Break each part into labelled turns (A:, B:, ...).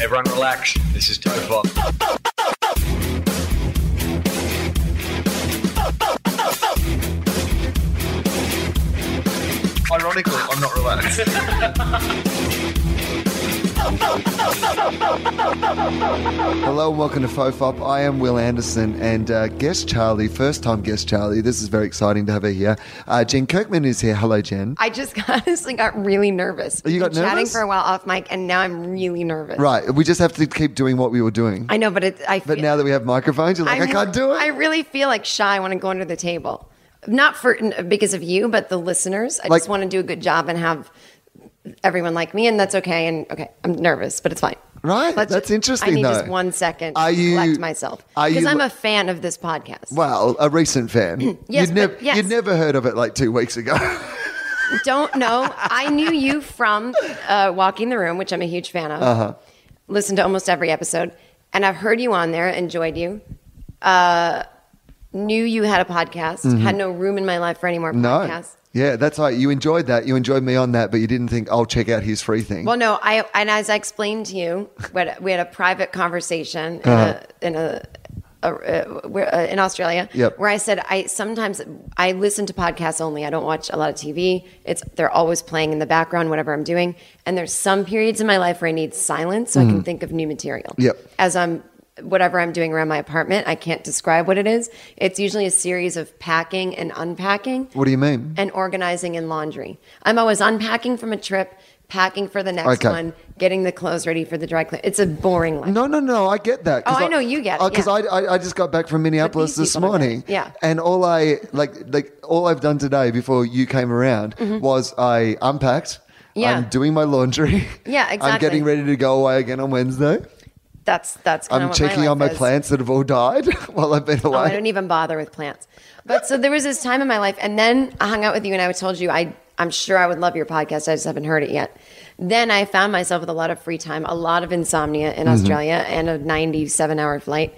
A: Everyone relax. This is Topop. Ironically, I'm not relaxed.
B: Hello and welcome to FOFOP. I am Will Anderson and uh, guest Charlie, first time guest Charlie. This is very exciting to have her here. Uh, Jen Kirkman is here. Hello, Jen.
C: I just honestly got really nervous.
B: Oh, You got
C: We've been Chatting
B: nervous?
C: for a while off mic, and now I'm really nervous.
B: Right, we just have to keep doing what we were doing.
C: I know, but it, I. Feel,
B: But now that we have microphones, you're like, I'm, I
C: I'm-
B: can not do it.
C: I really feel like shy. I want to go under the table, not for n- because of you, but the listeners. I
B: Like-
C: just want to do a good job and have everyone like me, and that's okay. And okay, I'm nervous, but it's fine.
B: Right?
C: Let's-
B: That's interesting,
C: I need
B: though.
C: just one second
B: Are
C: to
B: you-
C: collect myself
B: are
C: because
B: you-
C: I'm a fan of this podcast.
B: well, a recent fan.
C: Yes,
B: you'd,
C: but- yes.
B: you'd never heard of it like two weeks ago.
C: don't know. I knew you from uh, Walking the Room, which I'm a huge fan of. Uh-huh. Listen to almost every episode, and I've heard you on there. Enjoyed you. Uh, knew you had a podcast. Had no room in my life for any more
B: no.
C: podcasts.
B: Yeah, that's right. You enjoyed that. You enjoyed me on that, but you didn't think, I'll check out his free thing.
C: Well, no. I and as I explained to you, we had, we had a private conversation
B: Uh-huh.
C: in a. In a a, uh, where, uh, in Australia,
B: Yep.
C: where I said I sometimes I listen to podcasts only. I don't watch a lot of TV. It's they're always playing in the background, whatever I'm doing. And there's some periods in my life where I need silence so I can think of new material.
B: Mm-hmm. Yep.
C: As I'm whatever I'm doing around my apartment, I can't describe what it is. It's usually a series of packing and unpacking
B: What do you mean?
C: and organizing and laundry. I'm always unpacking from a trip, packing for the next
B: Okay.
C: one, getting the clothes ready for the dry clean. It's a boring life.
B: No, no, no. I get that. 'cause
C: Oh, I know you get it,
B: uh, 'cause
C: yeah.
B: I, I, I just got back from Minneapolis
C: these
B: this
C: people don't get it,
B: morning.
C: yeah.
B: And all I like, like all I've done today before you came around was I unpacked.
C: Mm-hmm. Yeah.
B: I'm doing my laundry.
C: Yeah,
B: I'm
C: exactly.
B: getting ready to go away again on Wednesday.
C: That's that's. kinda
B: I'm
C: what
B: checking
C: my
B: on my
C: life is.
B: plants that have all died while I've been
C: Oh, I
B: away.
C: don't even bother with plants. But so there was this time in my life, and then I hung out with you, and I told you I, I'm sure I would love your podcast. I just haven't heard it yet. Then I found myself with a lot of free time, a lot of insomnia in Australia, and a 97 hour flight.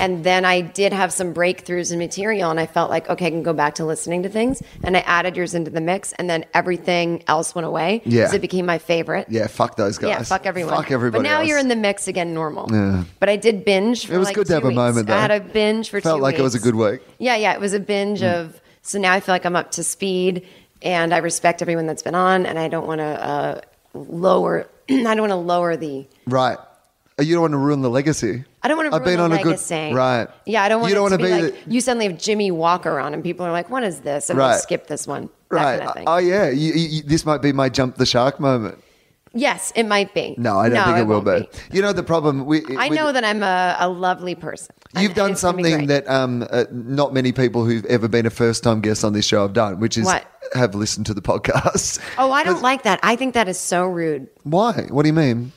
C: And then I did have some breakthroughs in material, and I felt like, okay, I can go back to listening to things. And I added yours into the mix, and then everything else went away. 'cause
B: Yeah.
C: It became my favorite.
B: yeah, fuck those guys.
C: Yeah, fuck everyone.
B: Fuck everybody.
C: But now
B: else.
C: you're in the mix again, normal.
B: Yeah.
C: But I did binge. For
B: It was
C: like
B: good to
C: two
B: have a
C: weeks.
B: moment, though.
C: I had a binge for
B: Felt
C: two
B: like it was a
C: weeks.
B: good week. Mm.
C: Yeah, yeah. It was a binge of. So now I feel like I'm up to speed, and I respect everyone that's been on, and I don't want to uh, lower. I don't want to lower the.
B: Right. Oh, You don't want to ruin the legacy.
C: I don't want to
B: I've
C: ruin
B: been
C: the
B: on
C: legacy.
B: a good right.
C: Yeah, I don't want
B: you don't
C: it
B: want
C: to
B: to
C: be,
B: the-
C: like you suddenly have Jimmy Walker on, and people are like, "What is this?" And
B: Right.
C: we'll skip this one. That
B: right.
C: kind of thing.
B: Oh yeah. You, you, you- this might be my jump the shark moment.
C: yes, it might be.
B: No, I don't think it, will
C: won't
B: be. You know the problem. We,
C: I
B: we-
C: know that I'm a, a lovely person. and
B: You've done
C: it's gonna be
B: something
C: great.
B: that um, uh, not many people who've ever been a first-time guest on this show have done, which is
C: What?
B: have listened to the podcast.
C: Oh, I don't like that. I think that is so rude.
B: Why? What do you mean?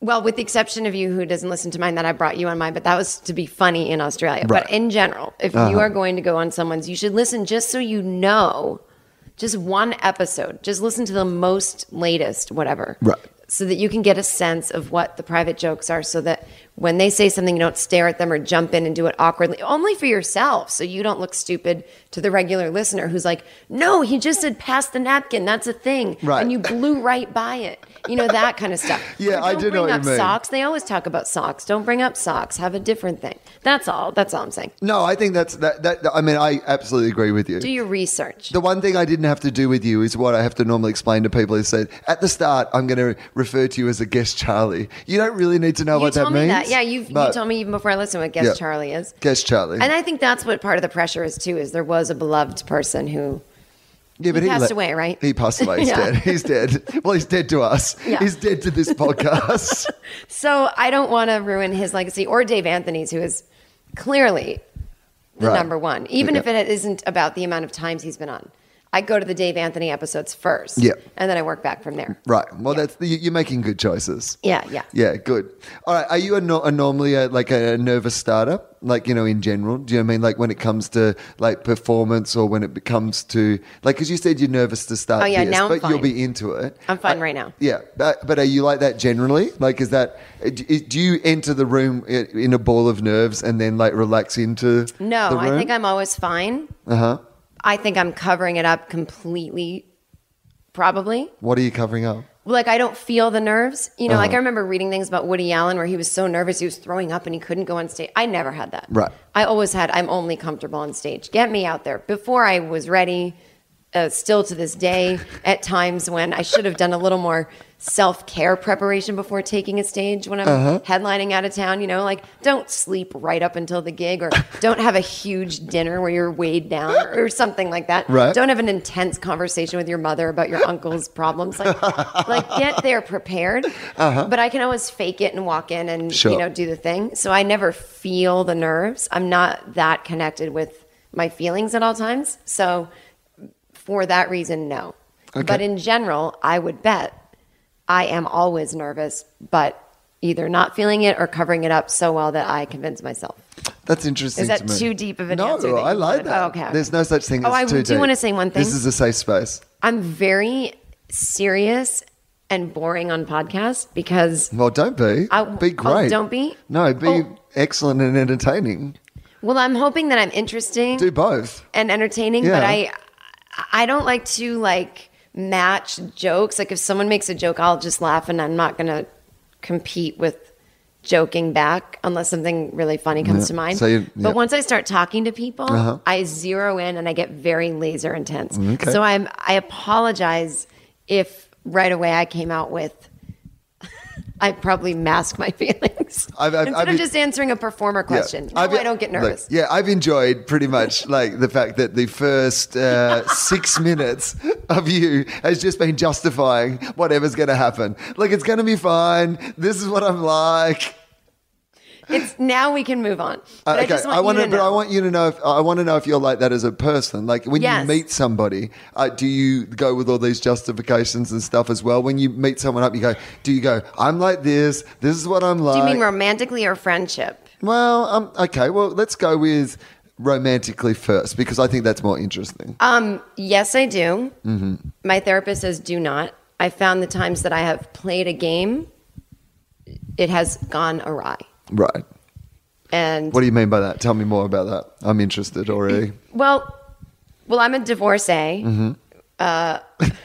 C: Well, with the exception of you who doesn't listen to mine that I brought you on mine, but that was to be funny in Australia.
B: Right. Uh-huh.
C: But in general, if you are going to go on someone's, you should listen just so you know, just one episode. Just listen to the most latest, whatever.
B: Right.
C: So that you can get a sense of what the private jokes are so that when they say something, you don't stare at them or jump in and do it awkwardly, only for yourself. So you don't look stupid to the regular listener who's like, no, he just said pass the napkin. That's a thing.
B: Right.
C: And you blew right by it. You know, that kind of stuff.
B: Yeah,
C: Or
B: I
C: don't
B: do know
C: bring
B: what you
C: up
B: mean.
C: Socks. They always talk about socks. Don't bring up socks. Have a different thing. That's all. That's all I'm saying.
B: No, I think that's that. that I mean, I absolutely agree with you.
C: Do your research.
B: the one thing I didn't have to do with you is what I have to normally explain to people is that at the start I'm going to refer to you as a guest Charlie. You don't really need to know
C: you
B: what
C: told
B: that
C: me
B: means.
C: that. Yeah, you've, you
B: but
C: told me even before I listened what guest
B: Yeah.
C: Charlie is.
B: guest Charlie.
C: And I think that's what part of the pressure is too. Is there was a beloved person who
B: Yeah, but
C: He passed
B: le-
C: away, right?
B: He passed away. He's
C: Yeah.
B: dead. He's dead. Well, he's dead to us.
C: Yeah.
B: He's dead to this podcast.
C: So I don't want to ruin his legacy or Dave Anthony's, who is clearly the
B: Right.
C: number one, even
B: Yeah.
C: if it isn't about the amount of times he's been on. I go to the Dave Anthony episodes first.
B: Yeah.
C: And then I work back from there.
B: Right. Well, that's the, you're making good choices.
C: Yeah, yeah.
B: Yeah, good. All right. Are you a, no, a normally a, like a nervous starter? Like, you know, in general? Do you know what I mean? Like when it comes to like performance or when it comes to, like, because you said you're nervous to start
C: Oh, yeah,
B: this,
C: now I'm
B: but you'll
C: fine.
B: be into it.
C: I'm fine
B: Uh,
C: right now.
B: Yeah. But, but are you like that generally? Like, is that, uh, do uh, do you enter the room i- in a ball of nerves and then like relax into the
C: No, I
B: room?
C: think I'm always fine.
B: Uh huh.
C: I think I'm covering it up completely, probably.
B: What are you covering up?
C: Like, I don't feel the nerves. You know, like I
B: Uh-huh.
C: remember reading things about Woody Allen where he was so nervous, he was throwing up and he couldn't go on stage. I never had that.
B: Right.
C: I always had, I'm only comfortable on stage. Get me out there. Before I was ready, uh, still to this day, at times when I should have done a little more self care preparation before taking a stage when I'm
B: Uh-huh.
C: headlining out of town, you know, like don't sleep right up until the gig or don't have a huge dinner where you're weighed down or, or something like that.
B: Right.
C: Don't have an intense conversation with your mother about your uncle's problems. Like, like get there prepared. But I can always fake it and walk in and,
B: Uh-huh. Sure.
C: you know, do the thing. So I never feel the nerves. I'm not that connected with my feelings at all times. So for that reason, no. But in general, I would bet I am always nervous, but either not feeling it or covering it up so well that I convince myself.
B: That's interesting.
C: Is that
B: to me.
C: too deep of an
B: no,
C: answer that
B: I
C: you
B: like
C: wanted?
B: that.
C: Oh, okay.
B: There's no such thing
C: Oh,
B: as
C: I
B: too
C: do
B: deep.
C: wanna say one thing.
B: This is a safe space.
C: I'm very serious and boring on podcasts because
B: Well, don't be.
C: I-
B: be
C: oh,
B: great.
C: don't be?
B: No, be
C: Oh.
B: excellent and entertaining.
C: well, I'm hoping that I'm interesting
B: Do both.
C: and entertaining, but
B: Yeah.
C: I I don't like to like match jokes. Like if someone makes a joke, I'll just laugh and I'm not going to compete with joking back unless something really funny comes
B: Yeah.
C: to mind.
B: So you- yeah. Uh-huh.
C: But once I start talking to people, I zero in and I get very laser intense.
B: Okay.
C: So I'm I apologize if right away I came out with I probably mask my feelings.
B: I've- I've-
C: Instead
B: I've-
C: of just answering a performer question. No, I don't get
B: look,
C: nervous.
B: yeah, I've enjoyed pretty much like the fact that the first uh, six minutes of you has just been justifying whatever's going to happen. Like it's going to be fine. This is what I'm like.
C: It's now we can move on. But I just want
B: Uh, I want
C: you to
B: but I
C: know.
B: want you to know. If, I want to know if you're like that as a person. Like when
C: Yes.
B: you meet somebody, uh, do you go with all these justifications and stuff as well? When you meet someone up, you go, do you go? I'm like this. This is what I'm like.
C: Do you mean romantically or friendship?
B: well, um, okay. Well, let's go with romantically first because I think that's more interesting.
C: Uh Um, Yes, I do.
B: Mm-hmm.
C: My therapist says do not. I found the times that I have played a game, it has gone awry.
B: right.
C: And
B: What do you mean by that? Tell me more about that. I'm interested
C: Mm.
B: already.
C: well, well, I'm a divorcee.
B: Mm-hmm.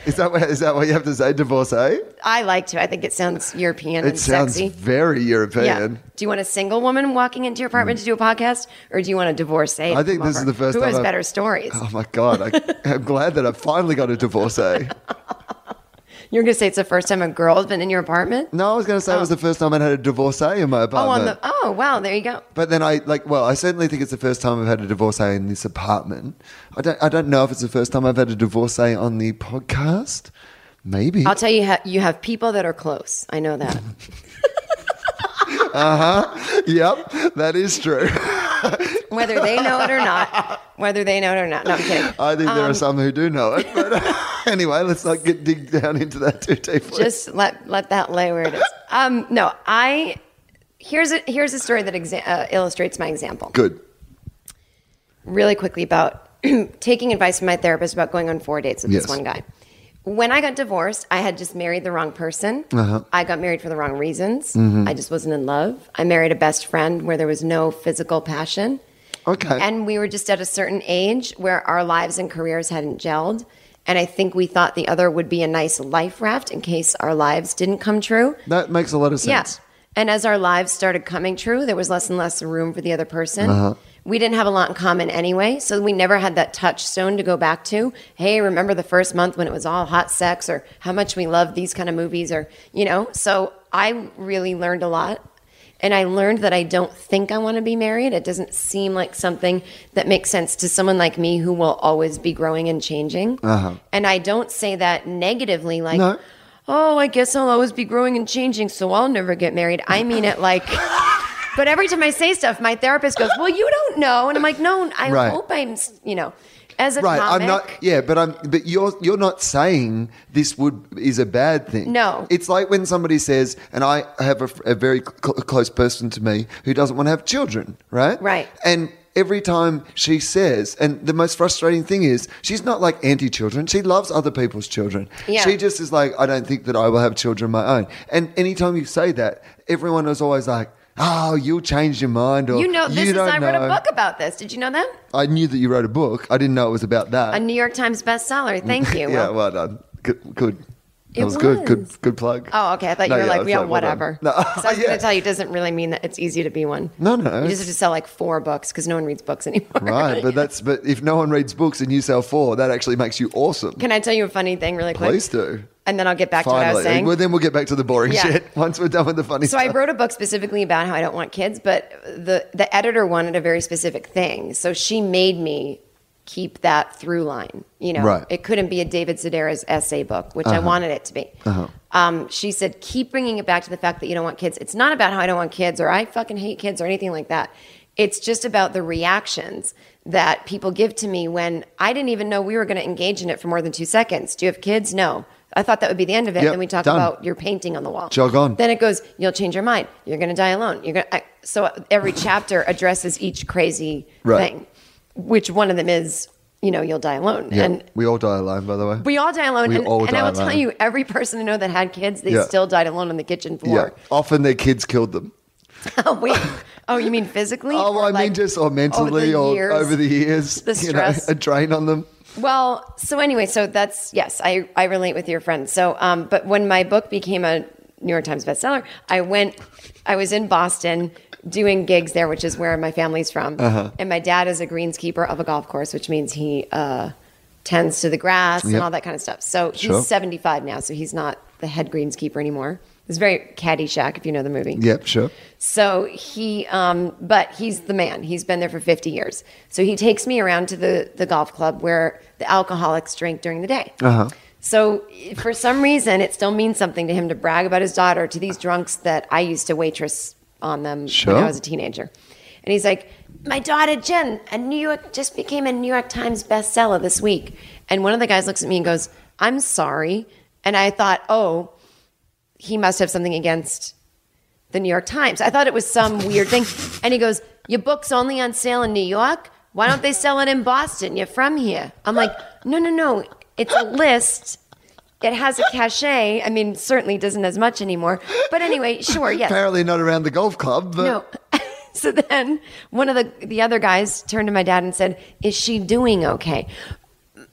B: is that what, is that what you have to say? Divorcee?
C: I like to. I think it sounds European
B: It
C: and
B: sounds
C: sexy.
B: very European.
C: Yeah. Do you want a single woman walking into your apartment to do a podcast, or do you want a divorcee?
B: Mm. I think this is the first
C: Who
B: time
C: has
B: I've-
C: better stories?
B: Oh my god! I, I'm glad that I finally got a eh? divorcee.
C: You're going to say it's the first time a girl has been in your apartment?
B: No, I was going to say it was the first time I'd had a divorcee in my
C: Oh,
B: apartment.
C: on the oh wow, there you go.
B: but then I like, well, I certainly think it's the first time I've had a divorcee in this apartment. I don't, I don't know if it's the first time I've had a divorcee on the podcast. Maybe.
C: I'll tell you, ha- you have people that are close. I know that.
B: yep, that is true.
C: Whether they know it or not, whether they know it or not. No, I'm kidding.
B: I think
C: Um.
B: there are some who do know it. But uh, anyway, let's not get dig down into that too deeply.
C: Just let let that lay where it is. Um, no, I here's a here's a story that exa- uh, illustrates my example
B: good.
C: really quickly about taking advice from my therapist about going on four dates with
B: Yes.
C: this one guy. When I got divorced, I had just married the wrong person.
B: Uh-huh.
C: I got married for the wrong reasons.
B: Mm-hmm.
C: I just wasn't in love. I married a best friend where there was no physical passion.
B: Okay.
C: And we were just at a certain age where our lives and careers hadn't gelled. And I think we thought the other would be a nice life raft in case our lives didn't come true.
B: that makes a lot of sense.
C: Yes. And as our lives started coming true, there was less and less room for the other person. We didn't have a lot in common anyway, so we never had that touchstone to go back to. Hey, remember the first month when it was all hot sex or how much we loved these kind of movies or, you know? So I really learned a lot. And I learned that I don't think I want to be married. It doesn't seem like something that makes sense to someone like me who will always be growing and changing. And I don't say that negatively, like,
B: No.
C: oh, I guess I'll always be growing and changing, so I'll never get married. I mean it like. But every time I say stuff, my therapist goes, "Well, you don't know," and I'm like, "No, I
B: Right.
C: hope I'm, s- you know." as a
B: right,
C: comic.
B: I'm not. Yeah, but I'm. But you're you're not saying this would is a bad thing.
C: No.
B: it's like when somebody says, and I have a, a very cl- close person to me who doesn't want to have children. Right.
C: Right.
B: And every time she says, and the most frustrating thing is, she's not like anti-children. She loves other people's children.
C: Yeah.
B: She just is like, I don't think that I will have children of my own. And anytime you say that, everyone is always like. Oh, you'll change your mind, or
C: you know this is.
B: don't
C: I wrote a
B: know."
C: book about this. Did you know that?
B: I knew that you wrote a book. I didn't know it was about that.
C: A New York Times bestseller. Thank you.
B: yeah, well done. Good. good. That
C: It
B: was, good.
C: was.
B: Good. Good plug.
C: Oh, okay. I thought
B: No,
C: you were
B: yeah,
C: like,
B: it's
C: yeah,
B: like, well done.
C: whatever.
B: No,
C: 'Cause I was going
B: yeah.
C: to tell you, it doesn't really mean that it's easy to be one.
B: No, no.
C: You just have to sell like four books because no one reads books anymore.
B: right, but that's but if no one reads books and you sell four, that actually makes you awesome.
C: Can I tell you a funny thing really quick?
B: Please do.
C: And then I'll get back to what I was
B: Finally,
C: saying.
B: well, then we'll get back to the boring
C: Yeah.
B: shit once we're done with the funny
C: So
B: stuff.
C: I wrote a book specifically about how I don't want kids, but the the editor wanted a very specific thing. So she made me keep that through line. You know,
B: Right. Uh-huh.
C: it couldn't be a David Sedaris essay book, which I wanted it to be. Um, she said, keep bringing it back to the fact that you don't want kids. It's not about how I don't want kids or I fucking hate kids or anything like that. It's just about the reactions that people give to me when I didn't even know we were going to engage in it for more than two seconds. Do you have kids? No. I thought that would be the end of it.
B: Yep,
C: then we talk
B: done.
C: about your painting on the wall.
B: Jog on.
C: Then it goes, you'll change your mind. You're going to die alone. You're going to, so every chapter addresses each crazy
B: Right.
C: thing, which one of them is, you know, you'll die alone.
B: yeah,
C: And
B: we all die alone, by the way.
C: we all die alone.
B: We
C: and
B: all
C: and
B: die
C: I will tell
B: alone.
C: you, every person I know that had kids, they
B: Yeah.
C: still died alone on the kitchen
B: yeah,
C: floor.
B: often their kids killed them.
C: oh, wait. Oh, you mean physically?
B: Oh,
C: Or,
B: I mean,
C: like,
B: just or mentally,
C: the
B: or
C: years?
B: over the years,
C: The
B: you know,
C: stress.
B: a drain on them.
C: Well, so anyway, so that's yes, I I relate with your friend. So, um, but when my book became a New York Times bestseller, I went, I was in Boston doing gigs there, which is where my family's from,
B: Uh-huh.
C: and my dad is a greenskeeper of a golf course, which means he uh, tends to the grass and
B: Yep.
C: all that kind of stuff. So he's
B: Sure.
C: seventy five now, so he's not the head greenskeeper anymore. It's very Caddyshack, if you know the movie.
B: Yep, sure.
C: So he, um, but he's the man. He's been there for 50 years. So he takes me around to the, the golf club where the alcoholics drink during the day.
B: Uh-huh.
C: So for some reason, it still means something to him to brag about his daughter to these drunks that I used to waitress on them when
B: Sure.
C: I was a teenager. And he's like, my daughter Jen, a New York just became a New York Times bestseller this week. And one of the guys looks at me and goes, "I'm sorry." And I thought, "Oh, he must have something against the New York Times. I thought it was some weird thing. And he goes, Your book's only on sale in New York? Why don't they sell it in Boston? You're from here. I'm like, No, no, no. It's a list. It has a cachet. I mean, certainly doesn't as much anymore. But anyway, sure, yes.
B: Apparently not around the golf club, but
C: No. so then one of the the other guys turned to my dad and said, "Is she doing okay?"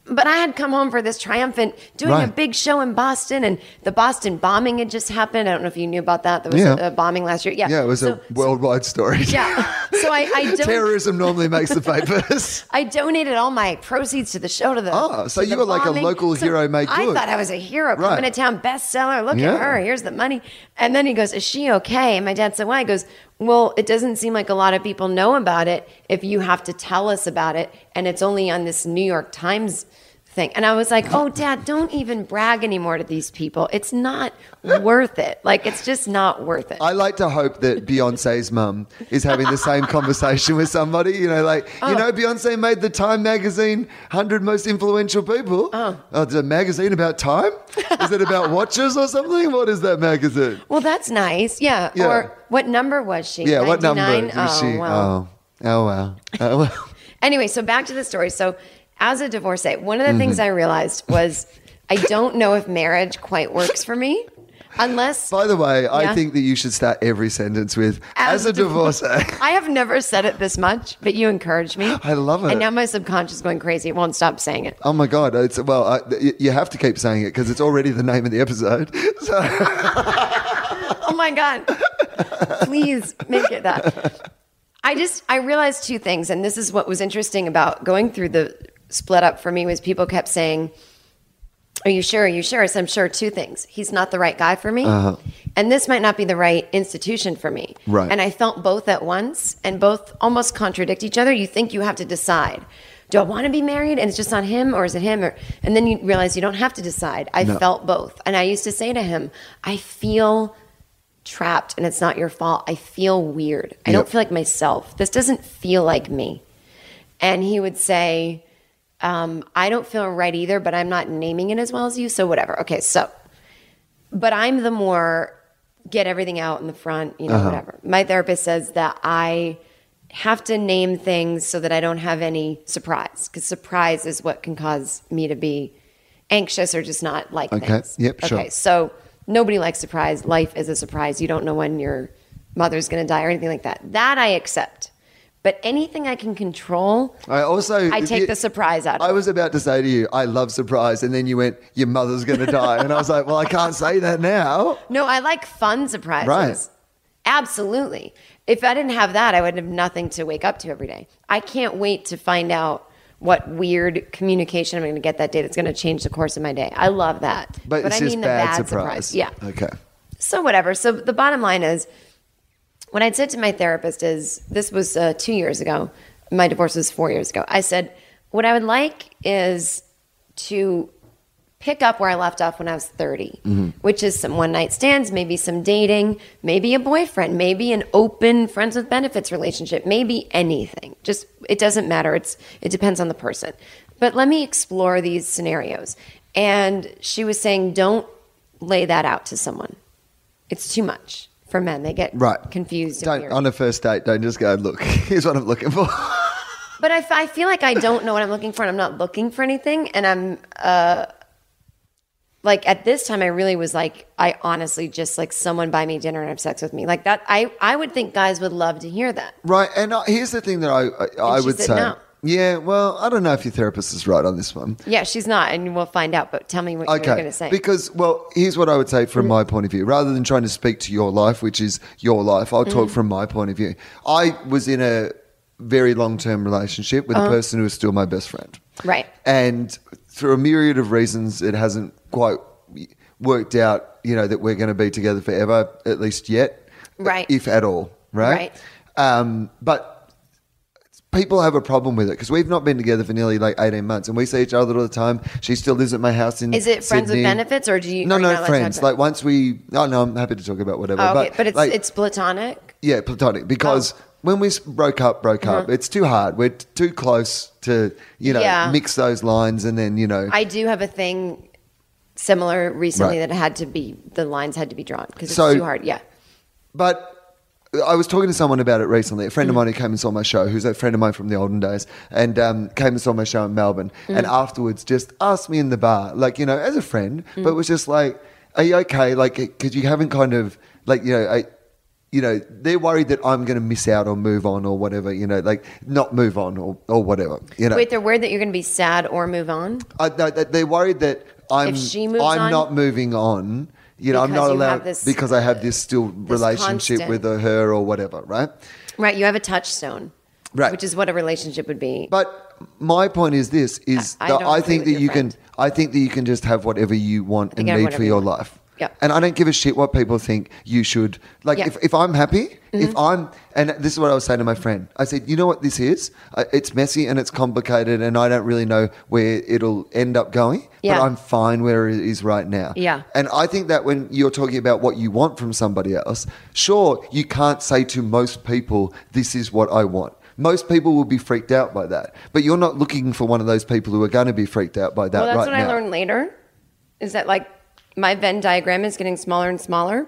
C: But I had come home for this triumphant doing a
B: Right.
C: big show in Boston, and the Boston bombing had just happened. I don't know if you knew about that. There was
B: Yeah.
C: a bombing last year. Yeah,
B: yeah, it was
C: So-
B: a worldwide story.
C: yeah. So I, I don't.
B: Terrorism normally makes the papers.
C: I donated all my proceeds to the show to the.
B: Oh, so
C: to
B: you
C: the
B: were like a
C: bombing.
B: local hero made
C: I
B: good.
C: thought I was a hero
B: Right.
C: coming to town, bestseller. Look
B: Yeah.
C: at her. Here's the money. And then he goes, "Is she okay?" And my dad said, "Why?" He goes, "Well, it doesn't seem like a lot of people know about it. If you have to tell us about it, and it's only on this New York Times." Thing. And I was like, oh, dad, don't even brag anymore to these people. It's not worth it. Like, it's just not worth it.
B: I like to hope that Beyonce's mum is having the same conversation with somebody. You know, like,
C: Oh.
B: you know, Beyonce made the Time magazine 100 most influential people. Oh. oh, it's a magazine about time? Is it about watches or something? What is that magazine?
C: well, that's nice. Yeah.
B: Yeah.
C: Or what number was she?
B: Yeah, what number
C: 99?
B: is
C: Oh,
B: she?
C: wow.
B: Oh, oh, wow. Oh, wow.
C: Anyway, so back to the story. So, as a divorcee, one of the
B: Mm-hmm.
C: things I realized was I don't know if marriage quite works for me unless
B: By the way,
C: Yeah.
B: I think that you should start every sentence with, as, a
C: divorce-
B: divorcee.
C: I have never said it this much, but you encouraged me.
B: I love it.
C: And now my subconscious is going crazy. It won't stop saying it.
B: Oh my god! It's well, I, y- you have to keep saying it because it's already the name of the episode. So
C: Oh my God. Please make it that. I just, I realized two things. And this is what was interesting about going through the split up for me was people kept saying, Are you sure? Are you sure? So I'm sure two things. He's not the right guy for me. And this might not be the right institution for me.
B: Uh-huh. Right.
C: And I felt both at once and both almost contradict each other. You think you have to decide. Do I want to be married and it's just on him or is it him? Or, and then you realize you don't have to decide. I
B: No.
C: felt both. And I used to say to him, I feel trapped and it's not your fault. I feel weird. I
B: Yep.
C: don't feel like myself. This doesn't feel like me. And he would say, Um, I don't feel right either, but I'm not naming it as well as you. So whatever. Okay, so, but I'm the more get everything out in the front, you know,
B: Uh-huh.
C: whatever. My therapist says that I have to name things so that I don't have any surprise because surprise is what can cause me to be anxious or just not like
B: Okay,
C: things.
B: yep,
C: Okay.
B: sure.
C: So nobody likes surprise. Life is a surprise. You don't know when your mother's going to die or anything like that. That I accept. But anything I can control,
B: I also
C: I take
B: you-
C: the surprise out.
B: I
C: Of it.
B: was about to say to you, I love surprise, and then you went, "Your mother's going to die," and I was like, "Well, I can't say that now."
C: No, I like fun surprises.
B: Right.
C: Absolutely. If I didn't have that, I would have nothing to wake up to every day. I can't wait to find out what weird communication I'm going to get that day that's going to change the course of my day. I love that.
B: But, it's
C: I
B: just
C: mean
B: bad,
C: the bad
B: surprise.
C: surprise. Yeah.
B: Okay.
C: so whatever. So the bottom line is, what I said to my therapist is, this was uh, two years ago. My divorce was four years ago. I said, what I would like is to pick up where I left off when I was 30, which is some one night stands, maybe some dating, maybe a boyfriend, maybe an open friends with benefits relationship, maybe anything. Just it doesn't matter. It's it depends on the person. But let me explore these scenarios. And she was saying don't lay that out to someone. It's too much for men. They get
B: Right.
C: confused. and
B: Don't
C: weird.
B: on a first date. Don't just go. Look, here's what I'm looking for.
C: But I, f- I feel like I don't know what I'm looking for, and I'm not looking for anything. And I'm uh, like at this time, I really was like, I honestly just like someone buy me dinner and have sex with me, like that. I I would think guys would love to hear that.
B: Right, and uh, here's the thing that I I, I
C: she
B: would
C: said
B: say.
C: no.
B: Yeah, well, I don't know if your therapist is right on this one.
C: Yeah, she's not, and we'll find out. But tell me what
B: Okay,
C: you're going to say. Mm.
B: because well, here's what I would say from my point of view. Rather than trying to speak to your life, which is your life, I'll
C: Mm.
B: talk from my point of view. I was in a very long-term relationship with a person who is still my best friend.
C: Uh-huh. Right.
B: and through a myriad of reasons, it hasn't quite worked out. You know that we're going to be together forever, at least yet,
C: Right.
B: If at all, right? Um, but people have a problem with it because we've not been together for nearly like 18 months and we see each other all the time. She still lives at my house in
C: Is it friends with
B: Sydney.
C: benefits, or do you-
B: No,
C: are you
B: no,
C: not allowed to
B: friends.
C: talk about
B: Like once we, oh no, I'm happy to talk about whatever.
C: oh, okay,
B: but,
C: but it's Oh.
B: like,
C: it's platonic.
B: yeah, platonic because when we s- broke up, broke up, it's too hard. We're t- too close to, you know,
C: Mm-hmm. Yeah.
B: mix those lines and then, you know,
C: I do have a thing similar recently
B: Right.
C: that had to be the lines had to be drawn because it's
B: So-
C: too hard. Yeah.
B: But I was talking to someone about it recently. A friend of mine who came and saw my show, who's a friend of mine from the olden days, and um, came and saw my show in Melbourne. And afterwards, just asked me in the bar, like you know, as a friend, but was just like, "Are you okay? Like, because you haven't kind of like you know." I, you know, they're worried that I'm going to miss out or move on or whatever, you know, like not move on or, or whatever, you know.
C: Wait, they're worried that you're going to be sad or move on.
B: I, no, they- they're worried that I'm
C: If she moves
B: I'm
C: on-
B: not moving on. You know, I'm
C: Because
B: not
C: you
B: allowed
C: have this,
B: because I have this still relationship
C: constant-
B: with her or whatever, right?
C: Right, you have a touchstone.
B: Right.
C: Which is what a relationship would be.
B: But my point is this: is
C: I- I
B: that
C: don't
B: I
C: agree
B: think
C: with
B: that
C: your
B: you
C: friend.
B: can, I think that you can just have whatever you want and
C: think I have
B: need for
C: whatever
B: your
C: you want.
B: life.
C: Yeah.
B: And I don't give a shit what people think you should like.
C: Yeah.
B: If, if I'm happy,
C: Mm-hmm.
B: if I'm, and this is what I was saying to my friend. I said, you know what this is? Uh, It's messy and it's complicated, and I don't really know where it'll end up going.
C: Yeah.
B: But I'm fine where it is right now.
C: Yeah.
B: And I think that when you're talking about what you want from somebody else, sure, you can't say to most people, this is what I want. Most people will be freaked out by that. But you're not looking for one of those people who are going to be freaked out by that
C: well, that's
B: right
C: what
B: now.
C: I learned later is that like my Venn diagram is getting smaller and smaller.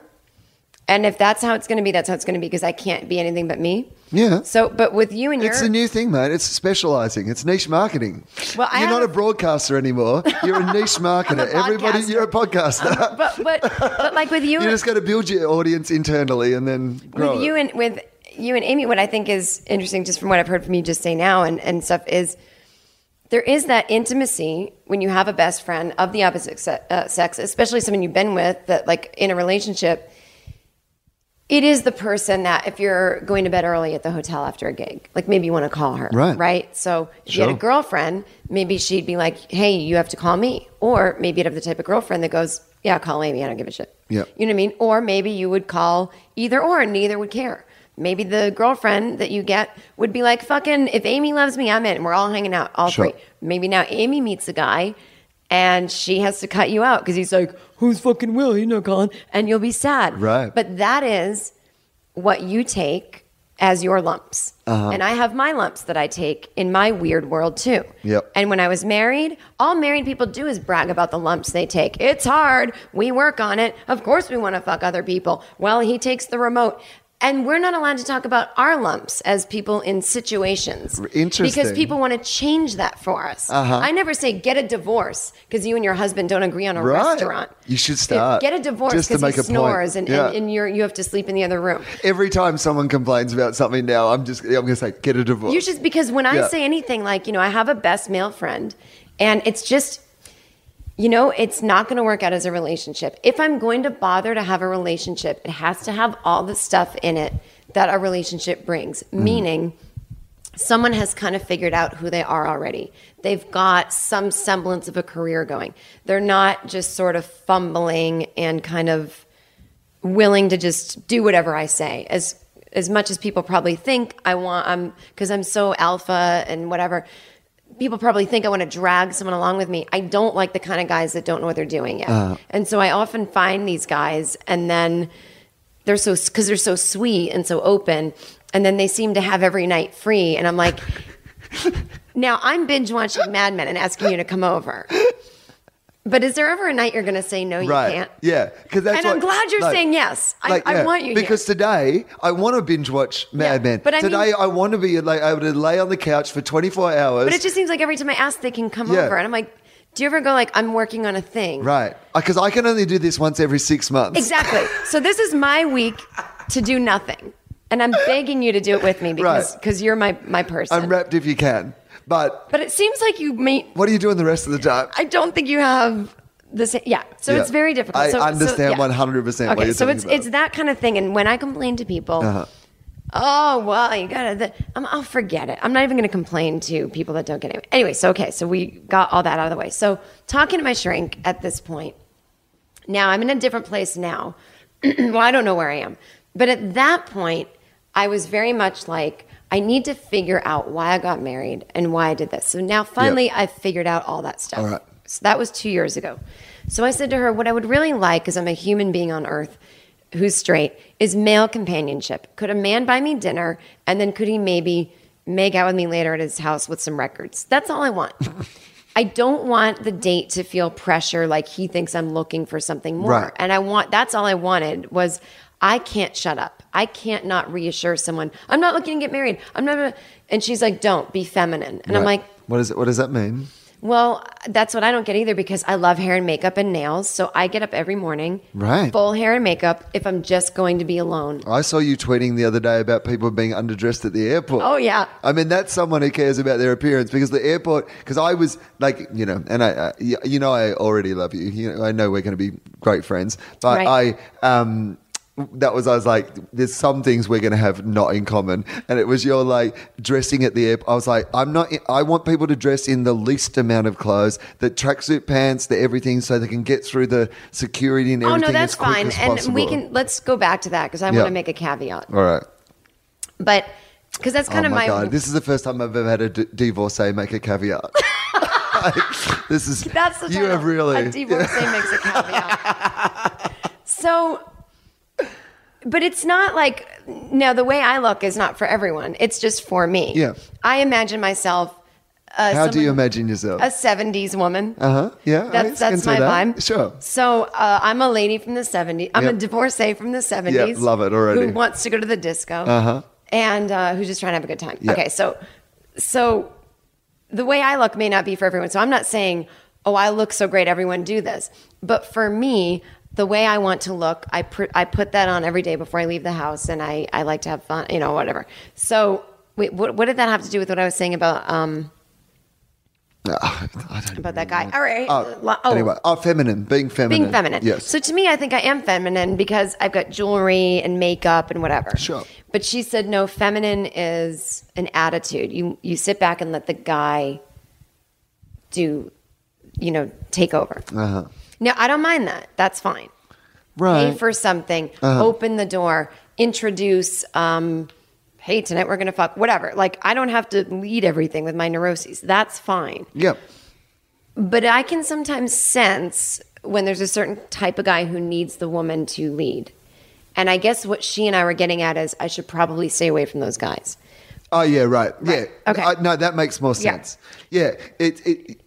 C: And if that's how it's going to be, that's how it's going to be because I can't be anything but me.
B: Yeah.
C: So, but with you and your
B: It's a new thing, mate. It's specializing. It's niche marketing.
C: Well, I
B: you're not a
C: have-
B: broadcaster anymore. You're a niche marketer. Everybody,
C: podcaster.
B: you're a podcaster.
C: but but but like with you
B: you just got to build your audience internally and then grow.
C: with you
B: it.
C: and with you and Amy, what I think is interesting, just from what I've heard from you just say now and, and stuff, is there is that intimacy when you have a best friend of the opposite se- uh, sex, especially someone you've been with that, like in a relationship. It is the person that if you're going to bed early at the hotel after a gig, like maybe you want to call her,
B: Right.
C: Right. So if you had
B: Sure.
C: a girlfriend, maybe she'd be like, "Hey, you have to call me," or maybe you'd have the type of girlfriend that goes, "Yeah, call Amy. I don't give a shit."
B: Yep.
C: You know what I mean? Or maybe you would call either or and neither would care. Maybe the girlfriend that you get would be like, fucking, if Amy loves me, I'm in. We're all hanging out, all
B: Sure.
C: three. Maybe now Amy meets a guy and she has to cut you out because he's like, who's fucking Will? He's not calling. And you'll be sad.
B: Right.
C: But that is what you take as your lumps.
B: Uh-huh.
C: And I have my lumps that I take in my weird world too.
B: Yep.
C: And when I was married, all married people do is brag about the lumps they take. It's hard. We work on it. Of course we want to fuck other people. Well, he takes the remote. And we're not allowed to talk about our lumps as people in situations. Because
B: interesting. Uh-huh.
C: people want to change that for us. I never say get a divorce because you and your husband don't agree on a
B: Right.
C: restaurant.
B: You should start,
C: Get a divorce
B: just to
C: because he
B: make a point.
C: snores and,
B: Yeah.
C: and, and you're, you have to sleep in the other room.
B: Every time someone complains about something now, I'm just I'm gonna say get a divorce.
C: You should because when I
B: Yeah.
C: say anything like, you know, I have a best male friend and it's just you know, it's not going to work out as a relationship. If I'm going to bother to have a relationship, it has to have all the stuff in it that a relationship brings, meaning someone has kind of figured out who they are already. They've got some semblance of a career going. They're not just sort of fumbling and kind of willing to just do whatever I say. As as much as people probably think I want I'm because I'm so alpha and whatever. People probably think I want to drag someone along with me. I don't like the kind of guys that don't know what they're doing yet. and so I often find these guys and then they're so because they're so sweet and so open and then they seem to have every night free and i'm like now i'm binge watching mad men and asking you to come over but is there ever a night you're going to say no you
B: right?
C: can't
B: Yeah, because that's
C: and i'm
B: what-
C: glad you're
B: like-
C: saying yes i,
B: Like,
C: I
B: yeah,
C: want you
B: because
C: here.
B: today I want to binge watch Mad Men.
C: but I mean-
B: today I want to be like able to lay on the couch for 24 hours.
C: but it just seems like every time i ask they can come
B: Yeah.
C: over and i'm like do you ever go like i'm working on a thing
B: right because I can only do this once every six months.
C: Exactly. So this is my week to do nothing. And I'm begging you to do it with me because
B: Right.
C: cause you're my, my person.
B: I'm wrapped if you can, but
C: but it seems like you may
B: what are you doing the rest of the time?
C: I don't think you have the same. Yeah, so
B: Yeah.
C: it's very difficult.
B: I
C: so,
B: understand
C: so, yeah.
B: 100% what
C: Okay,
B: you're
C: so
B: talking
C: it's
B: about. Uh-huh.
C: it's that kind of thing. And when I complain to people, oh well, you gotta. The, I'm, I'll forget it. I'm not even gonna complain to people that don't get it. Anyway, so okay, so we got all that out of the way. So talking to my shrink at this point. Now I'm in a different place now. well, I don't know where I am, but at that point, I was very much like. I need to figure out why I got married and why I did this. So now finally I've figured out all that stuff.
B: All right.
C: So that was two years ago. So I said to her, What I would really like, because I'm a human being on earth who's straight, is male companionship. Could a man buy me dinner? And then could he maybe make out with me later at his house with some records? That's all I want. I don't want the date to feel pressure like he thinks I'm looking for something more.
B: Right.
C: And I want that's all I wanted was I can't shut up. I can't not reassure someone. I'm not looking to get married. I'm not. And she's like, "Don't be feminine." And I'm
B: Right.
C: like,
B: what is it? What does that mean?
C: well, that's what I don't get either because I love hair and makeup and nails. So I get up every morning,
B: Right.
C: Full hair and makeup if I'm just going to be alone.
B: I saw you tweeting the other day about people being underdressed at the airport.
C: Oh, yeah.
B: I mean that's someone who cares about their appearance because the airport. Because I was like, you know, and I, uh, y- you know, I already love you. You know, I know we're going to be great friends, but
C: Right.
B: I, um, that was I was like, there's some things we're going to have not in common, and it was your like dressing at the airport. I was like, I'm not. I want people to dress in the least amount of clothes, the tracksuit pants, the everything, so they can get through the security and
C: Oh
B: everything.
C: no, that's
B: as quick
C: fine.
B: as
C: And we
B: possible.
C: can let's go back to that because I
B: Yeah.
C: want to make a caveat.
B: All right.
C: But because that's kind
B: oh
C: of
B: my,
C: my,
B: god! This is the first time I've ever had a d- divorcee make a caveat. Like, this is
C: That's the
B: you
C: title.
B: have really
C: a divorcee makes a caveat. so, but it's not like now the way I look is not for everyone. It's just for me.
B: Yeah.
C: I imagine myself. Uh,
B: How do you
C: someone-
B: imagine yourself?
C: a 70s woman.
B: Uh huh. Yeah. I can
C: That's, that's
B: see
C: my
B: that.
C: vibe.
B: Sure.
C: So uh, I'm a lady from the 70s. I'm a
B: Yep.
C: divorcee from the 70s.
B: Yep, love it already.
C: Who wants to go to the disco. Uh-huh. And uh, who's just trying to have a good time.
B: Yeah.
C: Okay, so so the way I look may not be for everyone. So I'm not saying, oh, I look so great, everyone do this. But for me, the way I want to look, I pr- I put that on every day before I leave the house, and I I like to have fun, you know, whatever. So wait, what, what did that have to do with what I was saying about um
B: Ah, I don't
C: about that guy? All right,
B: Oh,
C: Lo-
B: anyway, oh, feminine, being feminine,
C: uh, being feminine.
B: Yes.
C: So to me, I think I am feminine because I've got jewelry and makeup and whatever.
B: Sure.
C: But she said no. Feminine is an attitude. You you sit back and let the guy do, you know, take over.
B: uh-huh.
C: Now I don't mind that. That's fine.
B: Right. Uh-huh.
C: Pay for something. Open the door. Introduce. Um, hey, tonight we're gonna fuck. Whatever. Like I don't have to lead everything with my neuroses. That's fine
B: yeah.
C: but I can sometimes sense when there's a certain type of guy who needs the woman to lead. And I guess what she and I were getting at is I should probably stay away from those guys.
B: Oh yeah, right. Yeah.
C: Okay.
B: I- no, that makes more
C: Yeah.
B: sense. Yeah. It it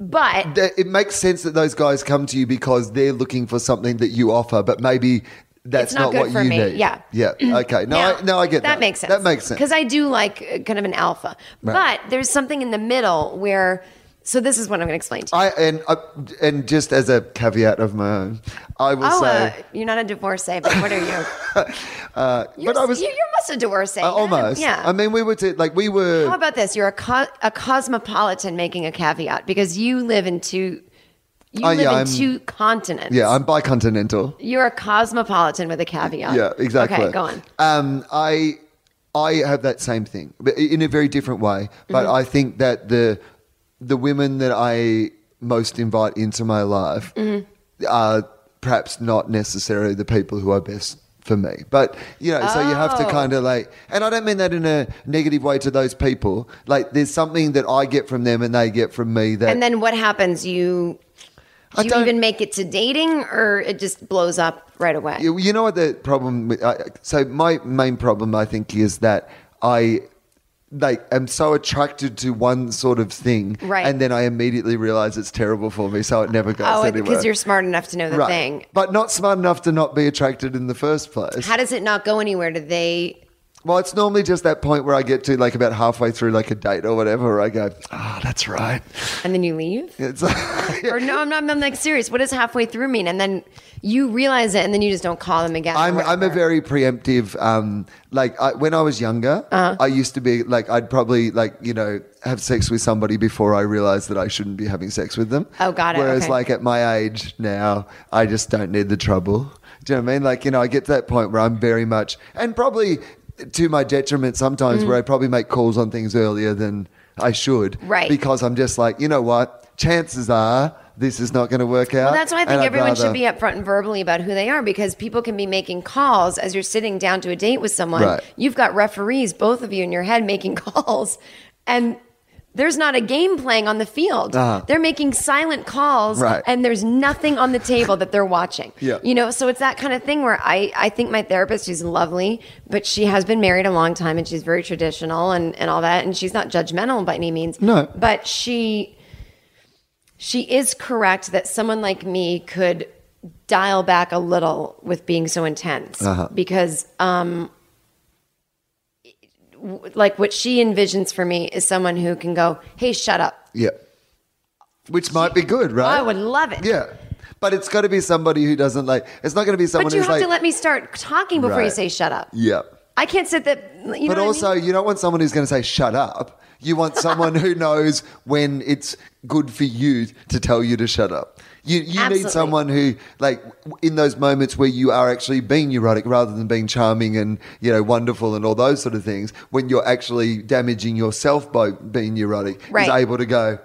C: But
B: that- it makes sense that those guys come to you because they're looking for something that you offer, but maybe that's
C: It's not
B: not,
C: good
B: what
C: for
B: you
C: me.
B: need.
C: Yeah.
B: Yeah. Okay. No,
C: Now,
B: I, no, I get that.
C: makes sense.
B: That makes sense.
C: Because I do like uh, kind of an alpha.
B: Right.
C: But there's something in the middle where, so this is what I'm going to explain to you.
B: I and I, and just as a caveat of my own, I will
C: oh,
B: say.
C: uh, you're not a divorcee, but what are you? you're,
B: but I was
C: you, you're must a divorcee.
B: I- almost.
C: Yeah.
B: I mean, we were to, like we were.
C: How about this? You're a, co- a cosmopolitan making a caveat because you live in two. You
B: Oh,
C: live
B: yeah,
C: in
B: I'm-
C: two continents.
B: yeah, I'm bicontinental.
C: You're a cosmopolitan with a caveat.
B: Yeah, exactly.
C: Okay, go on.
B: Um, I I have that same thing, but in a very different way. But
C: Mm-hmm.
B: I think that the the women that I most invite into my life
C: Mm-hmm.
B: are perhaps not necessarily the people who are best for me. But you know, so you have to
C: Oh.
B: kind of like, and I don't mean that in a negative way to those people. Like, there's something that I get from them and they get from me that
C: And then what happens? You
B: I
C: do you
B: don't-
C: even make it to dating, or it just blows up right away?
B: You, you know what the problem? With, I so my main problem, I think, is that I like am so attracted to one sort of thing,
C: Right.
B: And then I immediately realize it's terrible for me, so it never goes
C: oh,
B: anywhere.
C: because you're smart enough to know the
B: right,
C: thing.
B: but not smart enough to not be attracted in the first place.
C: How does it not go anywhere? Do they?
B: well, it's normally just that point where I get to like about halfway through like a date or whatever, where I go, "Ah, that's right."
C: And then you leave?
B: It's like,
C: Or no, I'm not. I'm like serious. What does halfway through mean? And then you realize it, and then you just don't call them again. or
B: I'm I'm a
C: whatever.
B: very preemptive. Um, like I, when I was younger,
C: Uh-huh.
B: I used to be like I'd probably like you know have sex with somebody before I realized that I shouldn't be having sex with them.
C: Oh, got it.
B: Whereas
C: Okay.
B: like at my age now, I just don't need the trouble. Do you know what I mean? Like you know, I get to that point where I'm very much and probably to my detriment
C: Mm.
B: sometimes, where I probably make calls on things earlier than I should,
C: Right.
B: Because I'm just like you know what, chances are. This is not going to work out.
C: Well, that's why I
B: and
C: think
B: I'd
C: everyone
B: rather-
C: should be upfront and verbally about who they are because people can be making calls as you're sitting down to a date with someone.
B: Right.
C: You've got referees, both of you in your head, making calls, and there's not a game playing on the field.
B: Uh-huh.
C: They're making silent calls,
B: Right.
C: and there's nothing on the table that they're watching.
B: Yeah.
C: You know, so it's that kind of thing where I, I think my therapist, she's lovely, but she has been married a long time and she's very traditional and, and all that. And she's not judgmental by any means.
B: No.
C: But she she is correct that someone like me could dial back a little with being so intense
B: Uh-huh.
C: because um w- like what she envisions for me is someone who can go hey shut up
B: Yeah. Which might be good, right?
C: I would love it.
B: Yeah. But it's got to be somebody who doesn't like, it's not going to be someone
C: but you
B: who's
C: have
B: like,
C: to let me start talking before you
B: Right.
C: say shut up
B: yeah.
C: i can't sit that you
B: but
C: know what I
B: also,
C: mean?
B: you don't want someone who's going to say, shut up. You want someone who knows when it's good for you to tell you to shut up. You, you need
C: Absolutely.
B: someone who, like, in those moments where you are actually being neurotic rather than being charming and, you know, wonderful and all those sort of things, when you're actually damaging yourself by being neurotic,
C: Right.
B: is able to go,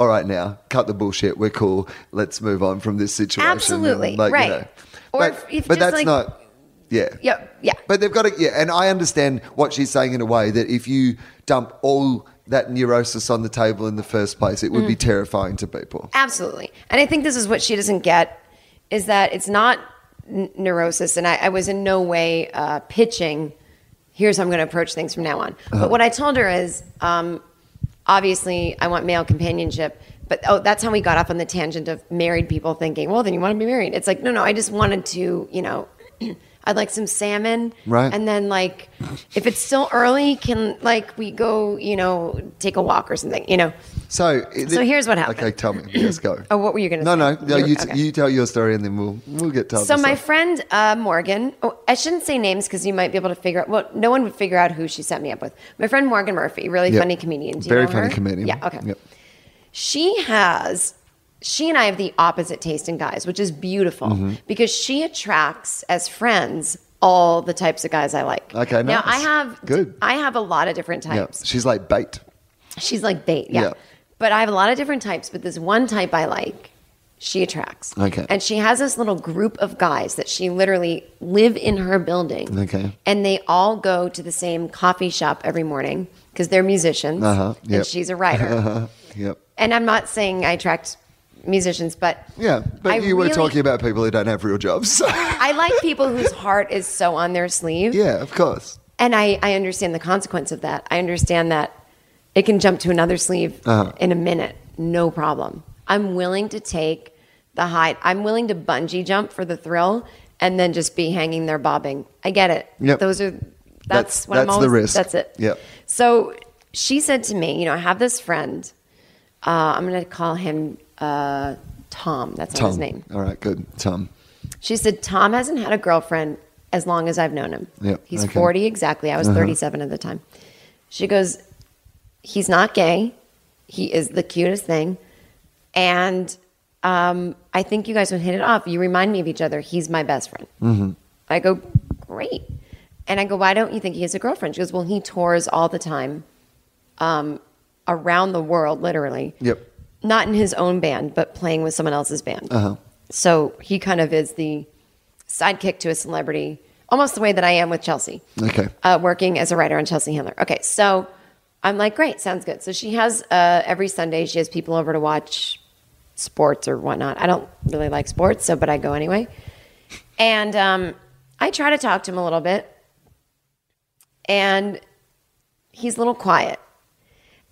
B: all right, now, cut the bullshit. We're cool. Let's move on from this situation. and,
C: Absolutely,
B: like, you
C: right.
B: know.
C: Or
B: but,
C: if- if
B: but
C: just,
B: that's
C: like-
B: not, yeah.
C: yeah yeah
B: But they've got to, yeah, and I understand what she's saying in a way that if you dump all that neurosis on the table in the first place, it would
C: Mm.
B: be terrifying to people.
C: Absolutely. And I think this is what she doesn't get is that it's not n- neurosis. And I, I was in no way uh, pitching, here's how I'm going to approach things from now on. But what I told her is um, obviously, I want male companionship. But oh, that's how we got off on the tangent of married people thinking, well, then you want to be married. It's like, no, no, I just wanted to, you know, I'd like some salmon.
B: Right.
C: And then, like, if it's still early, can, like, we go, you know, take a walk or something, you know?
B: So,
C: So here's what happened.
B: Okay, tell me. Let's go.
C: Oh, what were you going to
B: no,
C: say?
B: no, no. You,
C: okay.
B: you tell your story, and then we'll we'll get to.
C: So
B: other
C: my
B: stuff.
C: friend uh, Morgan, oh, I shouldn't say names because you might be able to figure out. Well, no one would figure out who she set me up with. My friend Morgan Murphy, really
B: Yeah.
C: funny comedian. Do you
B: Very
C: know
B: funny
C: her?
B: comedian.
C: Yeah. Okay.
B: Yep.
C: She has. She and I have the opposite taste in guys, which is beautiful
B: Mm-hmm.
C: because she attracts as friends all the types of guys I like.
B: Okay,
C: Now I
B: nice.
C: have
B: Good.
C: I have a lot of different
B: Yeah,
C: types.
B: she's like bait.
C: She's like bait, yeah.
B: Yeah.
C: But I have a lot of different types, but this one type I like, she attracts.
B: Okay.
C: And she has this little group of guys that she literally live in her building.
B: Okay.
C: And they all go to the same coffee shop every morning because they're musicians
B: Uh-huh.
C: and
B: Yep.
C: she's a writer.
B: Yep.
C: and I'm not saying I attract musicians, but
B: Yeah, but
C: I
B: you were
C: really-
B: talking about people who don't have real jobs. So.
C: I like people whose heart is so on their sleeve.
B: yeah, of course.
C: And I, I understand the consequence of that. I understand that it can jump to another sleeve
B: Uh-huh.
C: in a minute, no problem. I'm willing to take the height. I'm willing to bungee jump for the thrill and then just be hanging there bobbing. I get it.
B: Yep.
C: Those are that's,
B: That's-
C: what I'm
B: that's the
C: always
B: risk.
C: that's it.
B: Yep.
C: So she said to me, you know, I have this friend. Uh, I'm going to call him uh, Tom. That's not
B: Tom.
C: his name.
B: All right, good. Tom.
C: She said, Tom hasn't had a girlfriend as long as I've known him.
B: Yep,
C: He's
B: okay. Uh-huh.
C: 40 exactly. I was 37 at the time. She goes, He's not gay. He is the cutest thing. And um, I think you guys would hit it off. You remind me of each other. He's my best friend.
B: Mm-hmm.
C: I go, Great. And I go, Why don't you think he has a girlfriend? She goes, Well, he tours all the time um, around the world, literally
B: Yep.
C: not in his own band, but playing with someone else's band. So he kind of is the sidekick to a celebrity, almost the way that I am with Chelsea.
B: Okay.
C: Uh, working as a writer on Chelsea Handler. Okay, so I'm like, great, sounds good. So she has uh, every Sunday she has people over to watch sports or whatnot. I don't really like sports, so but I go anyway. And um, I try to talk to him a little bit, and he's a little quiet.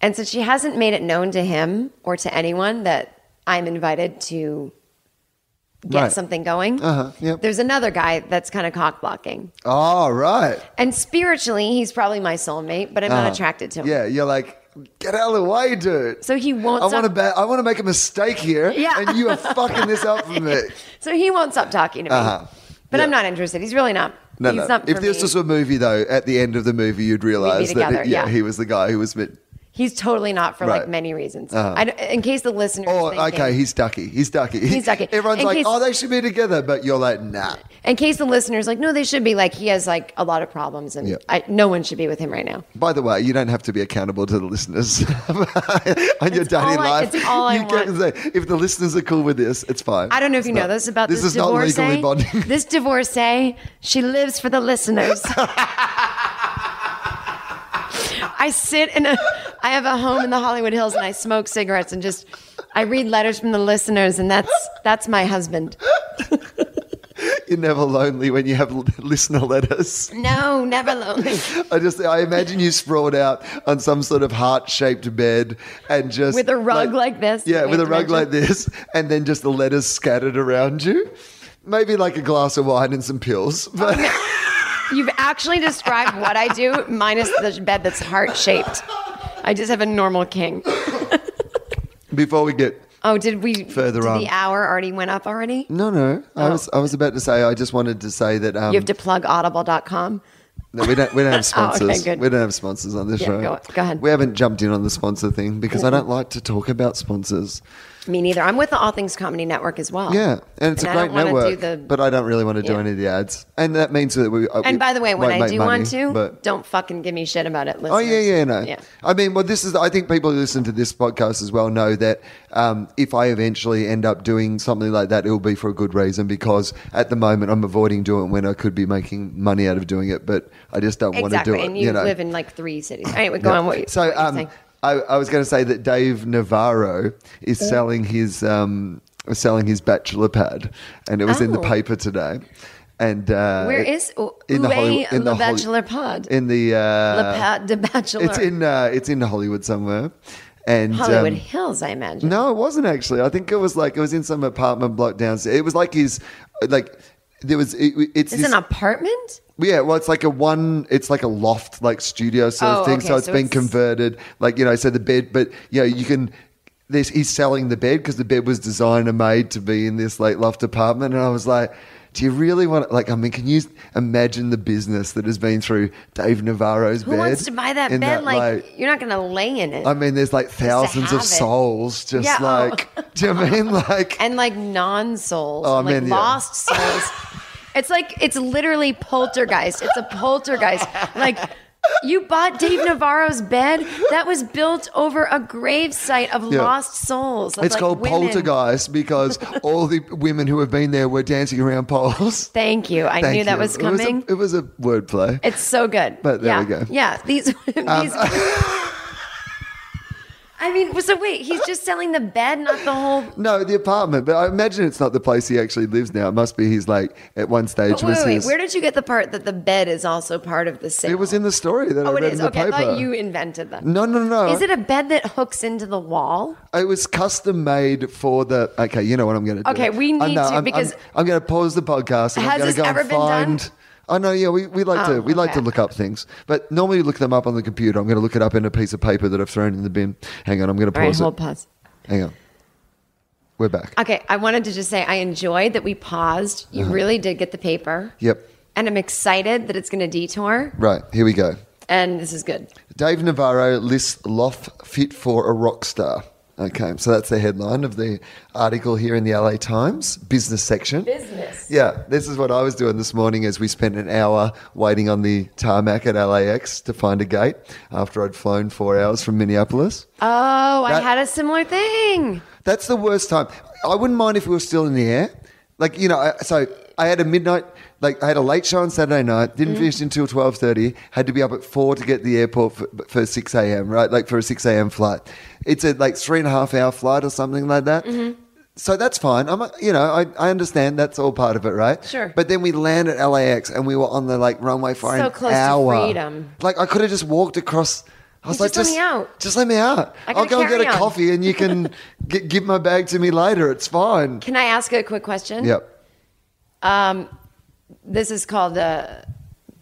C: And so she hasn't made it known to him or to anyone that I'm invited to get
B: Right.
C: something going.
B: Uh-huh, yep.
C: There's another guy that's kind of cock blocking.
B: All right.
C: And spiritually, he's probably my soulmate, but I'm not attracted to him.
B: Uh-huh. Yeah, you're like, get out of the way, dude.
C: So he won't
B: I
C: stop-
B: want to ba- I want to make a mistake here,
C: Yeah.
B: and you are fucking this up for me.
C: So he won't stop talking to me.
B: Uh-huh.
C: But I'm
B: Yeah.
C: not interested. He's really not.
B: No,
C: he's
B: no.
C: not
B: if
C: for
B: this
C: me.
B: was a movie, though, at the end of the movie, you'd realize that
C: together, yeah.
B: he was the guy who was. Mit-
C: he's totally not for like
B: Right.
C: many reasons.
B: Uh-huh.
C: I d in case the listener,
B: oh, okay, he's ducky. He's ducky.
C: He's ducky.
B: Everyone's
C: In
B: like,
C: case-
B: oh, they should be together, but you're like, nah.
C: in case the listener's like, no, they should be like he has like a lot of problems, and
B: Yeah.
C: I, no one should be with him right now.
B: By the way, you don't have to be accountable to the listeners on your
C: It's
B: daily
C: all I-
B: life.
C: it's all I
B: you can
C: want.
B: say if the listeners are cool with this, it's fine.
C: I don't know if
B: It's
C: you
B: not-
C: know this about this,
B: This is not
C: divorcee.
B: legally bonding.
C: This divorcee, she lives for the listeners. I sit in a, I have a home in the Hollywood Hills, and I smoke cigarettes and just, I read letters from the listeners, and that's that's my husband.
B: You're never lonely when you have l- listener letters.
C: No, never lonely.
B: I just, I imagine you sprawled out on some sort of heart-shaped bed and just
C: With a rug like this,
B: Yeah,
C: that we
B: with a
C: have to
B: rug like
C: mention.
B: this, and then just the letters scattered around you. Maybe like a glass of wine and some pills, but
C: You've actually described what I do, minus the bed that's heart shaped. I just have a normal king.
B: before we get.
C: Oh, did we
B: Further
C: did
B: on.
C: The hour already went up already.
B: No, no. I was,
C: Oh.
B: I was about to say. I just wanted to say that um,
C: You have to plug audible.com.
B: No, we don't. We don't have
C: Oh, okay,
B: sponsors.
C: good.
B: We don't have sponsors on this
C: Yeah,
B: show.
C: go- go ahead.
B: We haven't jumped in on the sponsor thing because I don't like to talk about sponsors.
C: Me neither. I'm with the All Things Comedy Network as well.
B: Yeah, and it's
C: And
B: a
C: I
B: great
C: don't wanna
B: network,
C: do the-
B: but I don't really want to do
C: Yeah.
B: any of the ads, and that means that we. uh, we
C: And by the way, when
B: won't
C: I
B: make
C: do
B: money,
C: want to,
B: but-
C: don't fucking give me shit about it. Listeners.
B: Oh yeah, yeah, no.
C: Yeah.
B: I mean, well, this is. I think people who listen to this podcast as well know that um, if I eventually end up doing something like that, it will be for a good reason because at the moment I'm avoiding doing it when I could be making money out of doing it, but I just don't want to
C: Exactly.
B: do it.
C: And you,
B: know.
C: live in like three cities. Anyway, go
B: Yeah.
C: on. What, you-
B: so
C: what you're
B: um,
C: saying.
B: I, I was going to say that Dave Navarro is selling his um, selling his bachelor pad, and it was in the
C: Oh.
B: paper today. And uh,
C: Where is o- Ue Le
B: Holly-
C: Bachelor Pod?
B: in the uh,
C: Le Pad de Bachelor.
B: It's in uh, it's in Hollywood somewhere, and
C: Hollywood
B: um,
C: Hills, I imagine.
B: no, it wasn't actually. I think it was like it was in some apartment block downstairs. It was like his like. There was it, it's
C: It's
B: this-
C: an apartment?
B: yeah, well, it's like a one, it's like a loft, like studio sort
C: Oh,
B: of thing.
C: okay,
B: So it's
C: so
B: been
C: it's-
B: converted, like you know, so the bed, but you know, you can. This he's selling the bed because the bed was designed and made to be in this like loft apartment, and I was like, do you really want? Like, I mean, can you imagine the business that has been through Dave Navarro's
C: Who
B: bed?
C: wants to buy that
B: in
C: bed? like, you're not going to lay in it.
B: I mean, there's like thousands of
C: have it.
B: souls just
C: Yeah, oh.
B: like, do you know what I mean like?
C: and like non souls,
B: Oh,
C: like
B: man, yeah.
C: lost souls. it's like it's literally poltergeist. It's a poltergeist. Like you bought Dave Navarro's bed that was built over a gravesite of
B: Yeah.
C: lost souls. of,
B: it's
C: like,
B: called
C: women.
B: poltergeist because all the women who have been there were dancing around poles.
C: Thank you. I
B: Thank
C: knew that
B: you.
C: was
B: It was a-
C: coming.
B: It was a, wordplay.
C: it's so good.
B: But there Um,
C: yeah.
B: we go.
C: Yeah, these. these I I mean, so wait, he's just selling the bed, not the whole.
B: No, the apartment. But I imagine it's not the place he actually lives now. It must be he's like at one stage
C: But wait,
B: was
C: wait, wait,
B: his-
C: where did you get the part that the bed is also part of the sale?
B: it was in the story that I
C: Oh,
B: read
C: it is.
B: in the
C: Okay,
B: paper.
C: I thought you invented that.
B: No, no, no.
C: Is it a bed that hooks into the wall?
B: It was custom made for the. Okay, you know what I'm going to do.
C: Okay, we
B: I
C: need
B: know,
C: to
B: I'm- I'm,
C: because-
B: I'm, going to pause the podcast and
C: Has
B: I'm going
C: this
B: to go
C: ever
B: and
C: been done?
B: find. I know, yeah, we, we like
C: Oh,
B: to we like to
C: okay.
B: look up things, but normally you look them up on the computer. I'm going to look it up in a piece of paper that I've thrown in the bin. Hang on, I'm going to
C: All right,
B: pause
C: hold
B: it.
C: pause.
B: Hang on, we're back.
C: Okay, I wanted to just say I enjoyed that we paused. You
B: Uh-huh.
C: really did get the paper.
B: Yep,
C: And I'm excited that it's going to detour.
B: right here we go.
C: And this is good.
B: Dave Navarro lists Loft fit for a rock star. Okay, so that's the headline of the article here in the LA Times, business section.
C: Business.
B: Yeah, this is what I was doing this morning as we spent an hour waiting on the tarmac at LAX to find a gate after I'd flown four hours from Minneapolis.
C: Oh, I
B: That-
C: had a similar thing.
B: That's the worst time. I wouldn't mind if we were still in the air. Like, you know, I, so I had a midnight, like I had a late show on Saturday night,
C: Mm.
B: didn't finish until 12.30, had to be up at 4 to get to the airport for, for 6 a.m., right? Like for a 6 a.m. flight. It's a like three and a half hour flight or something like that.
C: Mm-hmm.
B: So that's fine. I'm, uh, you know, I, I understand that's all part of it, right?
C: Sure.
B: But then we land at LAX and we were on the like runway for
C: So
B: an
C: close to
B: hour.
C: freedom.
B: Like I could have just walked across. I was
C: Just
B: like,
C: let me
B: just
C: out."
B: Just let me out.
C: I got
B: I'll
C: a
B: go and get a
C: carry-on.
B: coffee coffee and you can g give my bag to me later. It's fine.
C: Can I ask a quick question?
B: Yep.
C: This is called uh,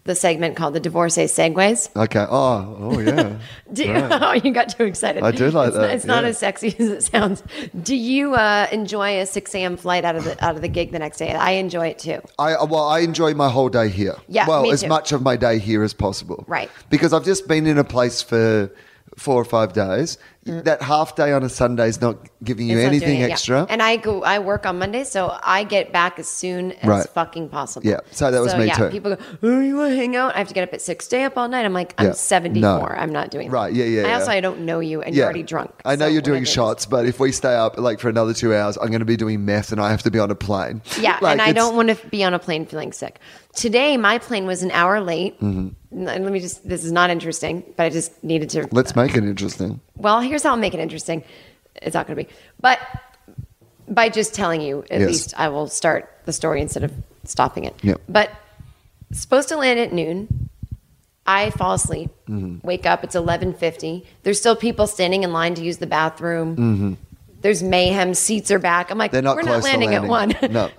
C: the segment called the Divorcee Segues.
B: Okay. Oh, oh yeah.
C: Do you, oh, you got too excited.
B: I do like
C: it's
B: that,
C: Not, it's not
B: yeah.
C: as sexy as it sounds. Do you uh, enjoy a 6 a.m. flight out of the out of the gig the next day? I enjoy it too.
B: I well, I enjoy my whole day here.
C: Yeah,
B: Well,
C: me
B: as
C: too.
B: much of my day here as possible.
C: Right.
B: Because I've just been in a place for four or five days. That half day on a Sunday is not giving you
C: Mm. It's not doing
B: anything
C: it, yeah.
B: extra.
C: And I go, I work on Monday, so I get back as soon as
B: Right.
C: fucking possible.
B: Yeah, so that was me
C: yeah,
B: too.
C: People go, oh, you want to hang out? I have to get up at six, stay up all night. I'm like, I'm
B: Yeah. No.
C: 74. I'm not doing that.
B: Right, yeah, yeah,
C: I
B: yeah.
C: also I don't know you, and you're already drunk.
B: I know
C: so
B: you're doing
C: whatever it is.
B: shots, but if we stay up like for another two hours, I'm going to be doing meth, and I have to be on a plane.
C: Yeah,
B: Like,
C: and I
B: it's-
C: don't want to be on a plane feeling sick. Today, my plane was an hour late.
B: Mm-hmm.
C: N- Let me just. This is not interesting, but I just needed to.
B: Let's make it interesting.
C: Well, here's how I'll make it interesting. It's not going to be, but by just telling you, at
B: Yes.
C: least I will start the story instead of stopping it.
B: Yep.
C: But supposed to land at noon. I fall asleep,
B: Mm-hmm.
C: wake up. It's eleven fifty. There's still people standing in line to use the bathroom. There's mayhem. Seats are back. I'm like,
B: Mm-hmm. They're not
C: we're
B: close
C: not landing,
B: to landing.
C: at one.
B: No.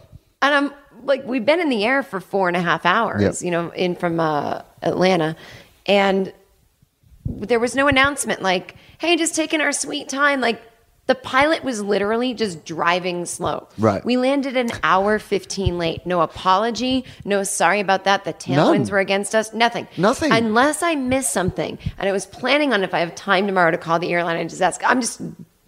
C: and I'm like, we've been in the air for four and a half hours.
B: Yep.
C: You know, in from uh, Atlanta, and there was no announcement like, hey, just taking our sweet time. Like the pilot was literally just driving slow.
B: Right.
C: We landed an hour 15 late. No apology. No sorry about that. The tailwinds
B: None.
C: were against us. Nothing.
B: Nothing.
C: Unless I missed something. And I was planning on if I have time tomorrow to call the airline and just ask. I'm just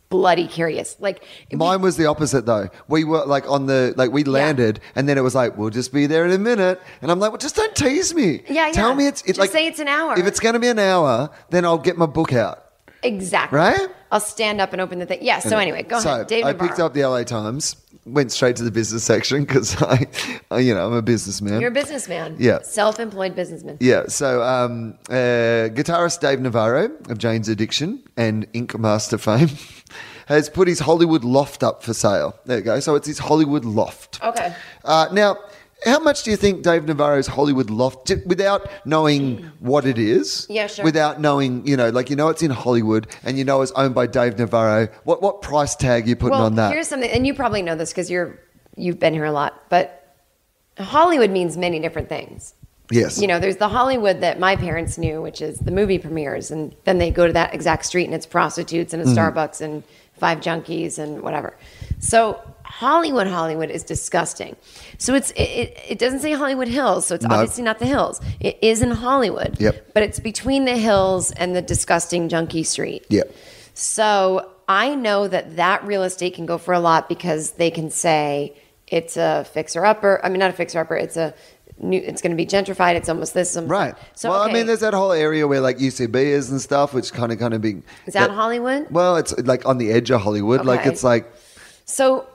C: bloody curious. Like we-
B: Mine was the opposite though. We were like on the like we landed, and then it was like we'll just be there in a minute, and I'm like, well, just don't tease me.
C: Yeah,
B: Tell
C: yeah.
B: me it's it,
C: Just
B: like
C: say it's an hour.
B: If it's going to be an hour, then I'll get my book out.
C: exactly.
B: Right?
C: I'll stand up and open the thing. Yeah. So anyway, go
B: so
C: ahead. Dave
B: I
C: Navarro.
B: picked up the LA Times, went straight to the business section because I, I- you know, I'm a businessman.
C: You're a businessman.
B: Yeah.
C: Self-employed businessman.
B: Yeah, so um, uh, guitarist Dave Navarro of Jane's Addiction and Ink Master fame has put his Hollywood loft up for sale. There you go. So it's his Hollywood loft.
C: Okay.
B: Uh, now, how much do you think Dave Navarro's Hollywood loft, j- without knowing what it is?
C: Yeah, sure.
B: Without knowing, you know, like you know it's in Hollywood and you know it's owned by Dave Navarro. What what price tag you putting
C: well,
B: on that?
C: Here's something, and you probably know this because you're you've been here a lot, but Hollywood means many different things.
B: yes.
C: You know, there's the Hollywood that my parents knew, which is the movie premieres, and then they go to that exact street and it's prostitutes and a
B: Mm-hmm.
C: Starbucks and five junkies and whatever. So Hollywood, Hollywood is disgusting. So it's it, it, it doesn't say Hollywood Hills, so it's obviously not the hills. It is in Hollywood,
B: Yep.
C: but it's between the hills and the disgusting junkie street.
B: Yeah.
C: So I know that that real estate can go for a lot because they can say it's a fixer upper. I mean, not a fixer upper. It's a new. It's going to be gentrified. It's almost this. almost-
B: Right.
C: So
B: well,
C: okay.
B: I mean, there's that whole area where like UCB is and stuff, which kind of kind of big.
C: Is that Hollywood?
B: Well, it's like on the edge of Hollywood. Like
C: Okay.
B: it's like
C: so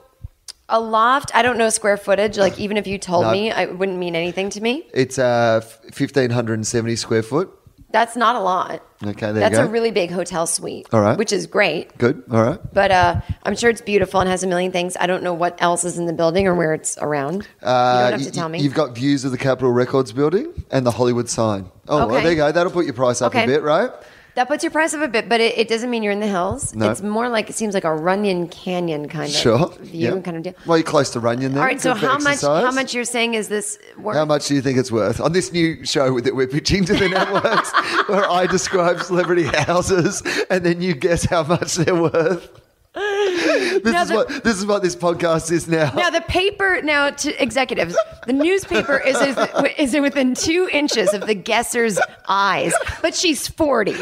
C: a loft. I don't know square footage. Like even if you told
B: No.
C: me, it wouldn't mean anything to me.
B: it's uh, f- 1570 square foot.
C: That's not a lot.
B: Okay, there you
C: That's
B: go.
C: a really big hotel suite.
B: All right.
C: Which is great.
B: Good. All right.
C: But uh, I'm sure it's beautiful and has a million things. I don't know what else is in the building or where it's around.
B: Uh,
C: you don't have to tell me.
B: You've got views of the Capitol Records building and the Hollywood sign. Oh, well,
C: Okay.
B: there you go. That'll put your price up a
C: Okay.
B: bit, right?
C: that puts your price up a bit, but it, it doesn't mean you're in the hills.
B: No.
C: It's more like it seems like a Runyon Canyon kind of
B: Sure.
C: view
B: Yep.
C: kind of deal.
B: Well, you're close to Runyon then.
C: All right, so
B: Good for
C: how much? How
B: exercise.
C: much you're saying is this worth?
B: How much do you think it's worth on this new show that we're pitching to the networks, where I describe celebrity houses and then you guess how much they're worth? This
C: No,
B: is
C: the-
B: what this is what this podcast is now.
C: Now the paper. Now to executives, the newspaper is is, is within two inches of the guesser's eyes, but she's forty,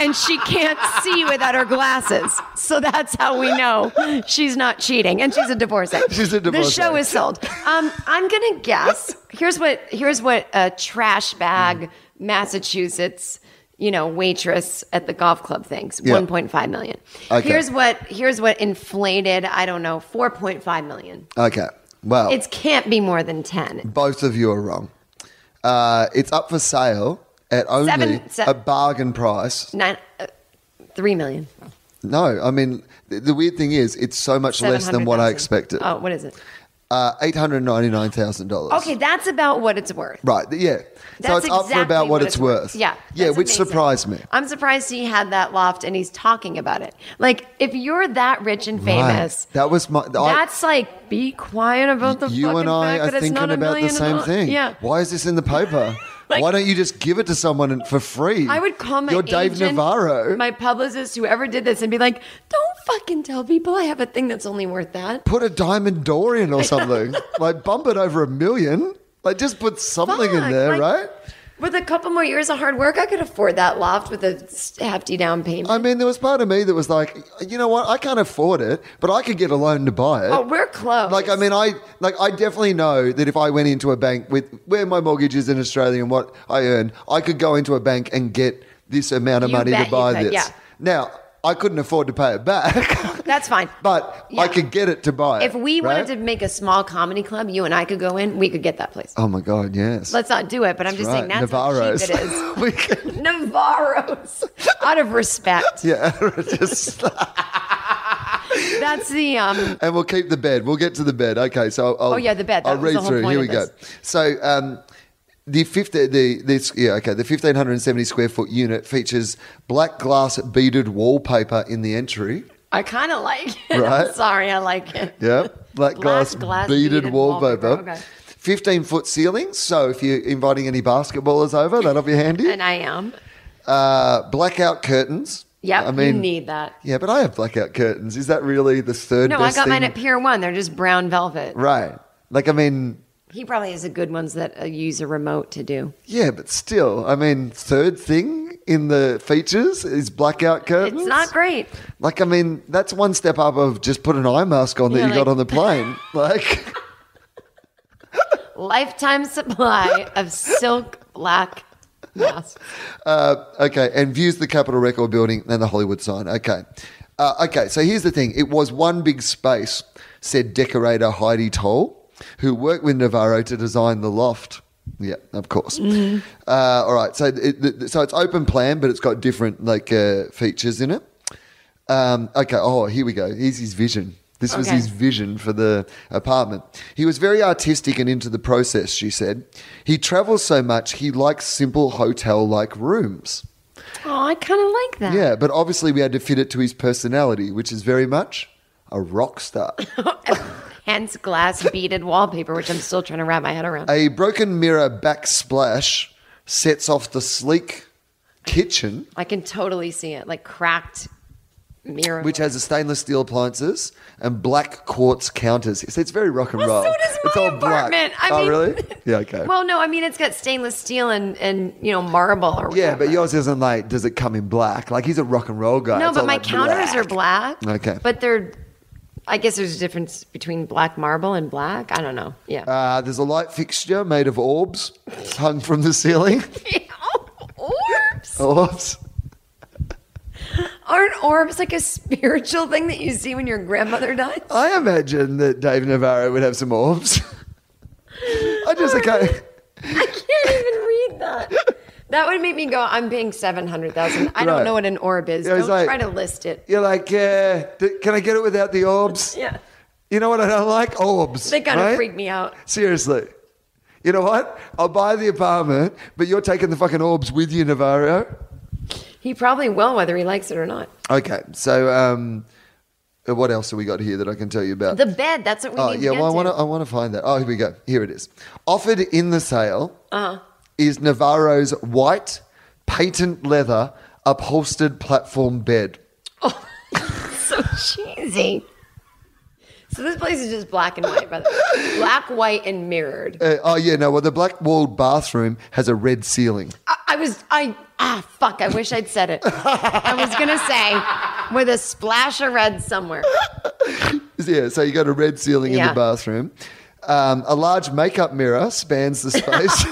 C: and she can't see without her glasses. So that's how we know she's not cheating, and she's a divorcee.
B: She's a
C: The show
B: divorcee.
C: is sold. Um, I'm gonna guess. Here's what. Here's what a trash bag Massachusetts. You know, waitress at the golf club thinks
B: Yeah.
C: 1.5 million.
B: Okay.
C: Here's what here's what inflated. I don't know 4.5 million.
B: Okay. Well,
C: It can't be more than 10.
B: both of you are wrong. Uh, it's up for sale at only
C: Seven- se-
B: a bargain price.
C: Nine, uh, 3 million.
B: No, I mean the, the weird thing is it's so much less than what I
C: 700,000.
B: expected.
C: Oh, what is it?
B: Uh, Eight hundred ninety nine thousand dollars.
C: Okay, that's about what it's worth.
B: Right. th- Yeah. so it's up
C: That's
B: for
C: exactly
B: about what, it's worth.
C: Yeah.
B: Yeah,
C: that's
B: which
C: amazing.
B: surprised me.
C: I'm surprised he had that loft and he's talking about it. Like, if you're that rich and famous,
B: Right. That was my. I-
C: that's like, be quiet about the
B: you
C: fucking
B: and I
C: fact
B: are
C: that it's
B: thinking
C: not a
B: about the
C: million
B: same
C: and all-
B: thing.
C: Yeah.
B: Why is this in the paper?
C: Like-
B: Why don't you just give it to someone and- for free?
C: I would call my
B: You're Dave
C: agent,
B: Navarro.
C: my publicist, whoever did this, and be like, "Don't fucking tell people I have a thing that's only worth that."
B: put a diamond door in or something. like bump it over a million. Like just put something in
C: Fuck,
B: there,
C: like,
B: right?
C: With a couple more years of hard work, I could afford that loft with a hefty down payment.
B: I mean, there was part of me that was like, you know what? I can't afford it, but I could get a loan to buy it.
C: oh, we're close.
B: Like I mean, I like I definitely know that if I went into a bank with where my mortgage is in Australia and what I earn, I could go into a bank and get this amount of
C: You
B: money
C: bet
B: to
C: you
B: buy
C: could,
B: this.
C: yeah.
B: Now I couldn't afford to pay it back,
C: that's fine.
B: but
C: Yeah.
B: I could get it to buy it.
C: if we
B: right?
C: wanted to make a small comedy club, you and I could go in. We could get that place.
B: oh my god, yes,
C: Let's not do it. But I'm just saying that's
B: Navarro's.
C: how cheap it is.
B: we can,
C: Navarro's, out of respect.
B: yeah, just
C: That's the um.
B: and we'll keep the bed. We'll get to the bed. Okay, so I'll,
C: Oh, yeah, the bed. That
B: I'll
C: was
B: read
C: the whole
B: through.
C: point
B: Here we
C: of
B: go. So um, the fifty, the this yeah okay, the fifteen hundred and seventy square foot unit features black glass beaded wallpaper in the entry.
C: I kind of like it. I'm
B: Right.
C: sorry, I like it.
B: Yeah, black glass,
C: glass
B: beaded,
C: beaded
B: wallpaper.
C: wallpaper, okay.
B: Fifteen foot ceilings. So if you're inviting any basketballers over, that'll be handy.
C: And I am.
B: uh, blackout curtains.
C: Yep.
B: I mean.
C: you need that.
B: yeah, but I have blackout curtains. Is that really the third
C: No, I
B: best
C: got mine
B: thing?
C: at Pier One. They're just brown velvet.
B: right. Like, I mean,
C: He probably has a good ones that uh, use a remote to do.
B: Yeah, but still, I mean, third thing in the features is blackout curtains.
C: It's not great.
B: Like, I mean, that's one step up of just put an eye mask on that
C: Yeah,
B: you got
C: like-
B: on the plane. like,
C: Lifetime supply of silk black masks.
B: okay, and views the Capitol Record building and the Hollywood sign. Okay. Uh, okay, so here's the thing it was one big space, said decorator Heidi Toll, who worked with Navarro to design the loft. Yeah, of course. Uh, all right, so it, th- so it's open plan, but it's got different like uh, features in it. Um, okay. Oh, here we go. Here's his vision. This was
C: Okay.
B: his vision for the apartment. He was very artistic and into the process, she said. He travels so much, he likes simple hotel like rooms.
C: Oh, I kind of like that.
B: Yeah, but obviously we had to fit it to his personality, which is very much a rock star.
C: Hence glass beaded wallpaper, which I'm still trying to wrap my head around.
B: a broken mirror backsplash sets off the sleek kitchen,
C: I can totally see it, like cracked mirror.
B: which has a stainless steel appliances and black quartz counters. So it's very rock and
C: well,
B: roll.
C: so does my
B: it's all
C: apartment.
B: black.
C: I
B: oh,
C: mean-
B: really? Yeah, okay.
C: Well, no, I mean it's got stainless steel and and you know marble or
B: Yeah,
C: whatever.
B: but yours isn't like, does it come in black? Like, he's a rock and roll guy.
C: No,
B: It's
C: but
B: all,
C: my
B: like,
C: counters are black.
B: Okay.
C: But they're, I guess there's a difference between black marble and black. I don't know. Yeah.
B: Uh, there's a light fixture made of orbs hung from the ceiling.
C: Oh, orbs.
B: orbs.
C: Aren't orbs like a spiritual thing that you see when your grandmother dies?
B: I imagine that Dave Navarro would have some orbs. I just, okay.
C: I can't even read that. That would make me go, I'm paying 700000 I
B: Right.
C: don't know what an orb is.
B: Yeah, it's
C: don't
B: like-
C: try to list it.
B: You're like, uh, th- can I get it without the orbs?
C: Yeah.
B: You know what I don't like? Orbs.
C: They kind of
B: right?
C: freaked me out.
B: Seriously. You know what? I'll buy the apartment, but you're taking the fucking orbs with you, Navarro.
C: He probably will, whether he likes it or not.
B: Okay, so um, uh, what else have we got here that I can tell you about?
C: The bed, that's what we
B: oh
C: need
B: yeah,
C: to get
B: well I
C: to.
B: want to I want to find that. Oh here we go. Here it is. Offered in the sale
C: Uh-huh.
B: is Navarro's white patent leather upholstered platform bed.
C: so cheesy. So this place is just black and white, by the way. Black, white, and mirrored.
B: Uh, oh yeah, no. Well, the black walled bathroom has a red ceiling.
C: I, I was, I, ah, fuck, I wish I'd said it. I was gonna say, with a splash of red somewhere.
B: Yeah, so you got a red ceiling in
C: Yeah.
B: the bathroom. Um, a large makeup mirror spans the space.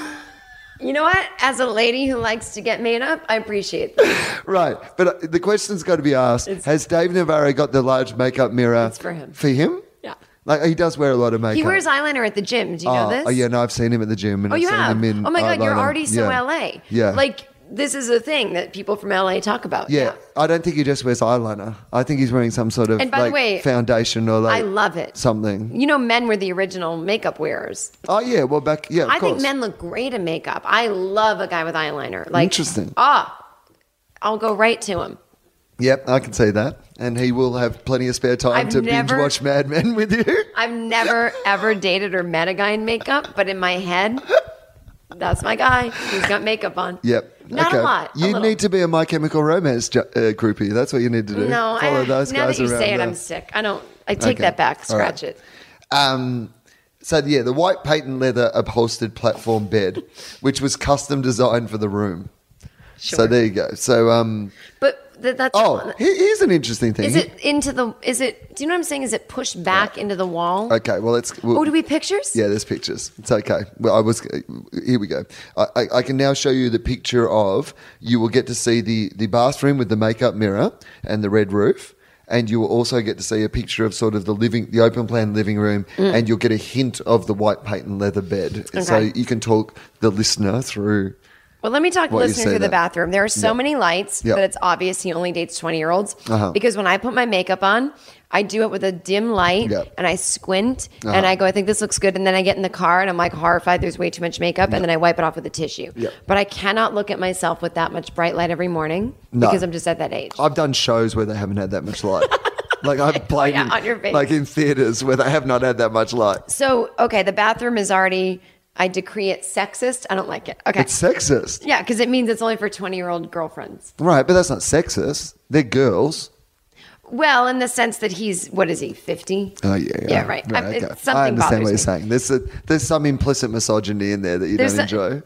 C: You know what? As a lady who likes to get made up, I appreciate that.
B: right, but uh, the question's got to be asked:
C: It's-
B: Has Dave Navarro got the large makeup mirror?
C: It's for him.
B: For him?
C: Yeah.
B: Like he does wear a lot of makeup.
C: He wears eyeliner at the gym. Do you know
B: Oh,
C: this?
B: oh yeah, no, I've seen him at the gym. And
C: Oh,
B: I've
C: you
B: seen
C: have?
B: Him in
C: Oh my God, you're
B: eyeliner.
C: already so
B: yeah.
C: LA.
B: Yeah,
C: Like, this is a thing that people from LA talk about.
B: yeah. I don't think he just wears eyeliner. I think he's wearing some sort of
C: And by the
B: like
C: way,
B: foundation or like
C: I love it.
B: something.
C: You know, men were the original makeup wearers.
B: Oh yeah, well back yeah. Of
C: I think
B: course.
C: men look great in makeup. I love a guy with eyeliner. Like
B: Interesting.
C: Ah, I'll go right to him.
B: Yep, I can see that, and he will have plenty of spare time
C: I've
B: to binge
C: never-
B: watch Mad Men with you.
C: I've never ever dated or met a guy in makeup, but in my head, that's my guy. He's got makeup on.
B: Yep.
C: Not
B: okay.
C: a lot. a
B: You
C: little.
B: need to be a My Chemical Romance ju- uh, groupie. That's what you need to do.
C: No,
B: follow
C: I,
B: those
C: now
B: guys
C: that you
B: around.
C: say it,
B: there.
C: I'm sick. I don't. I take
B: Okay.
C: that back.
B: All right.
C: Scratch it.
B: Um, so yeah, the white patent leather upholstered platform bed, which was custom designed for the room.
C: Sure.
B: So there you go. So um,
C: but th- that's.
B: oh, he- here's an interesting thing.
C: Is it into the? Is it? Do you know what I'm saying? Is it pushed back into the wall?
B: Okay, well, let's. We'll,
C: oh, do we have pictures?
B: Uh, Yeah, there's pictures. It's okay. Well, I was. Here we go. I, I, I can now show you the picture of. You will get to see the the bathroom with the makeup mirror and the red roof, and you will also get to see a picture of sort of the living, the open plan living room, and you'll get a hint of the white patent leather bed. So
C: Mm. Okay.
B: you can talk the listener through.
C: Well, let me talk to
B: What you
C: listeners
B: say
C: through the
B: there.
C: bathroom. There are so
B: Yeah.
C: many lights
B: Yeah.
C: that it's obvious he only dates 20 year olds.
B: Uh-huh.
C: Because when I put my makeup on, I do it with a dim light
B: Yeah.
C: and I squint
B: Uh-huh.
C: and I go, I think this looks good. And then I get in the car and I'm like horrified there's way too much makeup. And then I wipe it off with a tissue.
B: Yeah.
C: But I cannot look at myself with that much bright light every morning
B: No.
C: because I'm just at that age.
B: I've done shows where they haven't had that much light. like I'm playing
C: Oh, yeah, on your face.
B: like in theaters where they have not had that much light.
C: So, okay, the bathroom is already, I decree it sexist. I don't like it. Okay.
B: It's sexist.
C: yeah, because it means it's only for 20 year old girlfriends.
B: Right, but that's not sexist. They're girls.
C: Well, in the sense that he's, what is he, 50?
B: Oh yeah, yeah,
C: Yeah, right. I- it's- something
B: I understand what
C: bothers
B: you're
C: me.
B: saying. There's a, there's some implicit misogyny in there that you
C: There's
B: don't
C: a-
B: enjoy.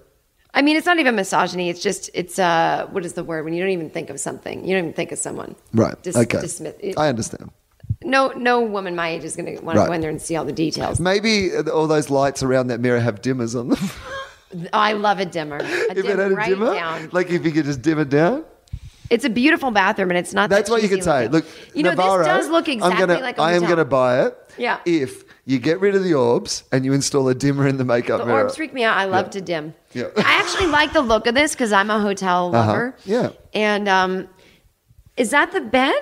C: I mean, it's not even misogyny. It's just it's uh, what is the word when you don't even think of something? You don't even think of someone.
B: Right.
C: Dis-
B: okay.
C: dismiss- it-
B: I understand.
C: no, no woman my age is going to want to
B: Right.
C: go in there and see all the details.
B: Maybe uh, all those lights around that mirror have dimmers on them.
C: Oh, I love a dimmer. A
B: if
C: dim
B: it had a
C: right
B: dimmer,
C: down.
B: like if you could just dim it down.
C: It's a beautiful bathroom, and it's not.
B: That's
C: that
B: what you
C: cheesy
B: could say.
C: looking.
B: Look,
C: you know,
B: Navarro,
C: this does look exactly
B: I'm gonna,
C: like a
B: I am
C: hotel.
B: going to buy it.
C: Yeah.
B: If you get rid of the orbs and you install a dimmer in the makeup
C: The
B: mirror.
C: orbs freak me out. I love
B: Yeah.
C: to dim.
B: Yeah.
C: I actually like the look of this because I'm a hotel
B: Uh-huh.
C: lover.
B: Yeah.
C: And um, is that the bed?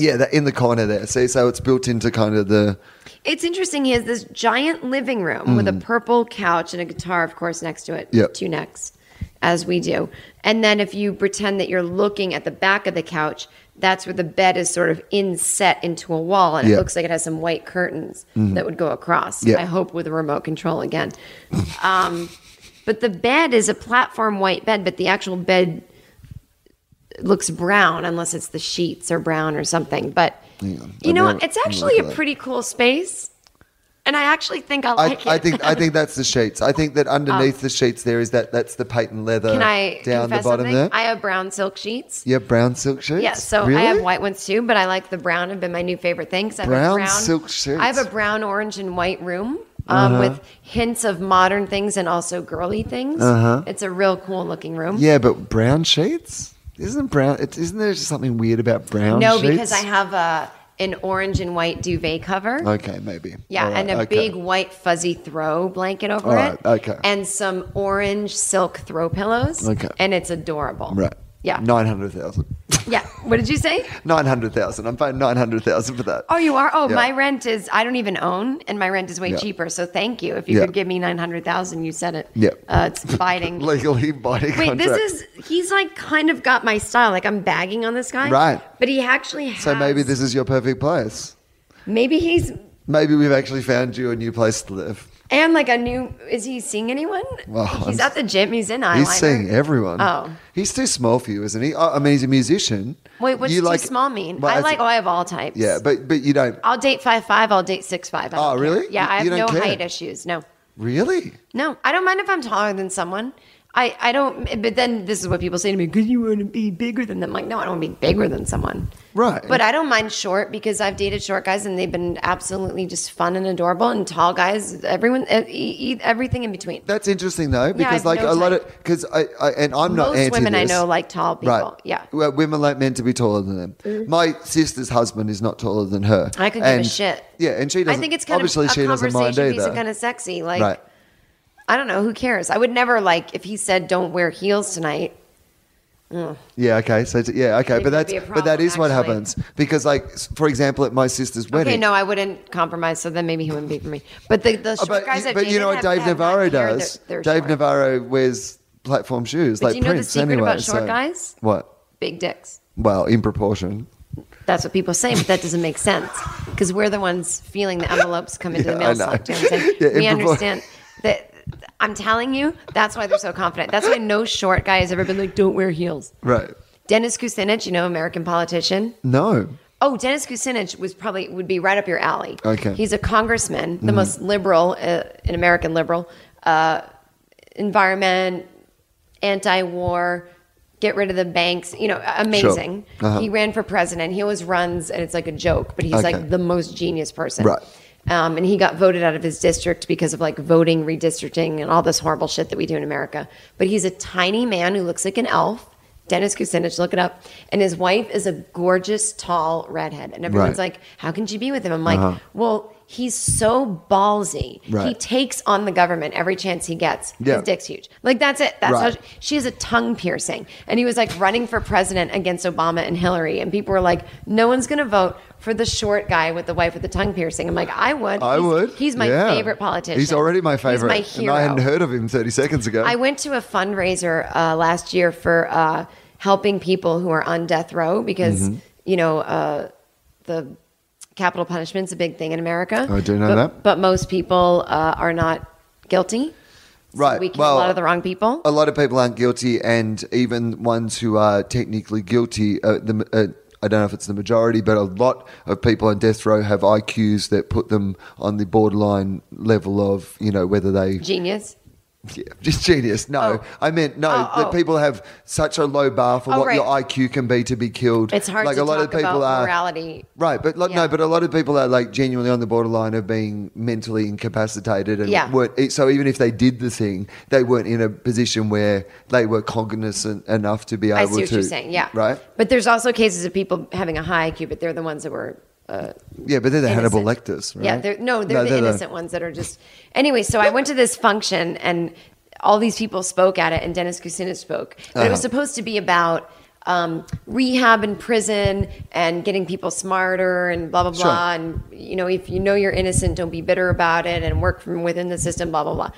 B: yeah, that in the corner there. See, so it's built into kind of the.
C: It's interesting. He has this giant living room with a purple couch and a guitar, of course, next to it.
B: Mm. Yep.
C: Two necks, as we do. And then if you pretend that you're looking at the back of the couch, that's where the bed is sort of inset into a wall, and
B: Yeah. Mm-hmm.
C: it looks like it has some white curtains that would go across.
B: Yeah.
C: I hope with a remote control again. um, but the bed is a platform white bed, but the actual bed looks brown unless it's the sheets are brown or something. But
B: Hang on.
C: you
B: Let
C: know,
B: me have a-
C: it's
B: let me
C: actually
B: look
C: a
B: at that.
C: pretty cool space, and I actually think I
B: I,
C: like
B: I
C: it.
B: think uh, I think that's the sheets. I think that underneath the sheets there is that that's the patent leather
C: Um, Can I
B: down the
C: confess
B: bottom
C: something?
B: there.
C: I have brown silk sheets.
B: you have brown silk sheets.
C: Yeah, so
B: Really?
C: I have white ones too, but I like the brown. Have been my new favorite thing. 'cause I have a
B: Brown
C: brown
B: silk Uh-huh. sheets.
C: I have a brown, orange, and white room um, with hints of modern things and also girly things. It's a real cool looking room.
B: Uh-huh. Yeah, but brown sheets isn't brown. It, isn't there just something weird about brown?
C: no,
B: sheets?
C: because I have a an orange and white duvet cover.
B: Okay, maybe.
C: Yeah,
B: All right,
C: and a
B: okay.
C: big white fuzzy throw blanket over
B: All
C: it.
B: right, okay.
C: And some orange silk throw pillows.
B: Okay.
C: And it's adorable.
B: Right.
C: Yeah.
B: Nine hundred thousand.
C: Yeah. What did you say?
B: Nine hundred thousand. I'm paying nine hundred thousand for that.
C: Oh, you are. Oh,
B: Yeah.
C: my rent is I don't even own, and my rent is way
B: Yeah.
C: cheaper. So thank you. If you
B: Yeah.
C: could give me nine hundred thousand, you said it.
B: Yeah.
C: Uh, it's biting.
B: legally binding
C: Wait,
B: contract.
C: this is he's like kind of got my style. Like I'm bagging on this guy,
B: Right.
C: But he actually has.
B: so maybe this is your perfect place.
C: Maybe he's
B: Maybe we've actually found you a new place to live.
C: and like a new. Is he seeing anyone?
B: Well,
C: he's
B: I'm-
C: at the gym. He's in eyeliner.
B: He's seeing everyone.
C: Oh.
B: he's too small for you, isn't he? I I mean, he's a musician.
C: Wait, what's
B: You
C: too
B: like-
C: small mean?
B: Well,
C: I
B: that's-
C: like. Oh, I have all types.
B: Yeah, but but you don't
C: I'll date five five. I'll date six five.
B: Oh, really?
C: Yeah,
B: You-
C: I have
B: you
C: no
B: don't care?
C: height issues. No.
B: really.
C: No, I don't mind if I'm taller than someone. I, I don't, but then this is what people say to me because you want to be bigger than them. Like, no, I don't want to be bigger than someone.
B: Right.
C: But I don't mind short because I've dated short guys and they've been absolutely just fun and adorable, and tall guys, everyone, e- e- everything in between.
B: That's interesting though,
C: Yeah, I
B: because
C: have
B: like
C: no
B: a lot
C: type.
B: of because I, I and I'm not
C: Most
B: anti
C: women I
B: this.
C: know like tall people.
B: Right.
C: Yeah. Mm.
B: Well, women like men to be taller than them. My sister's husband is not taller than her.
C: I could give
B: and,
C: a shit.
B: Yeah, and she
C: I
B: doesn't.
C: think it's kind
B: obviously
C: of a
B: she doesn't mind
C: conversation
B: either.
C: piece and kind of sexy. Like,
B: right.
C: I don't know. Who cares? I would never like if he said, "Don't wear heels tonight."
B: Yeah. Okay. So it's- yeah. Okay.
C: It
B: But
C: could
B: that's
C: be a
B: but that
C: problem,
B: is what
C: actually.
B: happens because like s- for example at my sister's wedding.
C: Okay, no, I wouldn't compromise. So then maybe he wouldn't be for me. But the, the
B: Oh,
C: short
B: but,
C: guys
B: you-
C: I've
B: but you
C: dated
B: know what
C: have-
B: Dave
C: have not
B: Navarro
C: cared
B: does?
C: they're- they're
B: Dave
C: short.
B: Navarro wears platform shoes
C: But
B: like
C: do you know the
B: Prince
C: secret
B: anyway.
C: about short
B: so-
C: guys?
B: What?
C: Big dicks.
B: Well, in proportion.
C: That's what people say, but that doesn't make sense because we're the ones feeling the envelopes come into
B: Yeah,
C: the
B: I
C: mail
B: know.
C: slot. Do you know what I'm saying?
B: Yeah, in
C: we
B: propor-
C: understand that. I'm telling you, that's why they're so confident. That's why no short guy has ever been like, "Don't wear heels."
B: Right.
C: Dennis Kucinich, you know, American politician.
B: No.
C: Oh, Dennis Kucinich was probably would be right up your alley.
B: Okay. Mm-hmm.
C: he's a congressman, the most liberal, uh, an American liberal, uh, environment, anti-war, get rid of the banks. You know, amazing.
B: Uh-huh.
C: He ran for president. He always runs, and it's like a joke, but he's
B: Okay.
C: like the most genius person.
B: Right.
C: Um, and he got voted out of his district because of like voting, redistricting, and all this horrible shit that we do in America. But he's a tiny man who looks like an elf. Dennis Kucinich, look it up. And his wife is a gorgeous, tall redhead. And everyone's
B: Right.
C: like, how can she be with him? I'm like,
B: Uh-huh.
C: well, he's so ballsy. He
B: Right.
C: takes on the government every chance he gets.
B: Yeah.
C: His dick's huge. Like, that's it. That's how
B: Right.
C: she, she has a tongue piercing. And he was like running for president against Obama and Hillary. And people were like, no one's going to vote for the short guy with the wife with the tongue piercing. I'm like, I would.
B: I
C: He's-
B: would.
C: He's my
B: Yeah.
C: favorite politician.
B: He's already my favorite.
C: He's my
B: And I
C: hero.
B: hadn't heard of him 30 seconds ago.
C: I went to a fundraiser uh, last year for uh, helping people who are on death row because
B: Mm-hmm.
C: you know uh, the capital punishment's a big thing in America.
B: Oh, I do know
C: but,
B: that.
C: but most people uh, are not guilty. So
B: Right.
C: we kill
B: Well,
C: a lot of the wrong people.
B: a lot of people aren't guilty, and even ones who are technically guilty, uh, the, uh, I don't know if it's the majority, but a lot of people on death row have IQs that put them on the borderline level of, you know, whether they.
C: Genius.
B: Yeah, just genius. No,
C: Oh.
B: I meant no.
C: Oh,
B: that
C: oh.
B: people have such a low bar for
C: Oh,
B: what your
C: right.
B: IQ can be to be killed.
C: It's hard to talk about morality.
B: Right, but like,
C: Yeah.
B: no, but a lot of people are like genuinely on the borderline of being mentally incapacitated, and
C: Yeah.
B: weren't, so even if they did the thing, they weren't in a position where they were cognizant enough to be able
C: I see what
B: to.
C: you're saying. Yeah.
B: Right.
C: But there's also cases of people having a high IQ, but they're the ones that were. Uh,
B: Yeah, but they're the Hannibal
C: innocent.
B: Lecters. Right?
C: Yeah, they're, no, they're the innocent ones that are just. Anyway, so I went to this function and all these people spoke at it, and Dennis Kucinich spoke. But it was
B: Uh-huh.
C: supposed to be about um, rehab and prison and getting people smarter and blah blah
B: Sure.
C: blah. And you know, if you know you're innocent, don't be bitter about it, and work from within the system. Blah blah blah.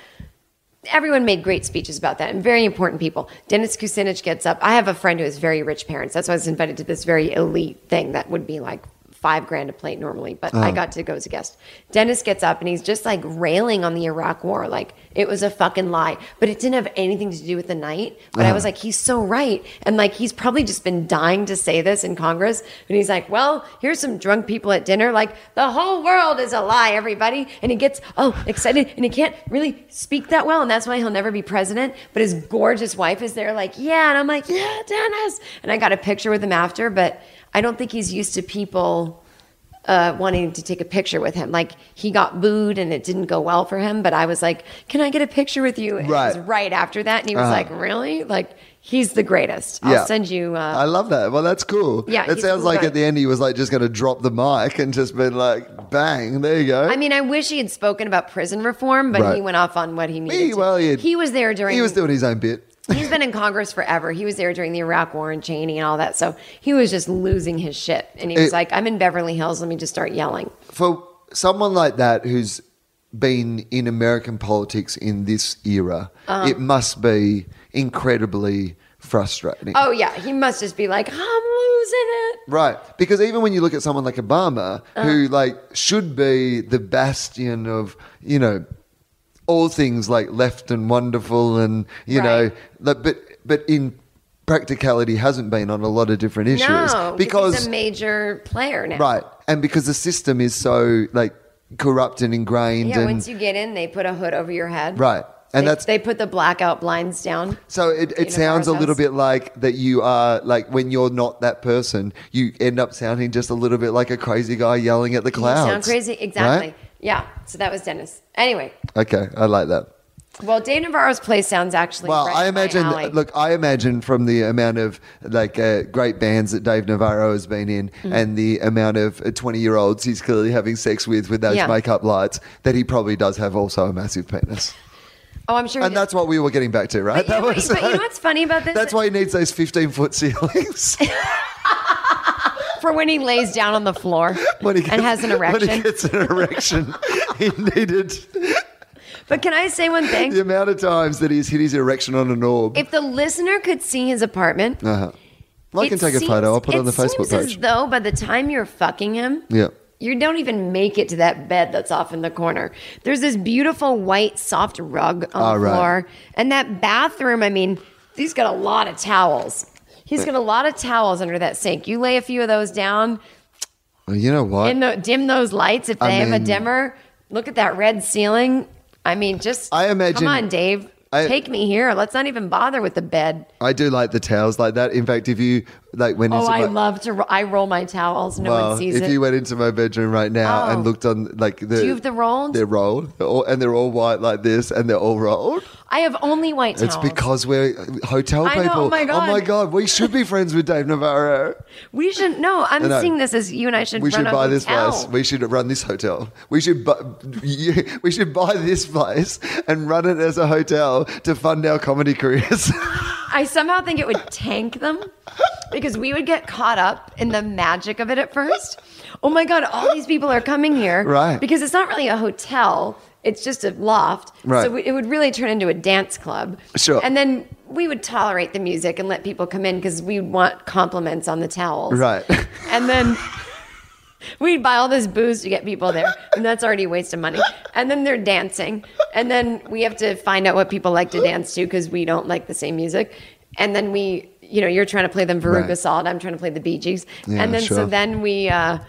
C: Everyone made great speeches about that and very important people. Dennis Kucinich gets up. I have a friend who has very rich parents. That's why I was invited to this very elite thing that would be like five grand a plate normally, but I got to go as a guest. Dennis gets up and he's just like railing on the Iraq war. Like it was a fucking lie, but it didn't have anything to do with the night. But I was like, he's so right. And like he's probably just been dying to say this in Congress. And he's like, well, here's some drunk people at dinner. Like the whole world is a lie, everybody. And he gets, oh, excited and he can't really speak that well. And that's why he'll never be president. But his gorgeous wife is there, like, yeah. And I'm like, yeah, Dennis. And I got a picture with him after, but I don't think he's used to people uh, wanting to take a picture with him. Like he got booed and it didn't go well for him, but I was like, "Can I get a picture with you?" And it was
B: Right.
C: right after that, and he was like, "Really?" Like He's the greatest. I'll
B: Yeah.
C: send you. Uh,
B: I love that. Well, that's cool.
C: Yeah,
B: It
C: he's a
B: sounds
C: cool
B: like
C: guy.
B: at the end he was like just going to drop the mic and just been like, bang, there you go.
C: I mean, I wish he had spoken about prison reform, but
B: Right.
C: he went off on what he needed.
B: He-
C: to.
B: well, he had-
C: he was there during.
B: he was doing his own bit.
C: he's been in Congress forever. He was there during the Iraq War and Cheney and all that. So he was just losing his shit, and he was
B: It-
C: like, "I'm in Beverly Hills. Let me just start yelling."
B: For someone like that who's been in American politics in this era,
C: Uh-huh.
B: it must be incredibly frustrating.
C: Oh yeah, he must just be like, "I'm losing it."
B: Right. Because even when you look at someone like Obama,
C: Uh.
B: who like should be the bastion of, you know, all things like left and wonderful and, you know,
C: Right.
B: like, but but in practicality hasn't been on a lot of different issues.
C: No, because he's
B: because
C: a major player now.
B: right. And because the system is so like corrupt and ingrained
C: Yeah.
B: and
C: once you get in, they put a hood over your head.
B: Right. And
C: They-
B: that's-
C: they put the blackout blinds down.
B: So it, it
C: Dana
B: sounds a
C: Barros.
B: little bit like that you are like when you're not that person, you end up sounding just a little bit like a crazy guy yelling at the
C: You
B: clouds.
C: sound crazy.
B: Right?
C: Exactly. Yeah. So that was Dennis. Anyway,
B: Okay, I like that.
C: well, Dave Navarro's place sounds actually.
B: Well,
C: right
B: I
C: up my
B: imagine.
C: alley.
B: Look, I imagine from the amount of like uh, great bands that Dave Navarro has been in,
C: Mm.
B: and the amount of uh, twenty-year-olds he's clearly having sex with with those
C: Yeah.
B: makeup lights, that he probably does have also a massive penis.
C: Oh, I'm sure. he
B: And
C: did.
B: that's what we were getting back to, right?
C: But you, know, what- but you know what's funny about this?
B: That's why he needs those fifteen-foot ceilings.
C: for when he lays down on the floor
B: when he
C: and has an
B: When he
C: erection.
B: gets an erection, he needed
C: But can I say one thing?
B: the amount of times that he's hit his erection on an orb.
C: If the listener could see his apartment,
B: uh-huh. Well, I
C: it
B: can take a
C: seems-
B: photo. I'll put it on the
C: seems
B: Facebook
C: as
B: page.
C: though by the time you're fucking him,
B: Yeah.
C: you don't even make it to that bed that's off in the corner. There's this beautiful white soft rug on
B: All
C: the
B: right.
C: floor, and that bathroom. I mean, he's got a lot of towels. He's got a lot of towels under that sink. You lay a few of those down,
B: Well, Oh, you know what?
C: in the, dim those lights if they
B: I
C: have a
B: mean-
C: dimmer. Look at that red ceiling. I mean, just
B: I imagine-
C: Come on, Dave,
B: I-
C: take me here. Let's not even bother with the bed.
B: I do like the towels like that. In fact, if you like when
C: Oh,
B: it's
C: I
B: like-
C: love to. Ro- I roll my towels. No
B: well,
C: one sees
B: if
C: it.
B: you went into my bedroom right now
C: Oh.
B: and looked on like the
C: Do you have the rolled?
B: they're rolled, They're all- and they're all white like this, and they're all rolled.
C: I have only white towels.
B: It's because we're hotel
C: I
B: people.
C: know, oh my God.
B: God, we should be friends with Dave Navarro.
C: we should. No, I'm
B: I know.
C: seeing this as you and I should.
B: We
C: run
B: should
C: a
B: buy this
C: hotel.
B: place. We should run this hotel. We should bu- we should buy this place and run it as a hotel to fund our comedy careers.
C: I somehow think it would tank them because we would get caught up in the magic of it at first. Oh my God, all these people are coming here.
B: Right.
C: Because it's not really a hotel, it's just a loft.
B: Right.
C: So we- it would really turn into a dance club.
B: Sure.
C: And then we would tolerate the music and let people come in because we would want compliments on the towels.
B: right.
C: And then. We'd buy all this booze to get people there, and that's already a waste of money. And then they're dancing, and then we have to find out what people like to dance to because we don't like the same music. And then we, you know, you're trying to play them Veruca
B: Right.
C: Salt, I'm trying to play the Bee Gees,
B: Yeah,
C: and then
B: sure.
C: so then we, uh,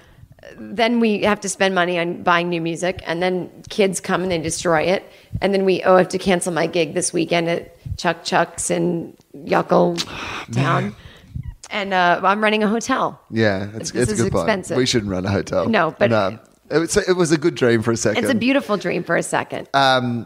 C: then we have to spend money on buying new music, and then kids come and they destroy it, and then we oh I have to cancel my gig this weekend at Chuck Chuck's in Yuckle Town, and uh, I'm running a hotel.
B: Yeah, it's,
C: This
B: it's a
C: is
B: good
C: expensive.
B: point. We shouldn't run a hotel.
C: No, but-
B: no. It was, it was a good Uh, dream for a second.
C: It's a beautiful dream for a second.
B: I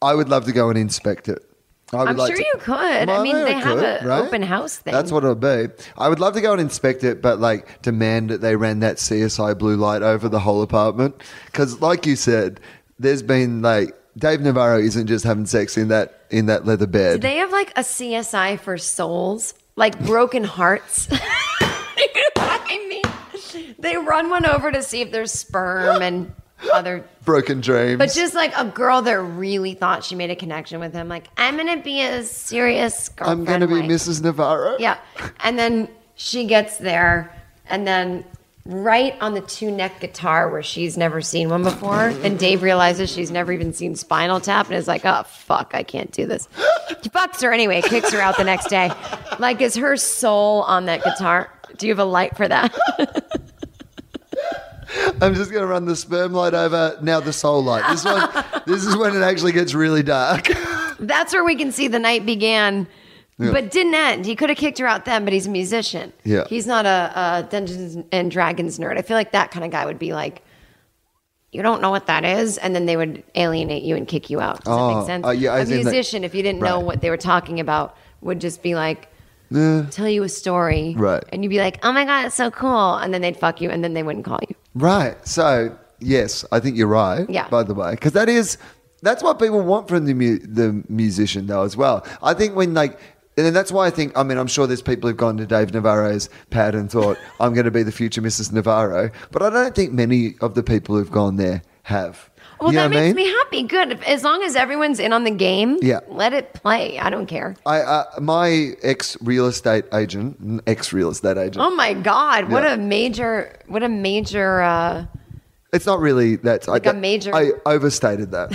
B: would love to go and inspect it. I would
C: I'm
B: like
C: sure
B: to-
C: you could. I
B: Well,
C: mean,
B: know
C: they
B: I
C: have
B: could,
C: a
B: right?
C: open house thing.
B: That's what it would be. I would love to go and inspect it, but like demand that they ran that CSI blue light over the whole apartment. Because, like you said, there's been like Dave Navarro isn't just having sex in that in that leather
C: Do
B: bed.
C: they have like a CSI for souls, like broken hearts. you know what I mean? They run one over to see if there's sperm and other.
B: Broken dreams.
C: But just like a girl that really thought she made a connection with him, like I'm gonna be a serious girlfriend.
B: I'm gonna be
C: wife."
B: Mrs. Navarro.
C: Yeah. And then she gets there, and then right on the two neck guitar where she's never seen one before, and Dave realizes she's never even seen Spinal Tap and is like, oh, fuck, I can't do this. He fucks her anyway, kicks her out the next day. Like, is her soul on that guitar? Do you have a light for that?
B: I'm just gonna run the sperm light over now. The soul light. This one. this is when it actually gets really dark.
C: That's where we can see the night began. But didn't end. He could have kicked her out then, but he's a musician.
B: Yeah.
C: He's not a, a Dungeons and Dragons nerd. I feel like that kind of guy would be like, you don't know what that is, and then they would alienate you and kick you out. Does that
B: Oh,
C: make sense?
B: uh, yeah,
C: a
B: as in that-
C: musician, if you didn't know
B: Right.
C: what they were talking about, would just be like, tell you a story.
B: Right.
C: And you'd be like, oh my God, it's so cool. And then they'd fuck you and then they wouldn't call you.
B: Right. So yes, I think you're right.
C: Yeah.
B: By the way, because that is that's what people want from the mu- the musician though as well. I think when like. And that's why I think, I mean, I'm sure there's people who've gone to Dave Navarro's pad and thought, I'm going to be the future Mrs. Navarro. But I don't think many of the people who've gone there have.
C: Well,
B: You know
C: that
B: what I
C: makes
B: mean?
C: me happy. Good. If- As long as everyone's in on the game,
B: Yeah.
C: let it play. I don't care.
B: I, uh, my ex real estate agent, ex real estate agent,
C: Oh my God. What
B: Yeah.
C: a major, what a major, uh,
B: It's not really that.
C: Like
B: I,
C: a major-
B: I overstated that.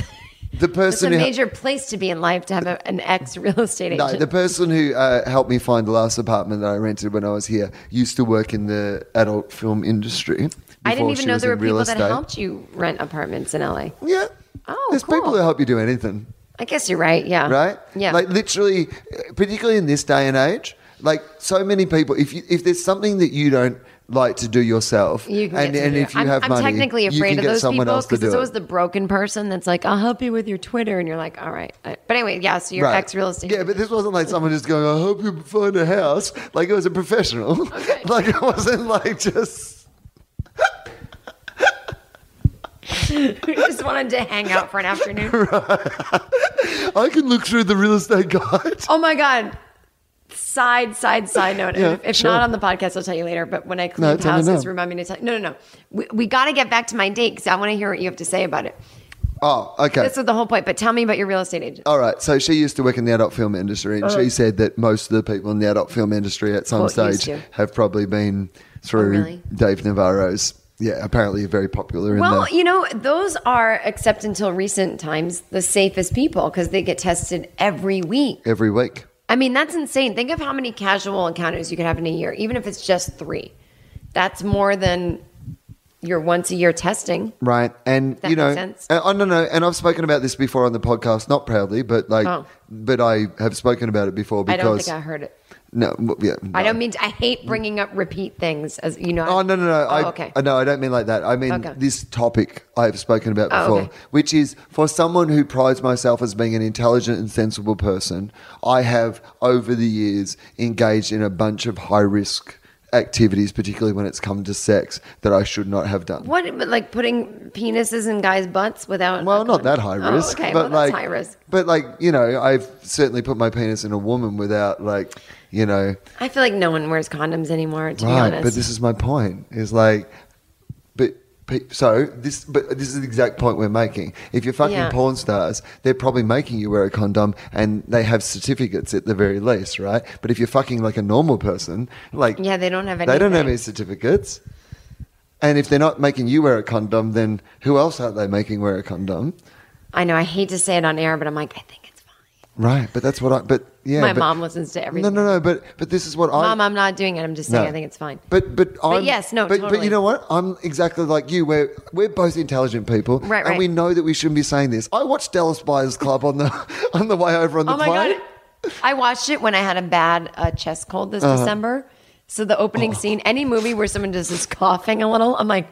B: The
C: it's a
B: person who
C: major place to be in life to have a, an ex real estate agent.
B: no, the person who uh, helped me find the last apartment that I rented when I was here used to work in the adult film industry.
C: I
B: before
C: didn't even
B: she
C: know
B: was
C: there were
B: in real
C: people that
B: estate.
C: helped you rent apartments in LA.
B: Yeah.
C: Oh,
B: There's people
C: cool.
B: that help you do anything,
C: I guess you're right. Yeah.
B: right?
C: Yeah.
B: Like literally, uh, particularly in this day and age, like so many people. If you, if there's something that you don't like to do yourself,
C: you can
B: and
C: get to
B: and
C: do
B: if
C: it.
B: you
C: I'm,
B: have
C: I'm
B: money,
C: technically
B: you
C: afraid
B: can
C: of
B: get
C: those
B: someone
C: people
B: else to
C: because
B: do
C: it's
B: it.
C: always the broken person that's like, "I'll help you with your Twitter," and you're like, "All right." I- But anyway, yeah. So your
B: Right.
C: ex real estate.
B: Yeah, but this wasn't like someone just going, I hope you find a house. Like it was a professional. like it wasn't like just.
C: we just wanted to hang out for an afternoon.
B: I can look through the real estate guide.
C: oh my god. Side, side, side note.
B: Yeah,
C: if if
B: sure.
C: not on the podcast, I'll tell you later. But when I
B: No,
C: clean
B: tell me
C: houses,
B: now.
C: remind me to tell. No, no, no. We, we got to get back to my date because I want to hear what you have to say about it.
B: Oh, okay. Oh,
C: This is the whole point. But tell me about your real estate agent.
B: All right. So she used to work in the adult film industry, and she said that most of the people in the adult film industry at some
C: Uh-huh. Well, used
B: stage
C: to. Oh,
B: have probably been through
C: really?
B: Dave Navarro's. Yeah, apparently very popular in
C: Well,
B: the.
C: you know, those are, except until recent times, the safest people because they get tested every week.
B: Every week.
C: I mean, that's insane. Think of how many casual encounters you could have in a year, even if it's just three. That's more than your once a year testing.
B: Right. And
C: That
B: you know,
C: makes sense.
B: and- oh, no, no. And I've spoken about this before on the podcast, not proudly, but like,
C: Oh.
B: but I have spoken about it before
C: I
B: because
C: don't think I heard it.
B: No, w- yeah,
C: I
B: no.
C: don't mean to, I hate bringing up repeat things as you know.
B: Oh no, no, no!
C: Oh,
B: I,
C: okay.
B: uh, No, I don't mean like that. I mean
C: Okay.
B: this topic I have spoken about
C: Oh,
B: before,
C: okay.
B: which is for someone who prides myself as being an intelligent and sensible person. I have over the years engaged in a bunch of high risk activities, particularly when it's come to sex, that I should not have done.
C: What, but like putting penises in guys' butts without.
B: Well, not that high
C: Oh,
B: risk,
C: okay.
B: but
C: well,
B: like
C: that's high risk.
B: But like you know, I've certainly put my penis in a woman without like you know.
C: I feel like no one wears condoms anymore, to be
B: Right,
C: honest.
B: but this is my point. Is like, but pe- so this, but this is the exact point we're making. If you're fucking
C: Yeah.
B: porn stars, they're probably making you wear a condom, and they have certificates at the very least, right? But if you're fucking like a normal person, like
C: Yeah, they don't have
B: they don't have
C: anything.
B: any certificates. And if they're not making you wear a condom, then who else are they making wear a condom?
C: I know I hate to say it on air, but I'm like, I think it's fine.
B: Right, but that's what I. But yeah,
C: My
B: but-
C: mom listens to everything.
B: No, no, no. But but this is what I.
C: Mom, I'm not doing it. I'm just saying I think it's fine.
B: But but, I'm,
C: yes, no,
B: But, but
C: totally.
B: you know what? I'm exactly like you. We're we're both intelligent people,
C: Right,
B: And
C: right.
B: we know that we shouldn't be saying this. I watched Dallas Buyers Club on the on the way over on the
C: oh my
B: plane.
C: god, I watched it when I had a bad uh, chest cold
B: Uh-huh.
C: this December. So the
B: Oh.
C: opening scene, any movie where someone just is coughing a little, I'm like,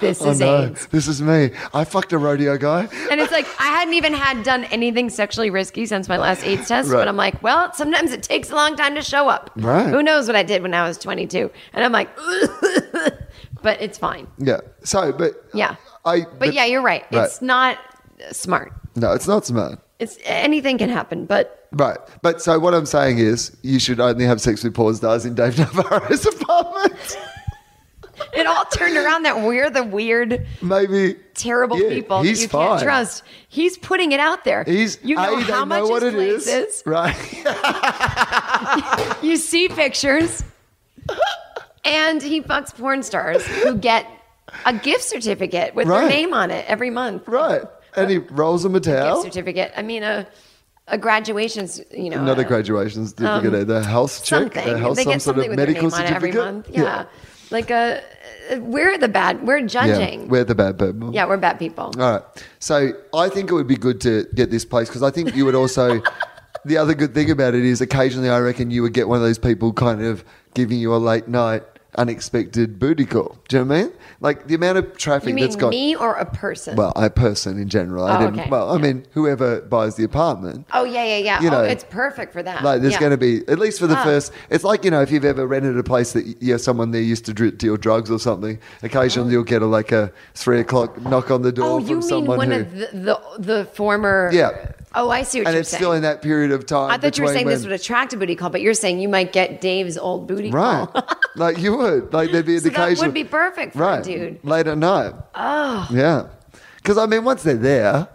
C: this
B: Oh
C: is
B: no,
C: AIDS.
B: this is me. I fucked a rodeo guy.
C: And it's like I hadn't even had done anything sexually risky since my last AIDS test,
B: Right.
C: but I'm like, well, sometimes it takes a long time to show up.
B: Right.
C: Who knows what I did when I was 22? And I'm like, but it's fine.
B: Yeah. So, but
C: Yeah.
B: I.
C: But, yeah, you're right.
B: Right.
C: It's not smart.
B: no, it's not smart.
C: It's anything can happen, but
B: Right. But so what I'm saying is, you should only have sex with porn stars in Dave Navarro's apartment.
C: it all turned around that we're the weird,
B: Maybe
C: terrible
B: Yeah,
C: people
B: he's
C: that you
B: fine.
C: can't trust. He's putting it out there.
B: He's
C: you know
B: A, they
C: how much
B: know what
C: his
B: it
C: place
B: is,
C: is.
B: right?
C: You see pictures, and he fucks porn stars who get a gift certificate with
B: Right.
C: their name on it every month.
B: Right. And he rolls him a
C: Gift
B: towel.
C: certificate. I mean a a graduation. c- You know,
B: Not a graduation certificate, either. a health check,
C: Um, something.
B: a health,
C: they
B: some
C: get
B: sort
C: something
B: of
C: with their
B: medical
C: name on it
B: certificate.
C: every month. Yeah, like a we're the bad. We're
B: Yeah.
C: judging.
B: We're the bad people.
C: yeah, we're bad people.
B: All right. So I think it would be good to get this place because I think you would also. the other good thing about it is occasionally I reckon you would get one of those people kind of giving you a late night unexpected booty call. Do you know what I mean? Like the amount of traffic
C: You mean
B: that's gone.
C: me or a person?
B: Well, a person in general. I
C: Oh,
B: didn't.
C: okay.
B: Well, I
C: Yeah.
B: mean, whoever buys the apartment.
C: oh yeah, yeah, yeah.
B: you
C: oh,
B: know,
C: it's perfect for that.
B: Like there's
C: Uh, Yeah.
B: going to be at least for the
C: Ah.
B: first. It's like you know if you've ever rented a place that y- you have someone there used to dr- deal drugs or something. Occasionally you'll get a like a three o'clock knock on the door
C: Oh,
B: from
C: you mean
B: someone
C: one
B: who.
C: of the, the the former?
B: Yeah.
C: Oh, I see what
B: and
C: you're
B: it's
C: saying.
B: still in that period of time.
C: I thought you were
B: between
C: saying this
B: when-
C: would attract a booty call, but you're saying you might get Dave's old booty
B: Right.
C: call.
B: like you would. Like there'd be an
C: So that would
B: occasion.
C: be perfect for a
B: right.
C: dude.
B: Late at night. Oh. Yeah. Because I mean, once they're there,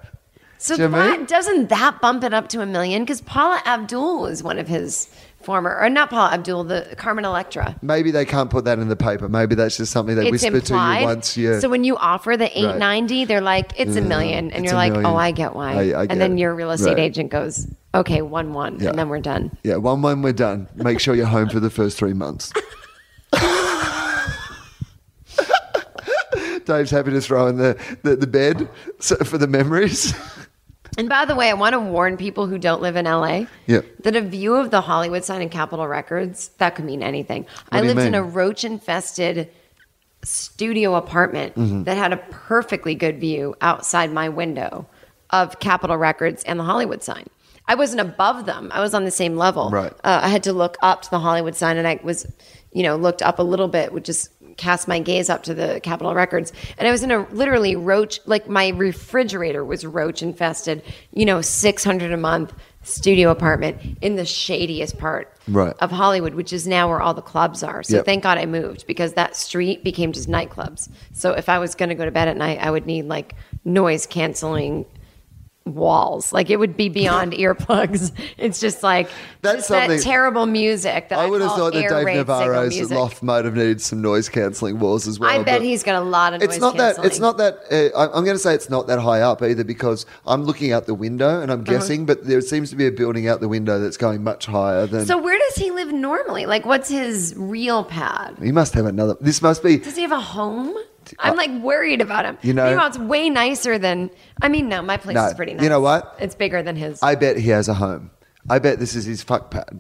C: so
B: Do you know what I
C: that
B: mean?
C: doesn't that bump it up to a million? Because Paula Abdul was one of his former, or not Paula Abdul, the Carmen Electra.
B: maybe they can't put that in the paper. Maybe that's just something they
C: It's
B: whisper
C: implied.
B: to you once you.
C: So when you offer the eight ninety, they're like, "It's a million.
B: it's
C: and you're
B: a
C: like,
B: million.
C: "Oh, I get why."
B: I- I get
C: and then
B: it.
C: your real estate
B: Right.
C: agent goes, "Okay, one one,
B: Yeah.
C: and then we're done."
B: yeah, one when we're done, make sure you're home for the first three months. Dave's happy to throw in the, the, the bed so, for the memories.
C: And by the way, I want to warn people who don't live in LA
B: Yeah.
C: that a view of the Hollywood sign and Capitol Records, that could mean anything. I
B: do you
C: lived in
B: mean?
C: a roach infested studio apartment
B: Mm-hmm.
C: that had a perfectly good view outside my window of Capitol Records and the Hollywood sign. I wasn't above them. I was on the same level.
B: Right.
C: Uh, I had to look up to the Hollywood sign, and I was, you know, looked up a little bit, which just cast my gaze up to the Capitol Records. And I was in a literally roach, like my refrigerator was roach infested. You know, six hundred a month studio apartment in the shadiest part
B: Right.
C: of Hollywood, which is now where all the clubs are. So
B: Yep.
C: thank God I moved because that street became just nightclubs. So if I was going to go to bed at night, I would need like noise canceling walls. Like it would be beyond earplugs. It's just like
B: That's
C: just
B: something-
C: that terrible music. That
B: I would have
C: call
B: thought that
C: air
B: Dave
C: raid signal
B: Navarro's
C: music.
B: loft might have needed some noise cancelling walls as well.
C: I
B: but-
C: bet he's got a lot of noise
B: it's not
C: canceling.
B: that it's not that uh, I- i'm going to say it's not that high up either because i'm looking out the window and i'm
C: Uh-huh.
B: guessing but there seems to be a building out the window that's going much higher than
C: So where does he live normally? Like what's his real pad?
B: he must have another this must be
C: Does he have a home? I'm like worried about him.
B: You know-
C: Meanwhile, it's way nicer than. I mean, no, my place
B: No,
C: is pretty
B: you
C: nice.
B: know what?
C: It's bigger than his.
B: i bet he has a home i bet this is his fuck pad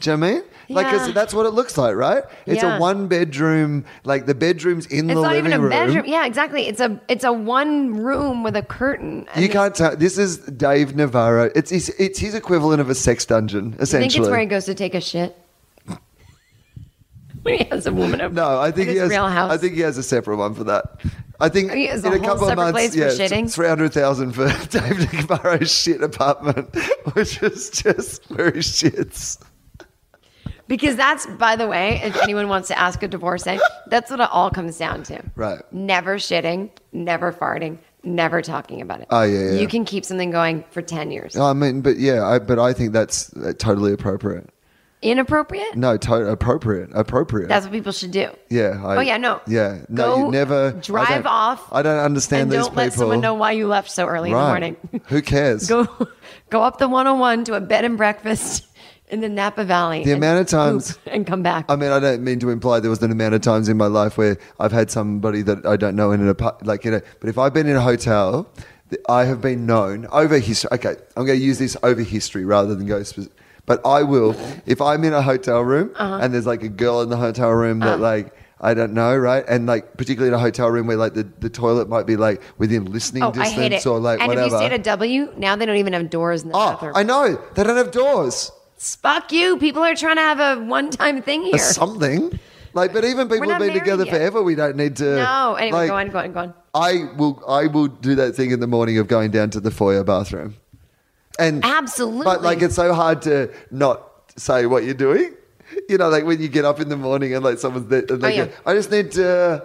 B: do you know what I mean? Like, 'cause
C: Yeah.
B: that's what it looks like, right? It's
C: Yeah.
B: a one bedroom, like the bedroom's in
C: it's
B: the
C: not
B: living
C: even a
B: room.
C: bedroom. Yeah, exactly. It's a it's a one room with a curtain. and
B: You can't tell. This is Dave Navarro. It's his, it's his equivalent of a sex dungeon,
C: I think
B: essentially.
C: it's where he goes to take a shit. when he has a woman over.
B: No, I think
C: at
B: he
C: his
B: has.
C: Real house.
B: I think he has a separate one for that. I think
C: He has
B: in
C: a
B: a
C: whole
B: couple of
C: separate
B: months,
C: place for
B: yeah,
C: shitting?
B: three hundred thousand for David Navarro's shit apartment, which is just where he shits.
C: because that's by the way, if anyone wants to ask a divorcee, that's what it all comes down to.
B: Right.
C: Never shitting, never farting, never talking about it.
B: Oh, yeah, yeah.
C: You can keep something going for ten years.
B: I mean, but yeah, I, but I think that's uh, totally appropriate.
C: Inappropriate.
B: No, to- appropriate, appropriate.
C: That's what people should do.
B: yeah. I,
C: Oh, yeah, no.
B: Yeah. No,
C: Go
B: you never I
C: drive
B: don't-
C: off
B: I don't understand
C: and
B: these
C: don't
B: people.
C: let someone know why you left so early in the
B: Right.
C: morning.
B: Who cares?
C: go go up the 101 to a bed and breakfast in the Napa Valley.
B: The
C: and
B: amount of times-
C: poop and come back.
B: I mean, I don't mean to imply there was an amount of times in my life where I've had somebody that I don't know in an apartment, like you know. But if I've been in a hotel, th- I have been known over history. Okay, I'm going to use this over history rather than go. Spec- but I will if I'm in a hotel room
C: Uh-huh.
B: and there's like a girl in the hotel room that like. I don't know, right? And like, particularly in a hotel room where like the, the toilet might be like within listening
C: oh, I
B: distance
C: hate it.
B: or like
C: and
B: whatever.
C: if you stayed at W, now they don't even have doors in the
B: oh,
C: bathroom.
B: I know they don't have doors.
C: Fuck you. People are trying to have a one-time thing here.
B: Or something. Like, but even people have
C: not
B: been
C: married
B: together
C: yet.
B: forever. We don't need to.
C: no. Anyway,
B: like,
C: go on, go on, go on.
B: I will. I will do that thing in the morning of going down to the foyer bathroom. And
C: Absolutely.
B: but like it's so hard to not say what you're doing. You know, like when you get up in the morning and like someone's there, and like,
C: Oh, yeah.
B: I just need to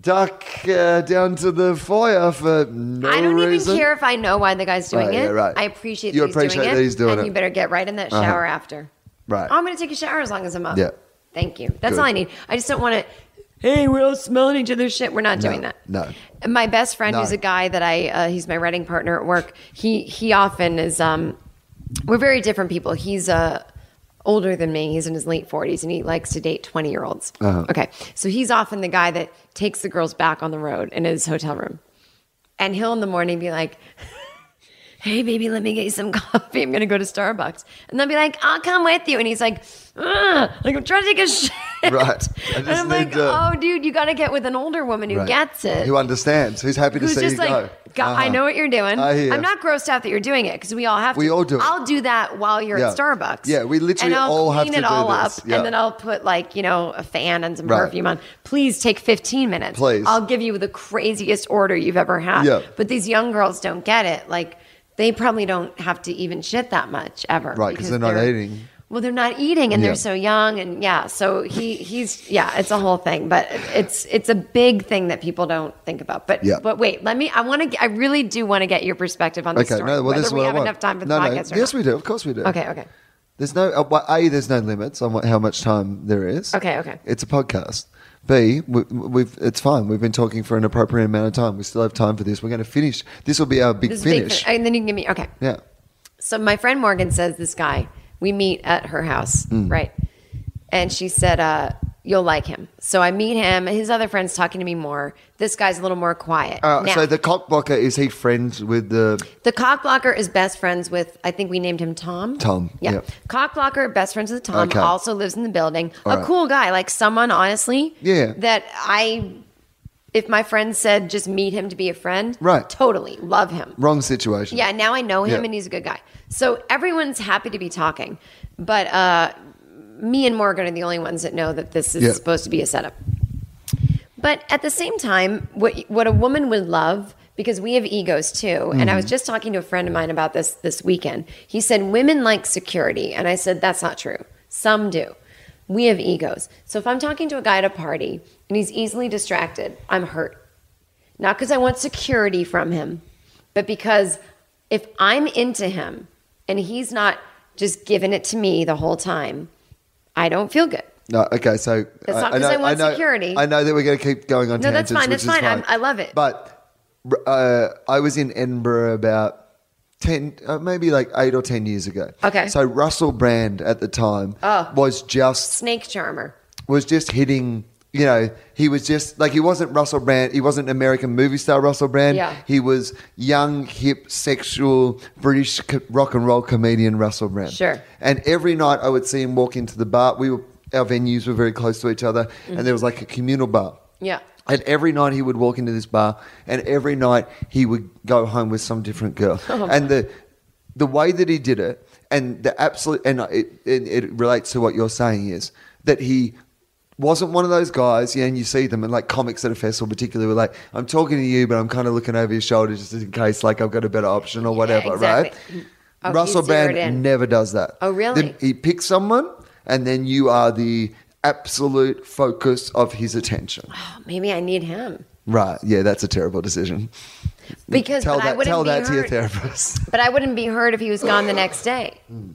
B: duck uh, down to the foyer for no
C: I don't
B: reason.
C: even care if I know why the guy's doing
B: Right, yeah,
C: it.
B: right.
C: I appreciate
B: You
C: that he's doing
B: appreciate
C: it.
B: that he's doing
C: and
B: it.
C: you better get right in that
B: Uh-huh.
C: shower after.
B: Right.
C: Oh, I'm going to take a shower as long as I'm up.
B: Yeah.
C: Thank you. That's
B: Good.
C: all I need. I just don't want to. Hey, we're all smelling each other's shit. We're not
B: No,
C: doing that.
B: no.
C: And My best friend,
B: No.
C: who's a guy that I, uh, he's my writing partner at work. He he often is. Um, we're very different people. He's uh, older than me. He's in his late forties, and he likes to date twenty year olds.
B: Uh-huh.
C: Okay, so he's often the guy that takes the girls back on the road in his hotel room, and he'll in the morning be like, hey baby let me get you some coffee i'm gonna go to starbucks and they'll be like i'll come with you and he's like Ugh, like i'm trying to take a shit it.
B: Right. I
C: and
B: just
C: I'm
B: need
C: like,
B: to-
C: oh, dude, you got to get with an older woman who
B: Right.
C: gets it.
B: Who understands? Who's happy to
C: Who's
B: see
C: just
B: you
C: like,
B: go?
C: "God, I
B: Uh-huh.
C: know what you're doing.
B: I hear.
C: I'm not grossed out that you're doing it because we all have to.
B: We all do it.
C: I'll do that while you're at
B: Yeah.
C: Starbucks.
B: Yeah, we literally
C: and I'll
B: all have
C: clean
B: to
C: it
B: do
C: all
B: this.
C: up,
B: Yeah.
C: and then I'll put like you know a fan and some
B: Right.
C: perfume on. Please take 15 minutes.
B: Please.
C: I'll give you the craziest order you've ever had.
B: Yeah.
C: But these young girls don't get it. Like they probably don't have to even shit that much ever.
B: Right, 'cause they're not eating.
C: Well, they're not eating, and
B: Yeah.
C: they're so young, and yeah. So he he's yeah, it's a whole thing, but it's it's a big thing that people don't think about. But
B: Yeah.
C: but wait, let me. I want to. I really do want to get your perspective on this
B: Okay,
C: story.
B: no, well,
C: whether
B: this is
C: we
B: what I
C: have
B: want.
C: enough time for
B: no,
C: the
B: no.
C: podcast or
B: Yes,
C: not.
B: we do. Of course we do.
C: Okay, okay.
B: There's no, uh, well, A, there's no limits on what, how much time there is.
C: Okay, okay.
B: It's a podcast. B, we, we've, it's fine. We've been talking for an appropriate amount of time. We still have time for this. We're going to finish. This will be our big
C: This is big
B: finish.
C: fin- and then you can give me okay.
B: yeah.
C: So my friend Morgan says this guy we meet at her house,
B: Hmm.
C: right? And she said, uh, "You'll like him." So I meet him. His other friend's talking to me more. This guy's a little more quiet.
B: Uh,
C: Now-
B: so the cock blocker, is he friends with the.
C: The cockblocker is best friends with, I think we named him Tom.
B: Tom,
C: Yeah.
B: yeah.
C: Cockblocker, best friends with Tom,
B: Okay.
C: also lives in the building. a
B: right.
C: cool guy, like someone, honestly,
B: Yeah.
C: that I, if my friend said just meet him to be a friend,
B: Right.
C: totally love him.
B: Wrong situation.
C: Yeah, now I know him
B: Yeah.
C: and he's a good guy. So everyone's happy to be talking. But uh, me and Morgan are the only ones that know that this is
B: Yeah.
C: supposed to be a setup. But at the same time, what what a woman would love because we have egos too. And I was just talking to a friend of mine about this this weekend. He said women like security, and I said that's not true. Some do. We have egos. So if I'm talking to a guy at a party and he's easily distracted, I'm hurt. Not because I want security from him, but because if I'm into him and he's not just giving it to me the whole time, I don't feel good.
B: No, okay, so
C: That's not 'cause I want
B: know,
C: security.
B: I know that we're going to keep going on
C: No, that's
B: tangents.
C: fine,
B: which
C: that's
B: is
C: fine, I'm- I love it.
B: But uh, I was in Edinburgh about ten, uh, maybe like eight or ten years ago.
C: Okay.
B: So Russell Brand at the time
C: Oh.
B: was just
C: Snake charmer.
B: was just hitting. You know, he was just like he wasn't Russell Brand. He wasn't American movie star Russell Brand.
C: Yeah.
B: He was young, hip, sexual British co- rock and roll comedian Russell Brand.
C: Sure.
B: And every night I would see him walk into the bar. We were our venues were very close to each other,
C: Mm-hmm.
B: and there was like a communal bar.
C: Yeah.
B: And every night he would walk into this bar, and every night he would go home with some different girl.
C: Oh,
B: and the the way that he did it, and the absolute, and it, it, it relates to what you're saying is that he wasn't one of those guys. Yeah, and you see them, and like comics at a festival, particularly, were like, "I'm talking to you, but I'm kind of looking over your shoulder just in case, like I've got a better option or whatever."
C: exactly.
B: Right?
C: Oh, you
B: Russell
C: zeroed in.
B: Brand never does that.
C: Oh, really?
B: The- he picks someone, and then you are the absolute focus of his attention.
C: Oh, Maybe I need
B: Mm.
C: him
B: Right. Yeah, that's a terrible decision.
C: because
B: tell
C: but I
B: that,
C: wouldn't
B: tell
C: be
B: that
C: hurt.
B: to your therapist. Mm.
C: But I wouldn't be hurt if he was gone the next day. as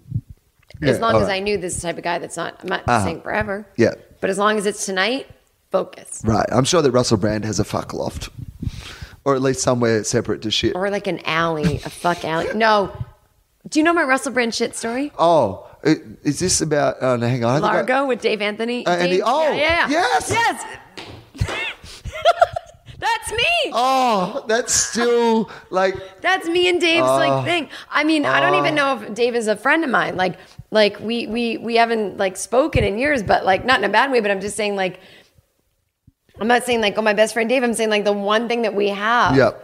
B: Yeah,
C: long
B: all
C: as
B: right.
C: I knew this is the type of guy that's not. I'm not saying forever.
B: Yeah.
C: But as long as it's tonight, focus
B: Right. I'm sure that Russell Brand has a fuck loft, or at least somewhere separate to shit.
C: or like an alley, a fuck alley. No. Do you know my Russell Brand shit story?
B: Oh, i- is this about? Oh, no, hang on. I think I-
C: Largo with Dave Anthony.
B: Uh, and
C: Dave-
B: the- oh,
C: yeah, yeah, yeah.
B: yes!
C: yes. That's me.
B: oh, that's still like
C: That's me and Dave's
B: Uh,
C: like thing. I mean, I don't even know if Dave is a friend of mine. Like, like we we we haven't like spoken in years, but like not in a bad way. But I'm just saying like, I'm not saying like oh my best friend Dave. I'm saying like the one thing that we have
B: Yep.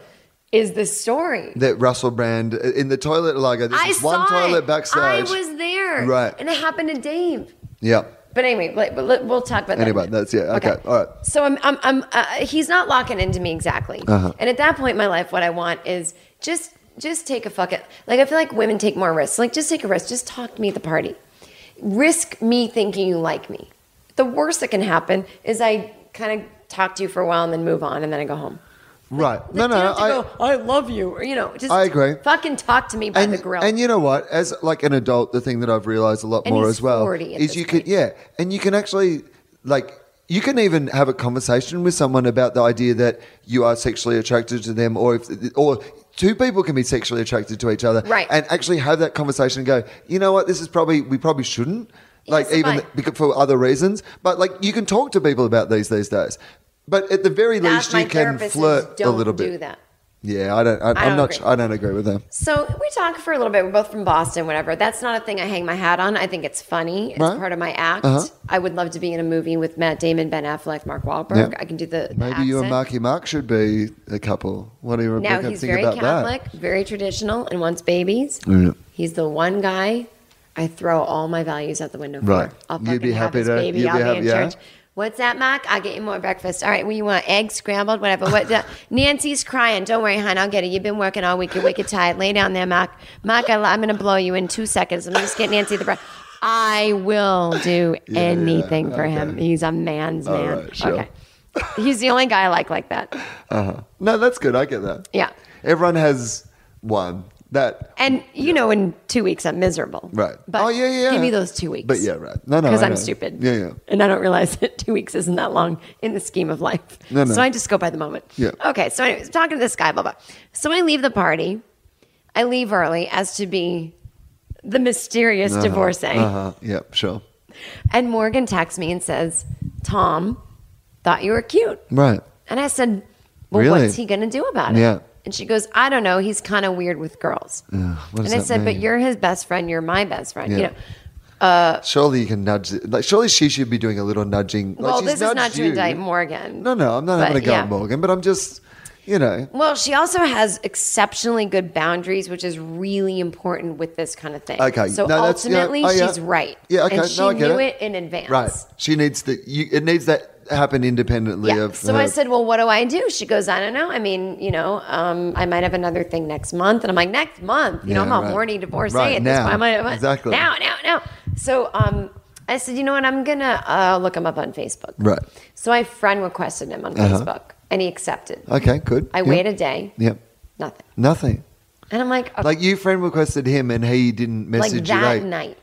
C: is this story.
B: that Russell Brand uh, in the toilet. Like this
C: I
B: is one
C: saw
B: toilet
C: it.
B: backstage.
C: I was there.
B: Right.
C: and it happened to Dave.
B: Yep.
C: But anyway, like, but let- we'll talk about that.
B: Anyway,
C: later.
B: that's- yeah, okay, all right.
C: So I'm, I'm, I'm uh, he's not locking into me exactly.
B: Uh-huh.
C: And at that point in my life, what I want is just, just take a fuck it. Like I feel like women take more risks. Like just take a risk. Just talk to me at the party. Risk me thinking you like me. The worst that can happen is I kind of talk to you for a while and then move on, and then I go home.
B: Right. no,
C: Like,
B: no.
C: you don't have
B: I,
C: to go, "Oh, I love you, or you know, just
B: I agree.
C: Fucking talk to me by
B: and,
C: the grill.
B: and you know what? As like an adult, the thing that I've realized a lot
C: And
B: more
C: he's
B: as well
C: 40 at
B: is
C: this
B: you can
C: point.
B: yeah, and you can actually like you can even have a conversation with someone about the idea that you are sexually attracted to them, or if or two people can be sexually attracted to each other,
C: Right.
B: And actually have that conversation and go, you know what? This is probably we probably shouldn't like
C: Yes,
B: even
C: fine.
B: because for other reasons, but like you can talk to people about these these days. But at the very
C: That-
B: least,
C: my
B: you can
C: therapist says,
B: flirt a
C: "Don't
B: little bit.
C: Do that.
B: Yeah, I don't. I, I am
C: don't
B: not.
C: agree.
B: I don't agree with her.
C: So we talk for a little bit. We're both from Boston, whatever. That's not a thing I hang my hat on. I think it's funny. It's
B: Right.
C: part of my act.
B: Uh-huh.
C: I would love to be in a movie with Matt Damon, Ben Affleck, Mark Wahlberg.
B: Yeah.
C: I can do the the
B: Maybe you and
C: accent.
B: Marky Mark should be a couple. What do you
C: Now
B: Rebecca
C: he's
B: think
C: very
B: about
C: Catholic, very traditional, and wants babies. He's the one guy I throw all my values out the window for.
B: Right.
C: I'll
B: You'd
C: fucking
B: be
C: have
B: happy
C: his
B: to-
C: baby.
B: you'd be
C: I'll be,
B: happy-
C: in
B: yeah?
C: church. What's that, Mark? I'll get you more breakfast. All right, well, you want eggs, scrambled, whatever. What? The, Nancy's crying. Don't worry, hon. I'll get it. You've been working all week. You're wicked tired. Lay down there, Mark. Mark, I, am going to blow you in two seconds. I'm going to just get Nancy the bread. I will do
B: Yeah, yeah,
C: anything for
B: okay.
C: him. He's a man's man.
B: right, sure.
C: Okay. He's the only guy I like like that.
B: that? Uh-huh. No, that's good. I get that.
C: Yeah.
B: Everyone has one. That
C: And you know, in two weeks I'm miserable.
B: right.
C: But
B: oh yeah, yeah.
C: Give me those two weeks.
B: But yeah, right. No, no.
C: Because
B: I
C: I'm
B: know.
C: stupid.
B: Yeah, yeah.
C: And I don't realize that two weeks isn't that long in the scheme of life.
B: No, no.
C: So I just go by the moment.
B: Yeah.
C: Okay. So anyways, talking to this guy, blah blah. So I leave the party. I leave early as to be the mysterious divorcee.
B: Uh-huh. Yep. Sure.
C: And Morgan texts me and says, Tom, thought you were cute.
B: Right.
C: And I said, Well,
B: Really?
C: what's he going to do about it?
B: Yeah.
C: And she goes, I don't know. He's kind of weird with girls.
B: what does
C: and I
B: that
C: said, But
B: mean?
C: you're his best friend. You're my best friend. You
B: Yeah.
C: know,
B: Surely you can nudge. it- Like, surely she should be doing a little nudging. Like,
C: well,
B: she's
C: this is not
B: nudged
C: to
B: you.
C: indict Morgan.
B: No, no. I'm not
C: But,
B: having a go
C: yeah.
B: at Morgan, but I'm just, you know.
C: Well, she also has exceptionally good boundaries, which is really important with this kind of thing.
B: Okay.
C: So
B: No, that's- yeah.
C: ultimately,
B: Oh, yeah.
C: she's right.
B: Yeah, okay.
C: And she
B: No, I get
C: knew
B: it.
C: it. in advance.
B: Right. She needs the. You, it needs that happen independently
C: Yeah.
B: of.
C: So
B: her.
C: I said, "Well, what do I do?" She goes, "I don't know. I mean, you know, um, I might have another thing next month." And I'm like, "Next month? You know,
B: Yeah,
C: I'm a
B: right.
C: horny divorcee
B: Right,
C: at
B: now.
C: this point. I'm like,
B: Exactly.
C: Now, now, now." So um, I said, "You know what? I'm gonna uh, look him up on Facebook."
B: Right.
C: So my friend requested him on
B: Uh-huh. Uh,
C: Facebook, and he accepted.
B: Okay. Good.
C: I
B: Yep.
C: wait a day,
B: Yep.
C: nothing,
B: Nothing.
C: and I'm like, okay,
B: Like you, friend requested him, and he didn't
C: like
B: message
C: that
B: you. Like,
C: night,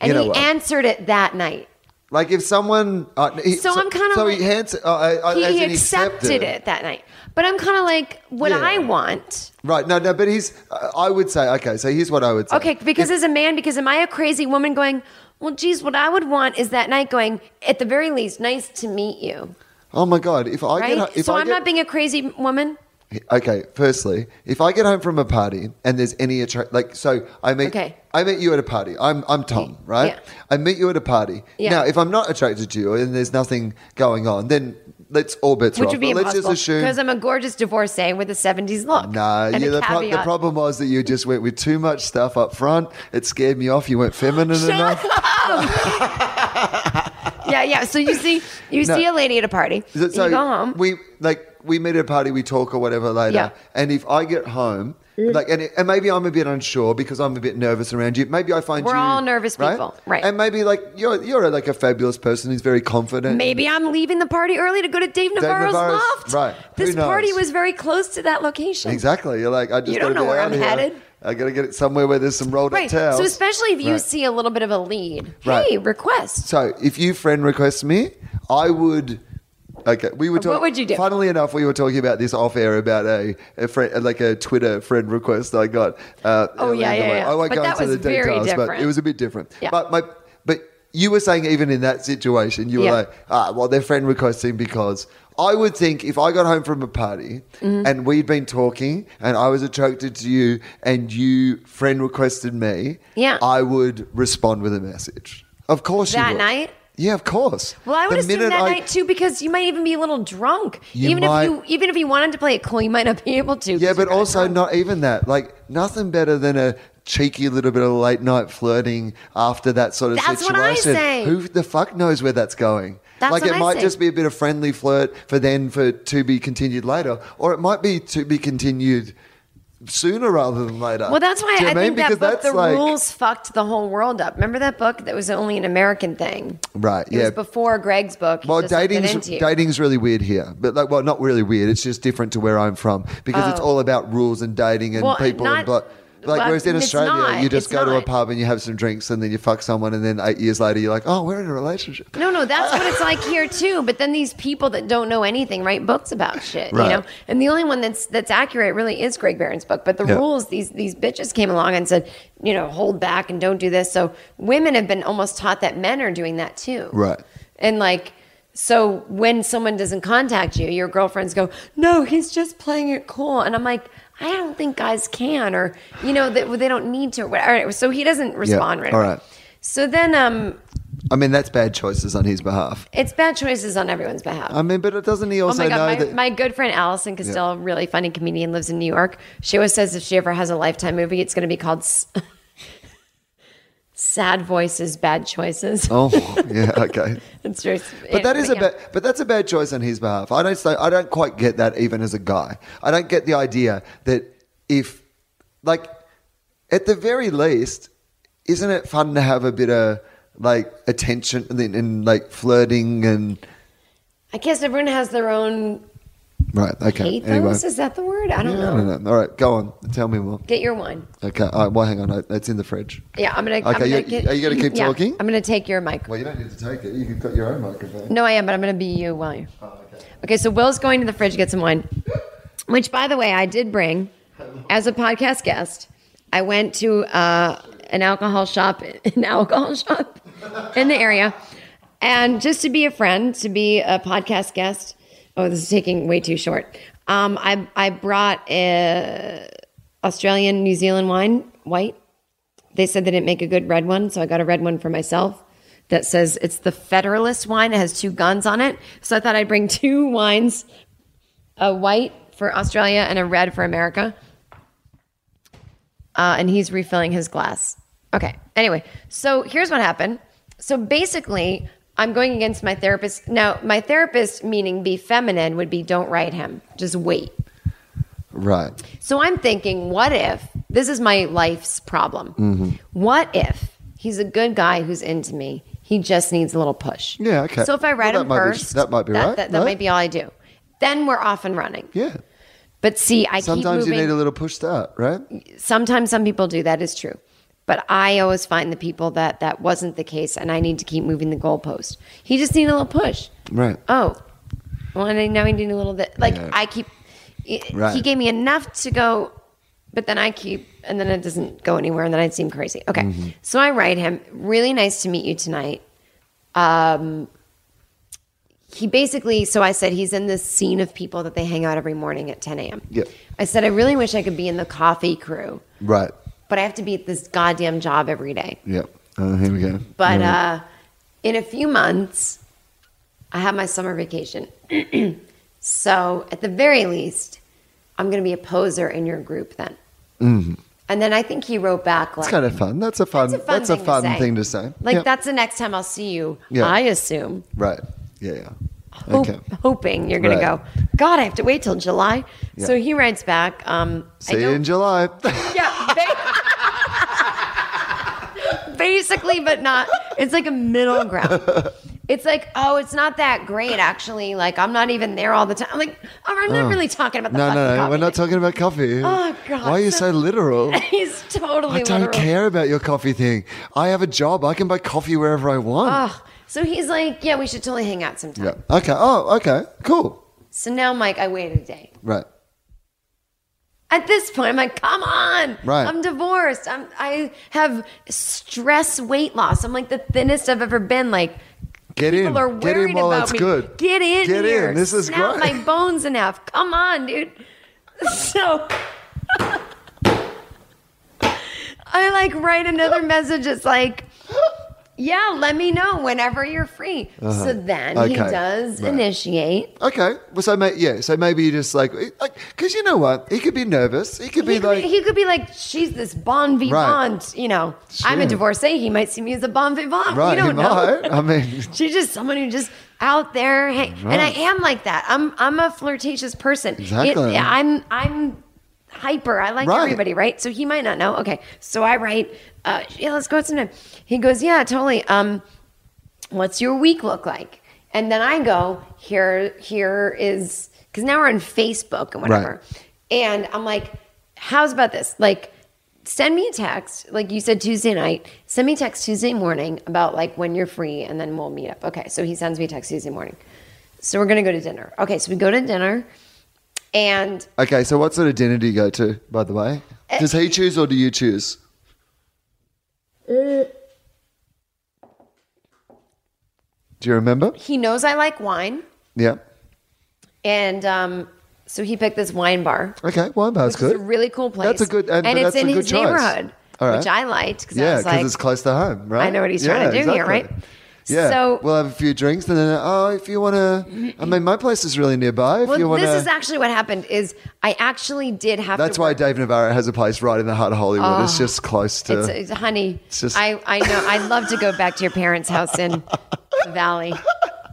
C: and
B: know
C: he
B: what?
C: answered it that night.
B: like if someone. Uh, he,
C: So I'm kinda
B: So
C: like-
B: he, hands, uh, I, I,
C: He,
B: as in
C: he
B: he
C: accepted it that night, but I'm kind of like, what
B: Yeah.
C: I want.
B: Right. No. No. But he's. Uh, I would say. Okay. So here's what I would say.
C: Okay, because as a man, because am I a crazy woman going, well, geez, what I would want is that night going, at the very least, nice to meet you,
B: Oh my god. If I
C: right?
B: get. If
C: so
B: I
C: I'm
B: get,
C: not being a crazy woman.
B: Okay, firstly, if I get home from a party and there's any attract, like, so I meet,
C: Okay.
B: I meet you at a party. I'm, I'm Tom, right?
C: Yeah.
B: I meet you at a party.
C: Yeah.
B: Now, if I'm not attracted to you and there's nothing going on, then let's all bets
C: Which
B: are
C: would
B: off.
C: be
B: But let's
C: impossible
B: just assume.
C: because I'm a gorgeous divorcee with a 70s look.
B: Nah,
C: and
B: yeah,
C: a
B: the, pro- the
C: caveat.
B: problem was that you just went with too much stuff up front. It scared me off. You weren't feminine enough.
C: Yeah, yeah. So you see, you
B: No.
C: see a lady at a party,
B: So, so
C: you go home.
B: We like we meet at a party, we talk or whatever later.
C: Yeah. Mm.
B: And if I get home, like, and, and maybe I'm a bit unsure because I'm a bit nervous around you. Maybe I find
C: We're
B: you-
C: all nervous people, right.
B: And maybe like you're you're like a fabulous person who's very confident.
C: Maybe I'm leaving the party early to go to Dave Navarro's,
B: Navarro's-
C: loft.
B: right. Who
C: This
B: knows?
C: party was very close to that location.
B: exactly. You're like I just
C: You
B: gotta
C: don't know
B: be
C: where
B: out
C: I'm
B: here.
C: headed.
B: I gotta get it somewhere where there's some rolled
C: Right.
B: up towels.
C: So especially if you
B: Right.
C: see a little bit of a lead,
B: Right.
C: hey, request.
B: So if you friend requests me, I would. Okay, we were talking.
C: What would you do?
B: Funnily enough, we were talking about this off air about a, a friend, like a Twitter friend request I got. Uh,
C: Oh,
B: earlier
C: yeah,
B: in the
C: yeah,
B: week.
C: yeah.
B: I won't
C: But
B: go
C: that
B: into the
C: was very
B: details, but
C: different.
B: it was a bit different.
C: Yeah.
B: But my, but you were saying even in that situation, you were
C: Yeah.
B: like, ah, well, they're friend requesting because. I would think if I got home from a party
C: Mm-hmm.
B: and we'd been talking and I was attracted to you and you friend requested me,
C: Yeah.
B: I would respond with a message. Of course you
C: That
B: would.
C: night?
B: Yeah, of course.
C: Well, I would
B: The
C: assume
B: minute
C: that
B: I-
C: night too, because you might even be a little drunk.
B: You
C: even
B: might-
C: if you even if you wanted to play it cool, you might not be able to. 'cause
B: Yeah,
C: you're
B: but
C: kinda
B: also
C: drunk.
B: not even that. Like nothing better than a cheeky little bit of late night flirting after that sort of
C: That's
B: situation.
C: what I say.
B: Who the fuck knows where that's going?
C: That's
B: like
C: what
B: it
C: I
B: might
C: say.
B: just be a bit of friendly flirt for then for to be continued later, or it might be to be continued sooner rather than later.
C: Well, that's why
B: Do you
C: I
B: know what mean?
C: think that
B: because
C: book,
B: that's
C: The
B: like,
C: Rules, fucked the whole world up. Remember that book that was only an American thing?
B: Right,
C: It
B: yeah.
C: was before Greg's book. He
B: Well,
C: just looked it
B: dating's,
C: into you.
B: dating's really weird here, but like, well, not really weird. It's just different to where I'm from because it's
C: Oh.
B: all about rules and dating and
C: Well,
B: people and
C: not-
B: blah. Like,
C: well,
B: whereas in
C: it's
B: Australia,
C: not.
B: you just
C: It's
B: go to a
C: not.
B: pub and you have some drinks and then you fuck someone, and then eight years later, you're like, oh, we're in a relationship.
C: No, no, that's what it's like here too. But then these people that don't know anything write books about shit,
B: Right.
C: you know. And the only one that's that's accurate really is Greg Barron's book. But the
B: Yeah.
C: rules these these bitches came along and said, you know, hold back and don't do this. So women have been almost taught that men are doing that too,
B: Right.
C: And like So when someone doesn't contact you, your girlfriends go, "No, he's just playing it cool," and I'm like, "I don't think guys can, or you know, they, they don't need to." Or whatever. All right, so he doesn't respond right.
B: all
C: away.
B: right.
C: So then, um,
B: I mean, that's bad choices on his behalf.
C: it's bad choices on everyone's behalf.
B: I mean, but doesn't he
C: Oh
B: also
C: my God, my,
B: know that?
C: my good friend Allison Costello, really funny comedian, lives in New York. She always says if she ever has a lifetime movie, it's going to be called S- Sad Voices, Bad Choices.
B: oh, yeah, okay.
C: It's just,
B: But that is a
C: yeah.
B: bad, but that's a bad choice on his behalf. I don't say, I don't quite get that even as a guy. I don't get the idea that if, like, at the very least, isn't it fun to have a bit of like attention and, then- and like flirting and
C: I guess everyone has their own
B: right? Okay.
C: pathos.
B: anyway,
C: Is that the word? I don't
B: Yeah,
C: know.
B: I don't know. All right, go on. Tell me more.
C: Get your wine.
B: Okay. All right, well, hang on. I- It's in the fridge.
C: Yeah, I'm gonna. I'm
B: Okay,
C: gonna
B: you- are you gonna keep
C: yeah,
B: talking?
C: I'm gonna take your mic.
B: Well, you don't need to take it. You've got your own microphone.
C: No, I am, but I'm going to be you while you.
B: Oh, okay.
C: Okay, so Will's going to the fridge to get some wine, which, by the way, I did bring as a podcast guest. I went to uh, an alcohol shop, an alcohol shop in the area, and just to be a friend, to be a podcast guest. Oh, this is taking way too short. Um, I I brought a Australian New Zealand wine, white. They said they didn't make a good red one, so I got a red one for myself that says it's the Federalist wine. It has two guns on it. So I thought I'd bring two wines a white for Australia and a red for America. Uh, and he's refilling his glass. Okay. Anyway, so here's what happened. So basically, I'm going against my therapist. Now, my therapist, meaning be feminine, would be don't write him, just wait.
B: Right.
C: So I'm thinking, what if this is my life's problem?
B: Mm-hmm.
C: What if he's a good guy who's into me? He just needs a little push.
B: Yeah, okay.
C: So if I write
B: Well, that
C: him
B: might be-
C: first,
B: that might be
C: that,
B: right,
C: That, that
B: no?
C: might be all I do. Then we're off and running.
B: Yeah.
C: But see, I
B: Sometimes
C: keep
B: you
C: moving.
B: need a little push start, right?
C: Sometimes some people do. That is true. But I always find the people that that wasn't the case, and I need to keep moving the goalpost. He just needed a little push.
B: Right.
C: Oh, well, and now we need a little bit. Like
B: Yeah.
C: I keep, i
B: Right.
C: he gave me enough to go, but then I keep, and then it doesn't go anywhere, and then I seem crazy. Okay,
B: Mm-hmm.
C: so I write him. Really nice to meet you tonight. Um, he basically, so I said he's in this scene of people that they hang out every morning at 10 a.m.
B: Yep.
C: I said I really wish I could be in the coffee crew,
B: Right.
C: but I have to be at this goddamn job every day.
B: Yep. Uh, here we go.
C: But
B: Right.
C: uh, in a few months, I have my summer vacation. so at the very least, I'm going to be a poser in your group then. And then I think he wrote back like,
B: It's kind of fun. Mm-hmm. That's a fun. That's a fun, thing, to say.
C: Like
B: Yeah.
C: that's the next time I'll see you.
B: Yeah.
C: I assume,
B: Right. Yeah. yeah.
C: hope,
B: Okay.
C: hoping you're going
B: Right.
C: to go. God, I have to wait till July.
B: Yeah.
C: So he writes back. Um, I
B: See you
C: don't-
B: in July.
C: yeah. Ba- basically, but not. It's like a middle ground. It's like, oh, it's not that great, actually. Like, I'm not even there all the time. I'm like, oh, I'm not really talking about the
B: Mm. no,
C: fucking
B: no, no.
C: coffee.
B: We're not talking about coffee.
C: Oh, God.
B: Why are you so literal?
C: He's totally
B: I don't
C: literal.
B: care about your coffee thing. I have a job. I can buy coffee wherever I want.
C: Ugh. So he's like, yeah, we should totally hang out sometime.
B: Yeah. Okay. Oh, okay. Cool.
C: So now, Mike, I wait a day.
B: Right.
C: At this point, I'm like, come on.
B: Right.
C: I'm divorced. I'm, I have stress weight loss. I'm like the thinnest I've ever been. Like,
B: Get in.
C: People are
B: Get
C: worried
B: in while
C: about
B: it's
C: me.
B: good.
C: Get in
B: Get
C: here.
B: in. This is
C: Snap
B: great.
C: my bones enough. Come on, dude. So I like write another message. It's like, yeah, let me know whenever you're free. So then he
B: Uh-huh. Okay.
C: does
B: Right.
C: initiate.
B: Okay. Well, so mate, yeah. So maybe you just like, like, because you know what? He could be nervous. He could
C: He
B: be
C: could,
B: like,
C: be, he could be like, she's this bon vivant. You know, I'm a
B: Sure.
C: divorcee. He might see me as a bon vivant.
B: right?
C: you
B: He
C: don't know.
B: might. I mean,
C: She's just someone who just out there, hang- and I
B: Right.
C: am like that. I'm I'm a flirtatious person. It-
B: Exactly.
C: I'm I'm hyper. I like
B: Right.
C: everybody, right? So he might not know. Okay, so I write, uh, yeah, let's go out sometime. He goes, yeah, totally. Um, what's your week look like? And then I go, here here is because now we're on Facebook and whatever, and I'm like, how's about this? Like. Send me a text, like you said Tuesday night. Send me a text Tuesday morning about like when you're free, and then we'll meet up. Okay, so he sends me a text Tuesday morning. So we're gonna go to dinner. Okay, so we go to dinner, and
B: Okay, so what sort of dinner do you go to, by the way?
C: Eh.
B: Does he choose or do you choose?
C: Uh.
B: Do you remember?
C: He knows I like wine,
B: Yeah.
C: and um, so he picked this wine bar.
B: Okay, wine bar's
C: Which is
B: good.
C: a really cool place.
B: That's a good, and,
C: and
B: that's
C: it's in
B: a good
C: his
B: choice.
C: neighborhood,
B: All right.
C: which I liked because I
B: yeah,
C: was like,
B: it's close to home, right?
C: I know what he's trying to
B: Yeah,
C: do here, right?
B: exactly. Yeah,
C: So-
B: we'll have a few drinks, and then oh, if you want to, I mean, my place is really nearby. If you
C: well,
B: want
C: this is
B: to,
C: actually what happened. Is I actually did have.
B: that's
C: to
B: why
C: work. Oh.
B: Dave Navarro has a place right in the heart of Hollywood. it's just close to.
C: It's, it's, honey,
B: It's just-
C: I, I know. I'd love to go back to your parents' house in the valley,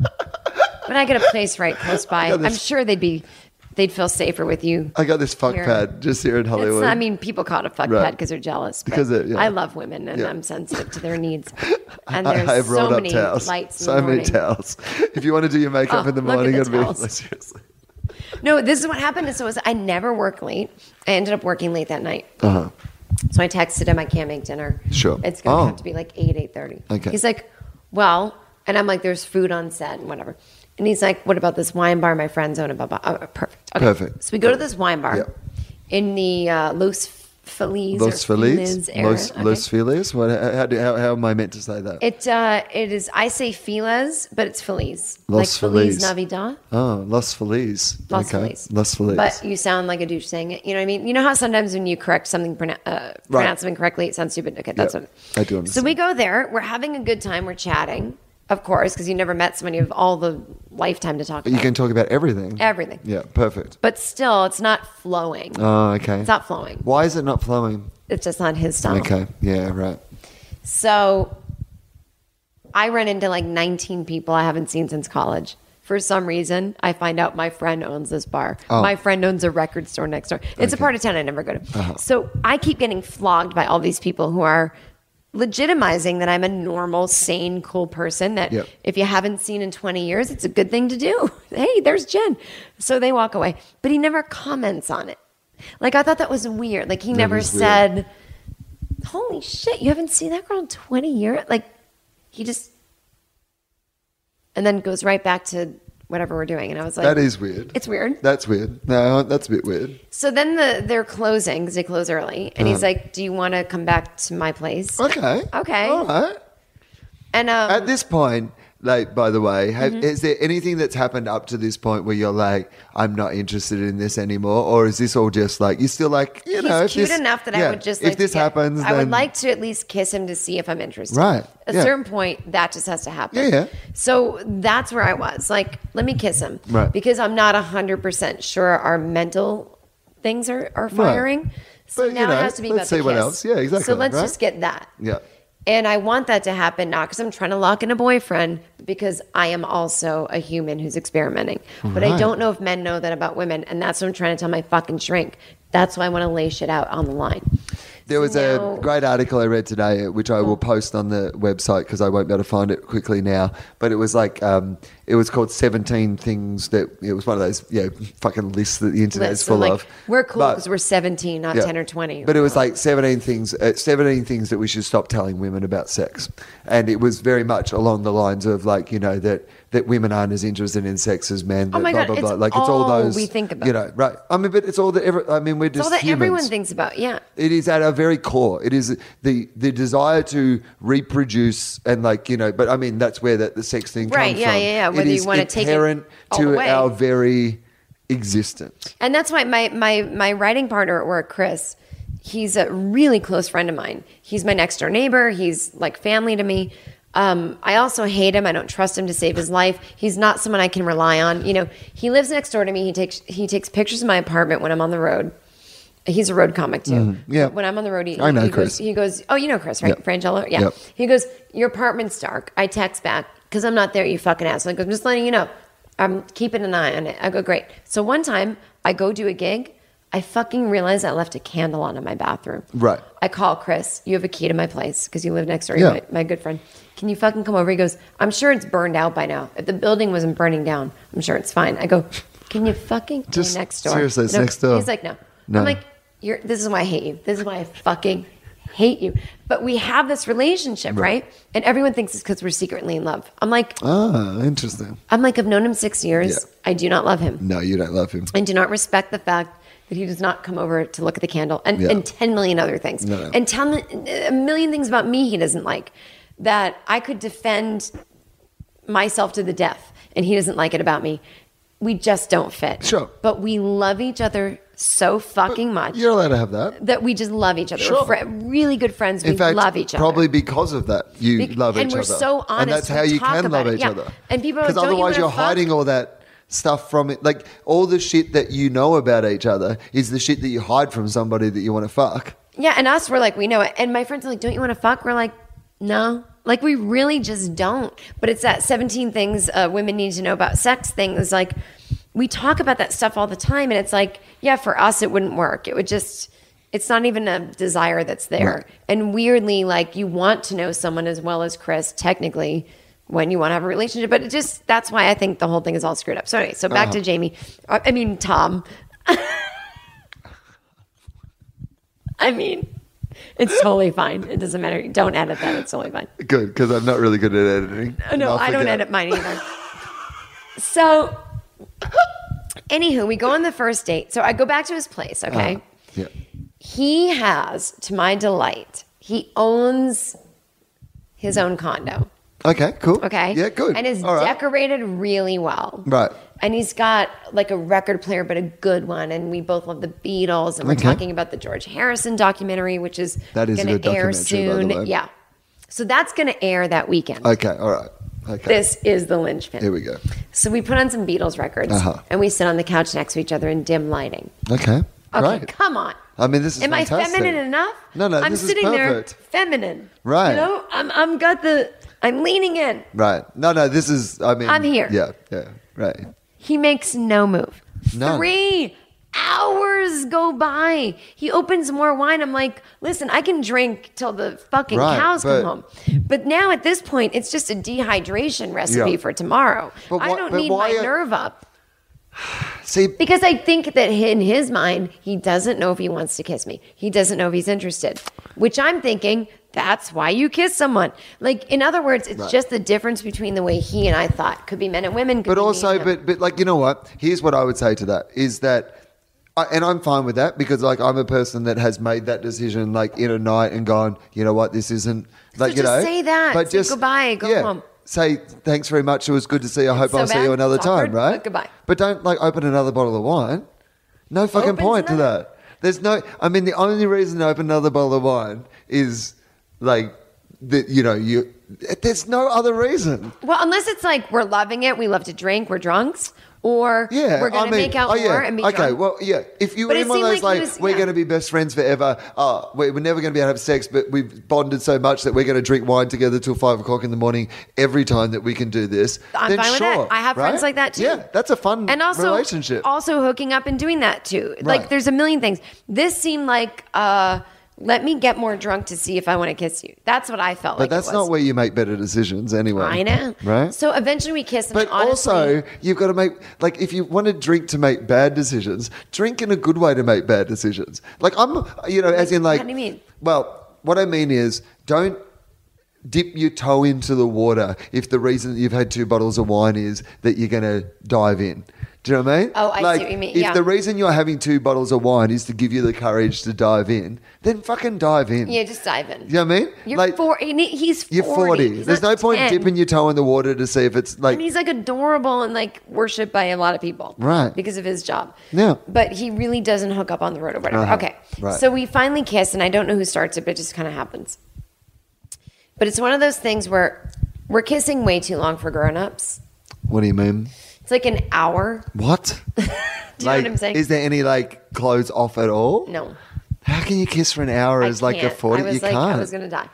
C: but I get a place right close by.
B: got this-
C: I'm sure they'd be, they'd feel safer with you.
B: I got this fuck
C: Here.
B: pad just here in
C: It's
B: Hollywood.
C: not, I mean, people call it a fuck
B: Right.
C: because they're jealous. But
B: Because it- yeah.
C: I love women and
B: Yeah.
C: I'm sensitive to their needs. And
B: I,
C: there's
B: I have
C: so
B: rolled up
C: many
B: towels.
C: lights. in
B: so
C: the
B: many
C: morning.
B: towels. If you want to do your makeup
C: Oh,
B: in the
C: look at
B: morning,
C: the
B: it'll be
C: towels.
B: seriously.
C: No, this is what happened. So it was, I never work late. I ended up working late that night.
B: Uh-huh.
C: So I texted him, I can't make dinner.
B: Sure.
C: It's gonna
B: Oh.
C: have to be like eight, eight thirty.
B: Okay.
C: He's like, well, and I'm like, there's food on set and whatever. And he's like, what about this wine bar my friends own? And blah blah. Oh, perfect. Okay.
B: Perfect.
C: So we go to this wine bar
B: Yeah.
C: in the uh, Los Feliz. or
B: Los Feliz,
C: area.
B: Los,
C: Okay.
B: Los Feliz. What? How, do- how, how am I meant to say that?
C: It uh, it is. I say Feliz, but it's Feliz.
B: Los
C: like Feliz,
B: Feliz.
C: Navidad.
B: oh, Los Feliz.
C: Los
B: okay.
C: Feliz.
B: Los Feliz.
C: But you sound like a douche saying it. You know what I mean? You know how sometimes when you correct something, pronu- uh, pronounce something correctly, it sounds stupid. Okay, that's
B: Yeah,
C: what
B: I do
C: So we go there. We're having a good time. We're chatting, of course, because you never met someone you have all the lifetime to talk.
B: But you
C: about.
B: can talk about everything.
C: everything.
B: Yeah, perfect.
C: But still, it's not flowing.
B: Oh, okay.
C: it's not Oh. flowing.
B: Why is it not flowing?
C: It's just not his style.
B: Okay. Yeah, right.
C: So I run into like 19 people I haven't seen since college. For some reason, I find out my friend owns this bar. My friend owns a record store next door. It's a part of town I never go to. So I keep getting flogged by all these people who are legitimizing that I'm a normal, sane, cool person. That
B: Yep.
C: if you haven't seen in 20 years, it's a good thing to do. Hey, there's Jen. So they walk away. But he never comments on it. Like I thought that was weird. Like he never
B: is weird.
C: said holy shit, you haven't seen that girl in 20 years? Like, he just, and then goes right back to whatever we're doing. And I was like,
B: That is weird.
C: It's weird.
B: That's weird. No, that's a bit weird.
C: So then the, they're closing because they close early. And
B: Uh-huh.
C: he's like, do you want to come back to my place?
B: Okay.
C: Okay.
B: All right.
C: And um,
B: At this point, like, by the way, have,
C: Mm-hmm.
B: is there anything that's happened up to this point where you're like, I'm not interested in this anymore? Or is this all just like, you're still like, you
C: he's
B: know, if
C: cute
B: this,
C: enough that I
B: yeah,
C: would just
B: If
C: like to
B: this
C: get-
B: happens,
C: I would
B: then-
C: like to at least kiss him to see if I'm interested.
B: Right,
C: At
B: yeah.
C: a certain point, that just has to happen.
B: Yeah, yeah.
C: So that's where I was. Like, let me kiss him.
B: Right.
C: Because I'm not hundred percent sure our mental things are, are firing. So
B: But, you
C: now
B: know,
C: it has to be
B: let's
C: about the
B: see what
C: kiss.
B: else. Yeah, exactly,
C: So let's
B: right?
C: just get that.
B: Yeah.
C: And I want that to happen not because I'm trying to lock in a boyfriend, but because I am also a human who's experimenting. But I
B: Right.
C: don't know if men know that about women, and that's what I'm trying to tell my fucking shrink. That's why I want to lay shit out on the line.
B: There was
C: No.
B: a great article I read today, uh, which I
C: Mm.
B: will post on the website because I won't be able to find it quickly now. But it was like, um, it was called 17 Things That, it was one of those, yeah, fucking lists that the internet is
C: So,
B: full
C: like,
B: of.
C: We're cool
B: But-
C: because we're 17, not
B: yeah.
C: 10 or 20.
B: But it was like 17 things, uh, 17 things that we should stop telling women about sex. And it was very much along the lines of like, you know, that, that women aren't as interested in sex as men.
C: Oh
B: that
C: my
B: blah,
C: God,
B: blah,
C: it's
B: blah. Like it's all
C: all
B: those
C: we think about.
B: You know, right. I mean, but it's all that, every, I mean, we're
C: it's
B: just
C: all that
B: humans.
C: everyone thinks about. Yeah.
B: It is at our very core. It is the the desire to reproduce and like you know. But I mean, that's where that the sex thing
C: Right,
B: comes
C: yeah,
B: from.
C: yeah, yeah. Whether you
B: is
C: wanna take it
B: inherent
C: all the
B: to
C: way.
B: our very existence.
C: And that's why my, my, my writing partner at work, Chris, he's a really close friend of mine. He's my next door neighbor. He's like family to me. Um, I also hate him. I don't trust him to save his life. He's not someone I can rely on. You know, he lives next door to me. He takes he takes pictures of my apartment when I'm on the road. He's a road comic too.
B: Mm-hmm. yeah.
C: When I'm on the road, he,
B: I know
C: he
B: Chris.
C: Goes, he goes, "Oh, you know Chris, right?
B: Yep.
C: Frangelo? Yeah."
B: Yep.
C: He goes, "Your apartment's dark." I text back because I'm not there. You fucking asshole. I go, I'm just letting you know. I'm keeping an eye on it. I go, "Great." So one time, I go do a gig. I fucking realize I left a candle on in my bathroom.
B: Right.
C: I call Chris. You have a key to my place because you live next door.
B: Yeah.
C: Yeah. My, my good friend. Can you fucking come over? He goes, I'm sure it's burned out by now. If the building wasn't burning down, I'm sure it's fine. I go, Can you fucking go
B: Just-
C: next door?
B: seriously, it's next door.
C: He's like, No.
B: No.
C: I'm like, You're this is why I hate you. This is why I fucking hate you. But we have this relationship, right? And everyone thinks it's because we're secretly in love. I'm like,
B: Ah, interesting.
C: I'm like, I've known him six years.
B: Yeah.
C: I do not love him
B: No, you don't love him.
C: and do not respect the fact that he does not come over to look at the candle and,
B: Yeah.
C: and 10 million other things
B: No, no.
C: and tell me a million things about me he doesn't like that I could defend myself to the death, and he doesn't like it about me. We just don't fit.
B: Sure.
C: But we love each other so fucking much
B: You're allowed to have that.
C: that we just love each other.
B: Sure.
C: We're fri- really good friends.
B: In
C: we
B: fact,
C: love each other.
B: probably because of that, you
C: Bec-
B: love
C: and
B: each
C: we're
B: other.
C: so
B: And
C: honest.
B: that's how
C: We
B: you
C: talk
B: can
C: about
B: love
C: it.
B: each
C: Yeah.
B: other.
C: And people are like,
B: because
C: "Don't you
B: otherwise
C: wanna
B: you're
C: fuck?"
B: hiding all that stuff from it. Like all the shit that you know about each other is the shit that you hide from somebody that you want to fuck.
C: Yeah, and us, we're like, we know it. And my friends are like, don't you want to fuck? We're like, no. Like, we really just don't. But it's that 17 things uh, women need to know about sex thing is like, we talk about that stuff all the time. And it's like, yeah, for us, it wouldn't work. It would just, it's not even a desire that's there.
B: Right.
C: And weirdly, like, you want to know someone as well as Chris, technically, when you want to have a relationship. But it just, that's why I think the whole thing is all screwed up. So, anyway, so back
B: Uh-huh.
C: to Jamie. Uh, I I mean, Tom. I mean, it's totally fine. It doesn't matter. Don't edit that. It's totally fine.
B: Good, because I'm not really good at editing. And
C: No,
B: I'll
C: I don't
B: forget.
C: edit mine either. So, anywho, we go on the first date. So I go back to his place. Okay.
B: Yeah.
C: He has, to my delight, he owns his own condo.
B: Okay. Cool.
C: Okay.
B: Yeah. Good.
C: And is
B: All right.
C: decorated really well.
B: Right.
C: And he's got like a record player, but a good one. And we both love the Beatles. And we're
B: Okay.
C: talking about the George Harrison documentary, which is
B: That is a
C: going
B: good
C: to air
B: documentary, by the
C: soon.
B: way.
C: Yeah. So that's going to air that weekend.
B: Okay. All right. Okay.
C: This is the linchpin.
B: Here we go.
C: So we put on some Beatles records
B: Uh-huh.
C: and we sit on the couch next to each other in dim lighting.
B: Okay.
C: Okay,
B: Great.
C: come on.
B: I mean, this is
C: Am
B: fantastic.
C: I feminine enough?
B: No, no,
C: I'm
B: this is
C: sitting
B: perfect.
C: there feminine.
B: Right.
C: You know, I'm I'm got the I'm leaning in.
B: Right. No, no, this is, I mean,
C: I'm here.
B: Yeah, yeah, right.
C: He makes no move.
B: None.
C: Three hours go by. He opens more wine. I'm like, listen, I can drink till the fucking
B: Right,
C: cows
B: but-
C: come home. But now at this point, it's just a dehydration recipe
B: Yeah.
C: for tomorrow.
B: But
C: I
B: why-
C: don't
B: but
C: need
B: why
C: my
B: are-
C: nerve up.
B: See,
C: Because I think that in his mind, he doesn't know if he wants to kiss me. He doesn't know if he's interested, which I'm thinking that's why you kiss someone. Like, in other words, it's
B: Right.
C: just the difference between the way he and I thought could be men and women. Could
B: but
C: be me
B: also,
C: and him.
B: but, but like, you know what? Here's what I would say to that is that, I, and I'm fine with that because, like, I'm a person that has made that decision, like, in a night and gone, you know what, this isn't, like, you
C: just
B: know.
C: say that. Say goodbye, go
B: yeah,
C: home.
B: Say thanks very much. It was good to see you. I hope
C: so
B: I'll see
C: bad.
B: you another
C: It's
B: time,
C: awkward,
B: right?
C: but goodbye.
B: But don't, like, open another bottle of wine. No fucking
C: Opens
B: point to
C: another-
B: that. There's no, I mean, the only reason to open another bottle of wine is, like, that, you know, you, there's no other reason.
C: Well, unless it's like we're loving it, we love to drink, we're drunks, or
B: Yeah,
C: we're gonna
B: I mean-
C: make out
B: oh, yeah.
C: more and be
B: okay.
C: drunk.
B: Well, yeah. If you
C: But
B: were
C: it
B: in one of
C: seemed
B: those
C: like
B: like,
C: he was-
B: we're
C: yeah.
B: going to be best friends forever. Oh, we- we're never going to be able to have sex, but we've bonded so much that we're going to drink wine together till five o'clock in the morning every time that we can do this.
C: I'm
B: then
C: fine with that.
B: sure,
C: I have friends
B: right?
C: like that too.
B: Yeah, that's a fun
C: and also
B: relationship.
C: Also hooking up and doing that too.
B: Right.
C: Like there's a million things. This seemed like uh let me get more drunk to see if I want to kiss you. That's what I felt
B: but
C: like. it
B: that's
C: was.
B: not where you make better decisions anyway.
C: I know.
B: Right?
C: So eventually we kissed and
B: But
C: honestly,
B: also, you've got to make like if you want to drink to make bad decisions, drink in a good way to make bad decisions. Like I'm, you know, as in like.
C: What do you mean?
B: Well, what I mean is, don't dip your toe into the water if the reason that you've had two bottles of wine is that you're going to dive in. Do you know what I mean?
C: Oh, I see
B: like,
C: what you mean.
B: If
C: Yeah.
B: the reason you're having two bottles of wine is to give you the courage to dive in, then fucking dive in.
C: Yeah, just dive in.
B: You know what I mean?
C: You're four and he- he's 40.
B: You're 40.
C: He's
B: There's no
C: not
B: point
C: 10.
B: dipping your toe in the water to see if it's like.
C: And he's like adorable and like worshipped by a lot of people.
B: Right.
C: Because of his job.
B: Yeah.
C: But he really doesn't hook up on the road or whatever.
B: Uh-huh.
C: Okay.
B: Right.
C: So we finally kiss, and I don't know who starts it, but it just kind of happens. But it's one of those things where we're kissing way too long for grown-ups.
B: What do you mean?
C: It's like an hour.
B: What? Do you
C: know what I'm saying?
B: Is there any like clothes off at all?
C: No.
B: How can you kiss for an hour
C: I
B: as like a
C: can't.
B: forty?
C: I was
B: You
C: like,
B: can't.
C: I was gonna die.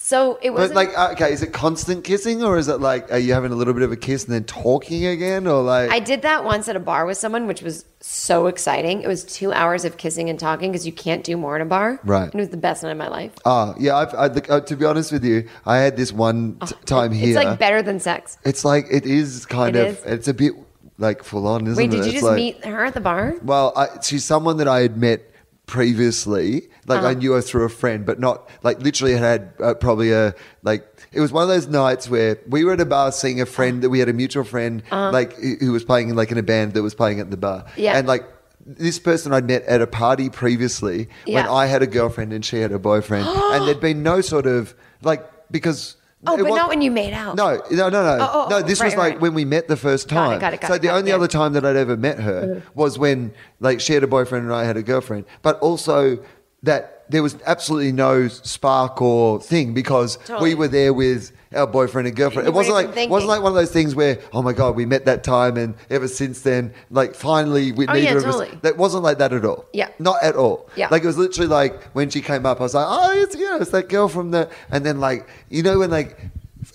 C: So it was
B: but like, uh, okay, is it constant kissing or is it like are you having a little bit of a kiss and then talking again or like?
C: I did that once at a bar with someone, which was so exciting. It was two hours of kissing and talking because you can't do more in a bar.
B: Right.
C: And it was the best night of my life.
B: oh yeah, I've, I, look, uh, to be honest with you, I had this one t- time
C: Oh, It's
B: here.
C: like better than sex.
B: It's like it is kind
C: It
B: of.
C: is.
B: It's a bit like full on, isn't
C: Wait,
B: it?
C: did you
B: It's
C: just
B: like-
C: meet her at the bar?
B: Well, I, she's someone that I had met previously. Like I
C: Uh-huh.
B: knew her through a friend, but not like literally had uh, probably a like. It was one of those nights where we were at a bar seeing a friend that we had a mutual friend like who who was playing like in a band that was playing at the bar.
C: Uh-huh. Yeah.
B: and like. This person I'd met at a party previously when
C: Yeah.
B: I had a girlfriend and she had a boyfriend, and there'd been no sort of like because
C: Oh,
B: It
C: but
B: wa-
C: not when you made out.
B: No, no, no, no.
C: Oh, oh,
B: no,
C: oh,
B: this
C: right,
B: was like
C: right.
B: when we met the first
C: Got it,
B: time.
C: got it, got
B: so
C: it,
B: the
C: got it,
B: only
C: yeah.
B: other time that I'd ever met her was when like she had a boyfriend and I had a girlfriend. But also that there was absolutely no spark or thing because
C: Totally.
B: we were there with our boyfriend and girlfriend.
C: You
B: it wasn't
C: weren't
B: like
C: even
B: wasn't
C: thinking.
B: like one of those things where, oh my God, we met that time and ever since then, like finally we
C: Oh,
B: neither
C: yeah,
B: of us
C: totally.
B: that wasn't like that at all.
C: Yeah.
B: Not at all.
C: Yeah.
B: Like it was literally like when she came up, I was like, oh, it's, yeah, it's that girl from the. And then like you know when like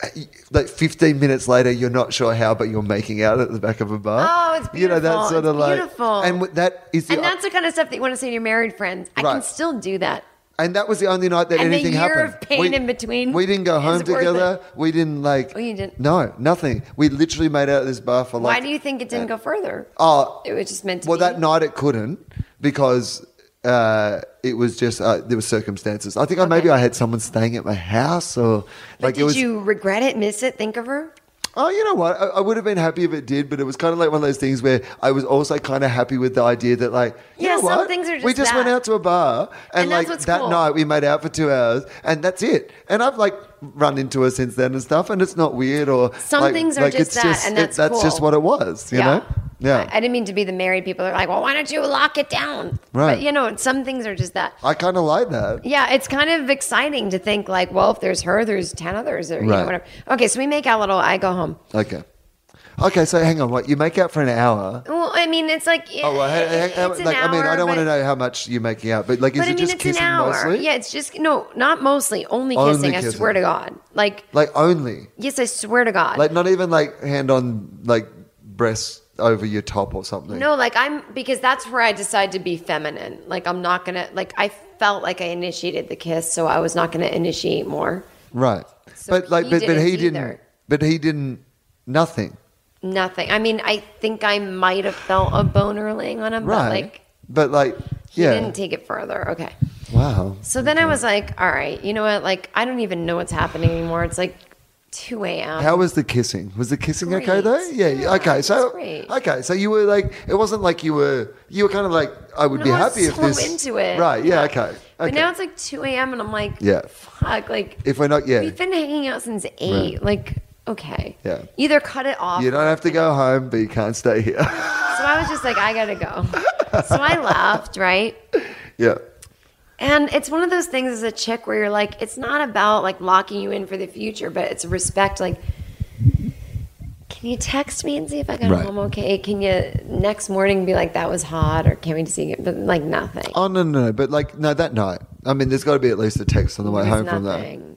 B: f- like 15 minutes later, you're not sure how, but you're making out at the back of a bar.
C: Oh, it's
B: You know that
C: beautiful.
B: sort of
C: It's
B: like
C: beautiful.
B: And w- that is the,
C: And that's the kind of stuff that you want to say to your married friends. I can
B: Right.
C: still do that.
B: and that was the only night that
C: And the
B: anything
C: year
B: happened.
C: of pain in between
B: We didn't go
C: is
B: home
C: worth it.
B: together. We didn't like.
C: Oh, you didn't?
B: No, nothing. We literally made out at this bar for like.
C: Why do you think it didn't go further?
B: Oh,
C: It was just meant to
B: well,
C: be.
B: that night it couldn't because uh, it was just uh, there were circumstances. I think I, maybe I had someone staying at my house or like
C: But
B: it
C: did
B: was.
C: you regret it, miss it, think of her?
B: Oh, you know what? I, I would have been happy if it did, but it was kind of like one of those things where I was also kind of happy with the idea that like, you
C: Yeah,
B: know
C: some
B: what?
C: things are
B: we
C: just
B: just went
C: that.
B: out to a bar and,
C: And that's
B: like
C: what's
B: that
C: cool.
B: night we made out for two hours and that's it. And I've like run into her since then and stuff, and it's not weird or
C: Some
B: like-
C: things are
B: like,
C: just
B: it's
C: that, and
B: it-
C: that's
B: that's just
C: cool.
B: what it was, you know? Yeah.
C: I, I didn't mean to be the married people that are like, well, why don't you lock it down?
B: Right.
C: But, you know, some things are just that.
B: I kind of like that.
C: Yeah, it's kind of exciting to think like, well, if there's her, there's ten others, or you know,
B: Right.
C: whatever. Okay, so we make out little. I go home.
B: Okay. Okay, so hang on. What you make out for an hour?
C: Well, I mean, it's like
B: Oh, well, ha- ha-
C: it's
B: ha-
C: an
B: like I mean, I
C: hour,
B: don't want to
C: but-
B: know how much you're making out, but like, is
C: But
B: it
C: I mean,
B: just
C: it's an
B: kissing
C: hour.
B: mostly?
C: Yeah, it's just no, not mostly, only
B: Only
C: kissing. I
B: kissing.
C: swear to God, like
B: Like only,
C: yes, I swear to God.
B: like not even like hand on like breast over your top or something.
C: No, like I'm because that's where I decide to be feminine. Like I'm not gonna like I felt like I initiated the kiss, so I was not gonna initiate more.
B: right?
C: So
B: but like,
C: he
B: but but
C: didn't
B: he didn't.
C: either.
B: But he didn't. Nothing.
C: Nothing. I mean, I think I might have felt a boner laying on him,
B: Right.
C: but like
B: but like,
C: he
B: yeah.
C: didn't take it further. Okay.
B: wow.
C: So then I was like, all right, you know what? Like I don't even know what's happening anymore. It's like two a.m.
B: How was the kissing? Was the kissing okay
C: Great.
B: though? Yeah.
C: Yeah,
B: okay. So
C: it's great.
B: okay. So you were like, it wasn't like you were. You were kind of like, I would
C: No,
B: be
C: I was
B: happy if
C: so
B: this.
C: into it.
B: Right. Yeah. Okay. okay.
C: But now it's like two a.m. and I'm like,
B: Yeah.
C: fuck, like
B: if we're not, yeah.
C: we've been hanging out since eight. Like okay,
B: Yeah.
C: Either cut it off.
B: You don't have to go home, but you can't stay here.
C: So I was just like, I gotta go. So I left, right?
B: yeah.
C: And it's one of those things as a chick where you're like, it's not about like locking you in for the future, but it's respect. Like, can you text me and see if I got
B: Right.
C: home okay? Can you next morning be like, that was hot, or can we just see it? But like nothing.
B: Oh no, no, no. But like, no, that night. I mean, there's got to be at least a text on the way
C: There's
B: home from that.
C: nothing.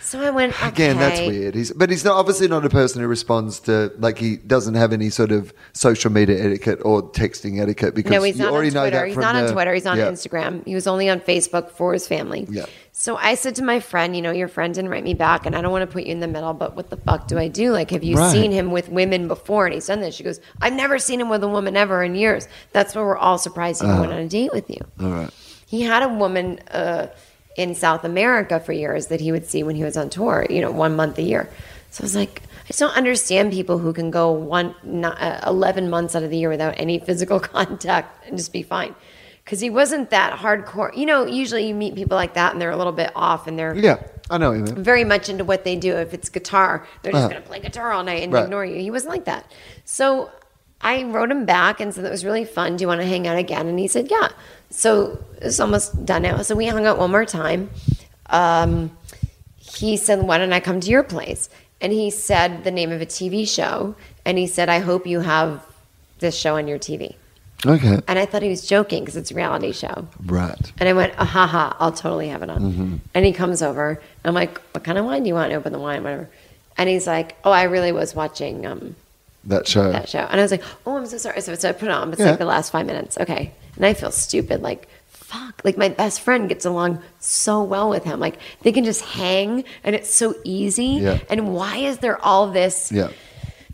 C: So I went okay.
B: Again, that's weird. He's, but he's not obviously not a person who responds to like he doesn't have any sort of social media etiquette or texting etiquette because
C: No, he's
B: you
C: not on
B: already know
C: Twitter.
B: that
C: He's
B: from
C: not on
B: the-
C: Twitter. He's on
B: yeah.
C: Instagram. He was only on Facebook for his family.
B: Yeah.
C: So I said to my friend, you know, your friend didn't write me back, and I don't want to put you in the middle, but what the fuck do I do? Like, have you
B: Right.
C: seen him with women before? And he's done this. She goes, I've never seen him with a woman ever in years. That's why we're all surprised he
B: Uh,
C: went on a date with you.
B: All right.
C: He had a woman uh, in South America for years that he would see when he was on tour, you know, one month a year. So I was like, I just don't understand people who can go one, not, uh, 11 months out of the year without any physical contact and just be fine. Because he wasn't that hardcore. You know, usually you meet people like that and they're a little bit off and they're
B: Yeah, I know what you mean.
C: very much into what they do. If it's guitar, they're just
B: Uh-huh.
C: going to play guitar all night and
B: Right.
C: ignore you. He wasn't like that. So I wrote him back and said that was really fun. Do you want to hang out again? And he said, yeah. So it's almost done now. So we hung out one more time. Um, he said, why don't I come to your place? And he said the name of a TV show. And he said, I hope you have this show on your TV.
B: Okay.
C: And I thought he was joking because it's a reality show.
B: Right.
C: And I went, ah, ha, ha, I'll totally have it on.
B: Mm-hmm.
C: And he comes over. And I'm like, what kind of wine do you want? Open the wine, whatever. And he's like, oh, I really was watching um,
B: That show.
C: that show. And I was like, oh, I'm so sorry. So, so I put it on. It's
B: Yeah.
C: like the last five minutes. Okay. And I feel stupid. Like, fuck. Like, my best friend gets along so well with him. Like, they can just hang and it's so easy.
B: Yeah.
C: And why is there all this
B: Yeah.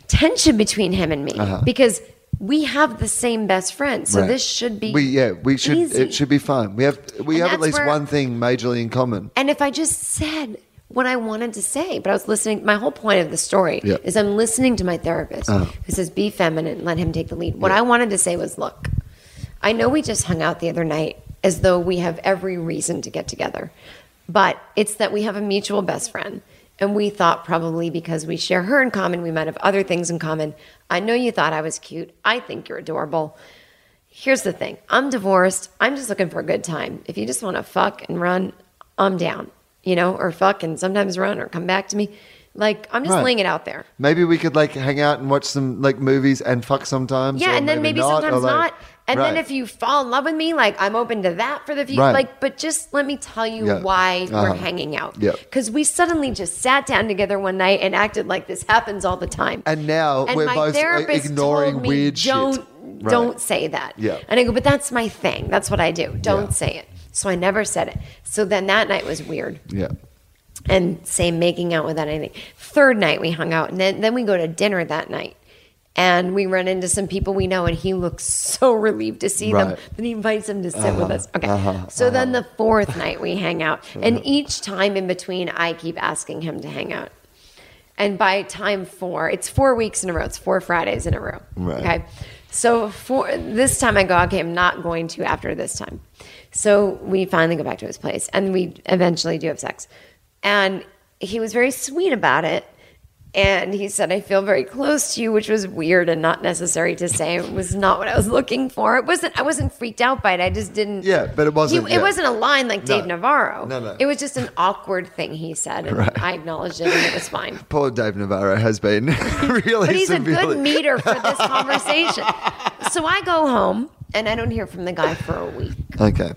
C: tension between him and me?
B: Uh-huh.
C: Because we have the same best friend. So
B: Right.
C: this should be.
B: We yeah. We should.
C: easy.
B: It should be fine. We have. We
C: And
B: have at
C: that's
B: least
C: where-
B: one thing majorly in common.
C: And if I just said what I wanted to say, but I was listening, my whole point of the story
B: Yeah.
C: is I'm listening to my therapist
B: Uh-huh.
C: who says, be feminine, let him take the lead. What I wanted to say was, look, I know we just hung out the other night as though we have every reason to get together, but it's that we have a mutual best friend. And we thought probably because we share her in common, we might have other things in common. I know you thought I was cute. I think you're adorable. Here's the thing I'm divorced. I'm just looking for a good time. If you just want to fuck and run, I'm down, you know, or fuck and sometimes run or come back to me. Like, I'm just
B: Right.
C: laying it out there.
B: Maybe we could like hang out and watch some like movies and fuck sometimes.
C: Yeah,
B: or
C: and then maybe,
B: not,
C: sometimes
B: or, like-
C: not. And then
B: Right.
C: if you fall in love with me, like I'm open to that for the future.
B: Right.
C: Like, but just let me tell you
B: Yeah.
C: why
B: Uh-huh.
C: we're hanging out.
B: Yep.
C: Because we suddenly just sat down together one night and acted like this happens all the time.
B: And now
C: And
B: we're
C: my
B: both like,
C: therapist
B: ignoring
C: told me,
B: weird
C: don't,
B: shit. Right.
C: Don't say that.
B: Yeah.
C: And I go, but that's my thing. That's what I do. Don't
B: Yeah.
C: say it. So I never said it. So then that night was weird
B: Yeah.
C: and same making out without anything. Third night we hung out, and then, then we go to dinner that night. And we run into some people we know, and he looks so relieved to see them
B: Right.
C: that he invites them to sit with us. Okay. so then the fourth night we hang out. And each time in between, I keep asking him to hang out. And by time four, it's four weeks in a row. It's four Fridays in a row.
B: Right.
C: Okay. So for this time, I go, okay, I'm not going to after this time. So we finally go back to his place, and we eventually do have sex. And he was very sweet about it. And he said, I feel very close to you, which was weird and not necessary to say. It was not what I was looking for. It wasn't, I wasn't freaked out by it. I just didn't.
B: Yeah, but it wasn't-
C: He,
B: yeah.
C: It wasn't a line like
B: No.
C: Dave Navarro.
B: No, no.
C: It was just an awkward thing he said. And I acknowledged it and it was fine.
B: Poor Dave Navarro has been really
C: But he's a
B: severely-
C: good meter for this conversation. so I go home and I don't hear from the guy for a week.
B: Okay.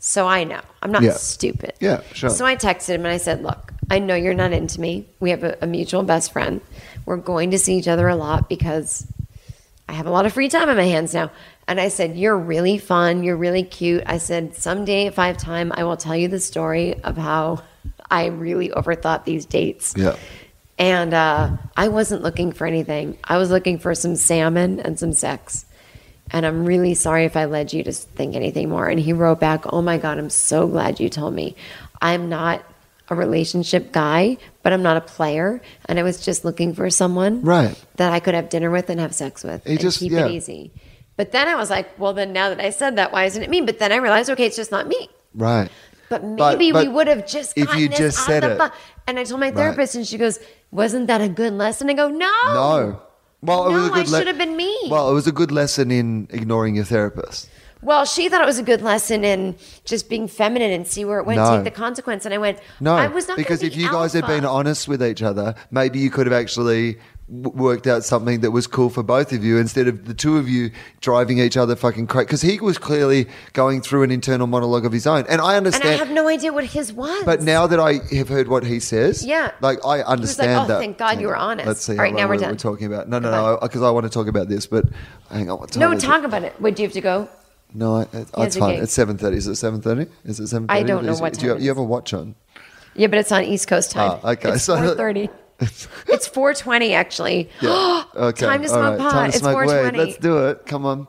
C: So I know I'm not
B: Yeah.
C: stupid.
B: Yeah, sure.
C: So I texted him and I said, Look, I know you're not into me. We have a, a mutual best friend. We're going to see each other a lot because I have a lot of free time on my hands now. And I said, You're really fun. You're really cute. I said, Someday, if I have time, I will tell you the story of how I really overthought these dates.
B: Yeah.
C: And uh, I wasn't looking for anything. I was looking for some salmon and some sex. And I'm really sorry if I led you to think anything more. And he wrote back, Oh my God, I'm so glad you told me. I'm not a relationship guy, but I'm not a player. And I was just looking for someone
B: Right.
C: that I could have dinner with and have sex with
B: He
C: and
B: just-
C: keep
B: yeah.
C: it easy. But then I was like, Well, then now that I said that, why isn't it me? But then I realized, okay, it's just not me.
B: Right.
C: But
B: But-
C: maybe
B: but
C: we would have just
B: if
C: gotten
B: you
C: this
B: just
C: on
B: said
C: the
B: it.
C: bu- And I told my therapist, and she goes, "Wasn't that a good lesson?" I go, "No,
B: No. Well, it was a
C: Oh. No,
B: good
C: I
B: le-
C: should have been me.
B: Well, it was a good lesson in ignoring your therapist.
C: Well, she thought it was a good lesson in just being feminine and see where it went,
B: No.
C: take the consequence. And I went,
B: No,
C: I was not gonna
B: because
C: be
B: if you guys had
C: alpha."
B: been honest with each other, maybe you could have actually w- worked out something that was cool for both of you instead of the two of you driving each other fucking crazy. Because he was clearly going through an internal monologue of his own, and I
C: and
B: understand.
C: I have no idea what his was.
B: but now that I have heard what he says,
C: Yeah.
B: like I
C: like,
B: understand
C: "Oh,
B: that.
C: thank God you were honest."
B: Let's see
C: All
B: how
C: right,
B: long
C: now we're
B: we-
C: done.
B: we're talking about. No, no,
C: Goodbye.
B: no, because I want to talk about this, but hang on. What time
C: no,
B: is it?
C: talk about it. Wait, do you have to go?
B: No, I, it-
C: has
B: it's
C: a
B: fine.
C: gig.
B: It's seven thirty. Is it seven thirty? Is it seven thirty?
C: I don't know
B: is,
C: what
B: do
C: time
B: you,
C: it
B: have, you have
C: is.
B: a watch on.
C: Yeah, but it's on East Coast time.
B: Ah, okay.
C: It's
B: So-
C: four thirty. it's four twenty actually.
B: Yeah. Okay.
C: Time to
B: All
C: smoke
B: right.
C: pot.
B: Time to
C: it's
B: smoke
C: four
B: weed.
C: twenty.
B: Let's do it. Come on.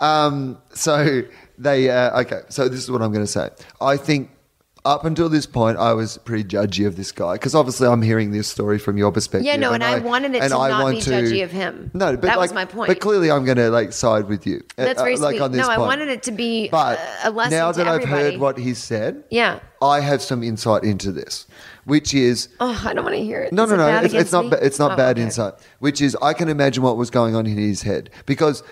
B: Um, so they uh, okay. So this is what I'm going to say. I think up until this point, I was pretty judgy of this guy because obviously I'm hearing this story from your perspective.
C: Yeah, no, and I wanted it
B: and
C: to
B: I
C: not
B: want
C: be
B: to-
C: judgy of him.
B: No, but
C: That was
B: like-
C: my point.
B: But clearly, I'm going to like side with you. uh,
C: That's very
B: uh, like
C: sweet.
B: on this
C: No, I
B: point.
C: wanted it to be
B: But
C: a- a lesson
B: now
C: to
B: that I've
C: everybody.
B: heard what he said,
C: Yeah.
B: I have some insight into this, which is
C: Oh, I don't want to hear it.
B: no,
C: Is
B: no,
C: it
B: no.
C: bad
B: It's, it's
C: against
B: not.
C: me?
B: ba- It's not
C: Oh,
B: bad
C: okay.
B: insight. Which is, I can imagine what was going on in his head because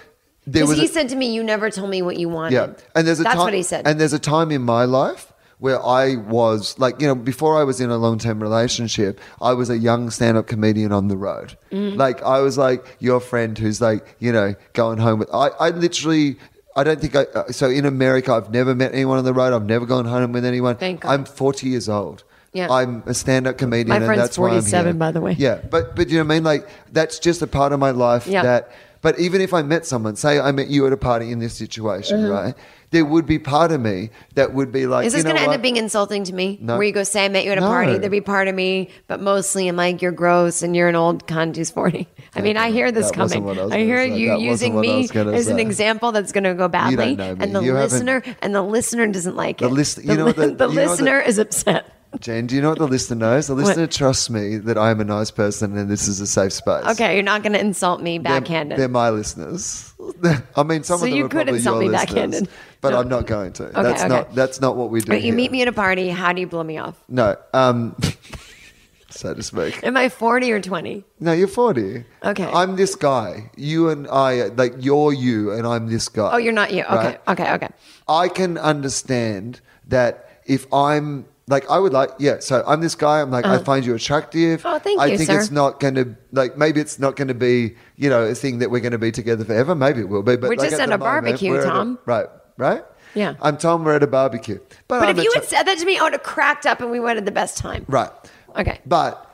B: there
C: Because
B: was.
C: he
B: a-
C: said to me, "You never told me what you wanted."
B: yeah, and there's a
C: that's
B: time,
C: what he said.
B: And there's a time in my life where I was like, you know, before I was in a long-term relationship, I was a young stand-up comedian on the road.
C: Mm.
B: Like I was like your friend who's like, you know, going home with. I, I literally. I don't think I. uh, So in America, I've never met anyone on the road. I've never gone home with anyone.
C: Thank God.
B: I'm 40 years old.
C: Yeah.
B: I'm a stand-up comedian.
C: My
B: and
C: friend's
B: that's why I'm
C: 47,
B: here.
C: by the way.
B: Yeah, but but you know what I mean. Like that's just a part of my life
C: Yeah.
B: that. But even if I met someone, say I met you at a party in this situation, right? There would be part of me that would be like,
C: Mm-hmm. Is this
B: you know
C: going to end
B: what?
C: up being insulting to me?
B: No.
C: Where you go say I met you at a
B: No.
C: party, there'd be part of me, but mostly I'm like you're gross and you're an old cunt who's forty. I mean, I hear this
B: That wasn't
C: coming.
B: what I was
C: I,
B: gonna
C: hear
B: say.
C: you
B: That wasn't
C: using
B: what I
C: me
B: was gonna
C: as an
B: say.
C: example that's going to go badly,
B: know me.
C: and the
B: You haven't-
C: listener and the listener doesn't like
B: The
C: it.
B: list- you know what the-
C: the,
B: you know what the-
C: listener is upset.
B: Jane, do you know what the listener knows? The
C: What?
B: listener trusts me that I am a nice person and this is a safe space.
C: Okay, you're not going to insult me
B: They're-
C: backhanded.
B: They're my listeners. I mean, some
C: So
B: of them
C: you
B: are
C: could
B: probably
C: insult
B: your
C: me
B: listeners,
C: backhanded.
B: but
C: No.
B: I'm not going to.
C: Okay,
B: that's
C: okay.
B: not. That's not what we do.
C: but you
B: here.
C: meet me at a party. How do you blow me off?
B: No. Um, so to speak.
C: Am I 40 or 20?
B: No, you're 40.
C: Okay.
B: I'm this guy. You and I, like, you're you and I'm this guy.
C: Oh, you're not you. Okay.
B: Right?
C: Okay. Okay.
B: I can understand that if I'm like I would like yeah, so I'm this guy, I'm like I find you attractive.
C: Uh-huh. Oh, thank
B: I
C: you,
B: think
C: sir.
B: it's not gonna like maybe it's not gonna be, you know, a thing that we're gonna be together forever. Maybe it will be, but
C: We're
B: like,
C: just
B: at
C: at
B: the
C: a
B: moment,
C: barbecue,
B: we're at a-
C: Tom.
B: right, right?
C: Yeah.
B: I'm Tom, we're at a barbecue. But,
C: But
B: I'm
C: if you
B: attra-
C: had said that to me, I would have cracked up and we would have had the best time.
B: Right.
C: Okay.
B: But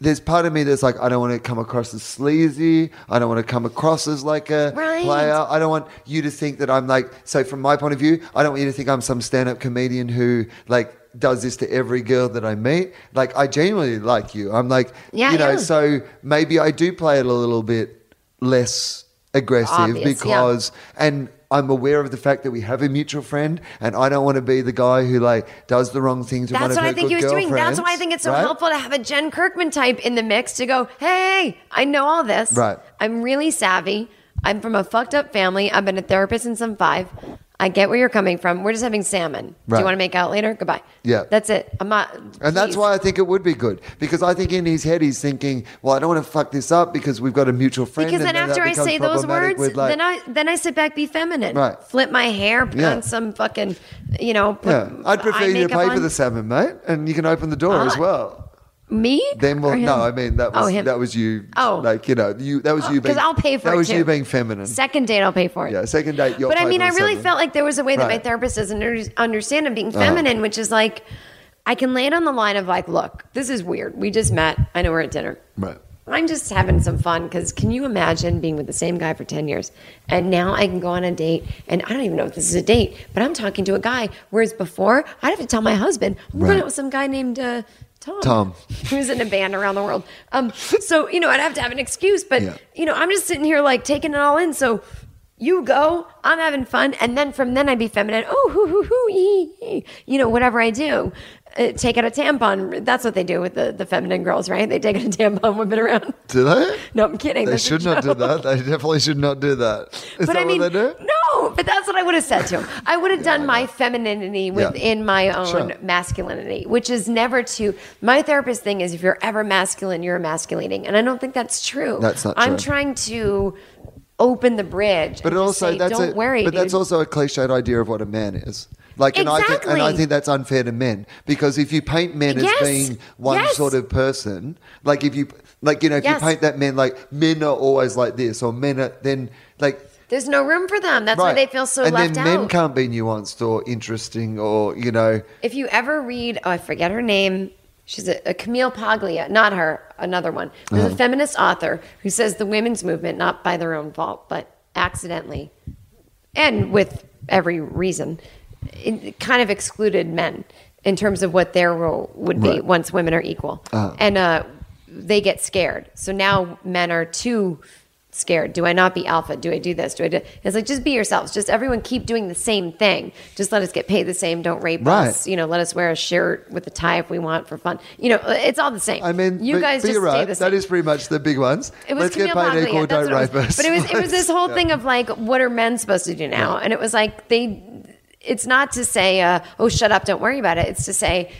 B: there's part of me that's like, I don't want to come across as sleazy. I don't want to come across as like a
C: Right.
B: player. I don't want you to think that I'm like, so from my point of view, I don't want you to think I'm some stand up comedian who like does this to every girl that I meet. Like, I genuinely like you. I'm like,
C: Yeah,
B: you know,
C: yeah.
B: so maybe I do play it a little bit less aggressive
C: Obvious, yeah.
B: because and I'm aware of the fact that we have a mutual friend, and I don't want to be the guy who like does the wrong thing to one
C: That's
B: of
C: what
B: her
C: I think he
B: good
C: was doing. That's why I
B: girlfriends,
C: think it's so
B: right?
C: helpful to have a Jen Kirkman type in the mix to go, hey, I know all this.
B: Right.
C: I'm really savvy. I'm from a fucked up family. I've been a therapist since I'm five. I get where you're coming from. We're just having salmon. Do
B: Right.
C: you want to make out later? Goodbye.
B: Yeah.
C: That's it. I'm not.
B: And that's
C: please.
B: why I think it would be good because I think in his head he's thinking, well, I don't want to fuck this up because we've got a mutual friend.
C: Because then
B: and
C: after
B: that
C: I
B: becomes
C: say those
B: problematic
C: words,
B: with, like-
C: then I then I sit back, be feminine,
B: Right.
C: flip my hair, put
B: Yeah.
C: on some fucking, you know, put
B: yeah, I'd prefer
C: eye
B: you to
C: makeup
B: pay for
C: on.
B: the salmon, mate, and you can open the door as
C: Ah.
B: well.
C: Me?
B: Then
C: Or
B: we'll
C: him?
B: no, I mean that
C: Oh,
B: was
C: him.
B: that was you.
C: Oh.
B: like you know, you that was you being
C: because I'll pay for
B: that
C: it
B: was
C: too.
B: you being feminine.
C: Second date, I'll pay for it.
B: Yeah, second date, you'll
C: But I
B: pay
C: mean,
B: for
C: I
B: the
C: really
B: second.
C: felt like there was a way that my
B: Right. Uh-huh.
C: therapist doesn't under- understand I'm being feminine, which is like, I can lay it on the line of like, look, this is weird. We just met. I know we're at dinner.
B: Right.
C: I'm just having some fun because can you imagine being with the same guy for 10 years? And now I can go on a date and I don't even know if this is a date, but I'm talking to a guy. Whereas before, I'd have to tell my husband, I'm going
B: Right.
C: out with some guy named uh, Tom.
B: Tom.
C: Who's in a band around the world. Um, so, you know, I'd have to have an excuse, but,
B: Yeah.
C: you know, I'm just sitting here like taking it all in. So you go, I'm having fun. And then from then I'd be feminine. Oh, hoo, hoo, hoo, yee, yee. you know, whatever I do. Uh, take out a tampon. That's what they do with the, the feminine girls, right? They take out a tampon, whip it around.
B: Do they?
C: No, I'm kidding.
B: They
C: That's a
B: should not do
C: joke.
B: that. They definitely should not do that. Is
C: but
B: that
C: I mean,
B: what they do?
C: no. But that's what I would have said to him. I would have done my femininity within my own
B: Sure.
C: masculinity, which is never to. My therapist thing is if you're ever masculine, you're emasculating, and I don't think that's true.
B: That's not
C: I'm
B: true.
C: trying to open the bridge.
B: But
C: and just
B: also
C: say,
B: that's
C: don't
B: a,
C: worry.
B: But that's
C: dude.
B: also a cliched idea of what a man is. Like, and I think, and I
C: Exactly.
B: think that's unfair to men because if you paint men
C: Yes.
B: as being one
C: Yes.
B: sort of person, like if you, like you know, if
C: Yes.
B: you paint that men like men are always like this or men are then like
C: There's no room for them. That's why
B: right,
C: they feel so
B: and
C: left
B: then
C: out.
B: men can't be nuanced or interesting or you know,
C: If you ever read, oh, I forget her name. She's a, a Camille Paglia, not her, another one. There's a feminist author who says the women's movement, not by their own fault, but accidentally and with every reason, it kind of excluded men in terms of what their role would be
B: Right.
C: once women are equal. And uh, they get scared. So now men are too scared. Do I not be alpha? Do I do this? Do I do? It's like, just be yourselves. Just everyone keep doing the same thing. Just let us get paid the same. Don't rape
B: Right.
C: us. You know, let us wear a shirt with a tie if we want for fun. You know, uh, it's all the same.
B: I mean,
C: you
B: but-
C: guys
B: but
C: just
B: you're right.
C: stay the same.
B: That is pretty much the big ones.
C: It was
B: Let's
C: Camille
B: get paid
C: Paglia.
B: equal,
C: That's
B: don't
C: what it
B: rape
C: was.
B: us.
C: But it was it was this whole
B: Yeah.
C: thing of like, what are men supposed to do now? And it was like they. It's not to say, uh, oh, shut up, don't worry about it. It's to say,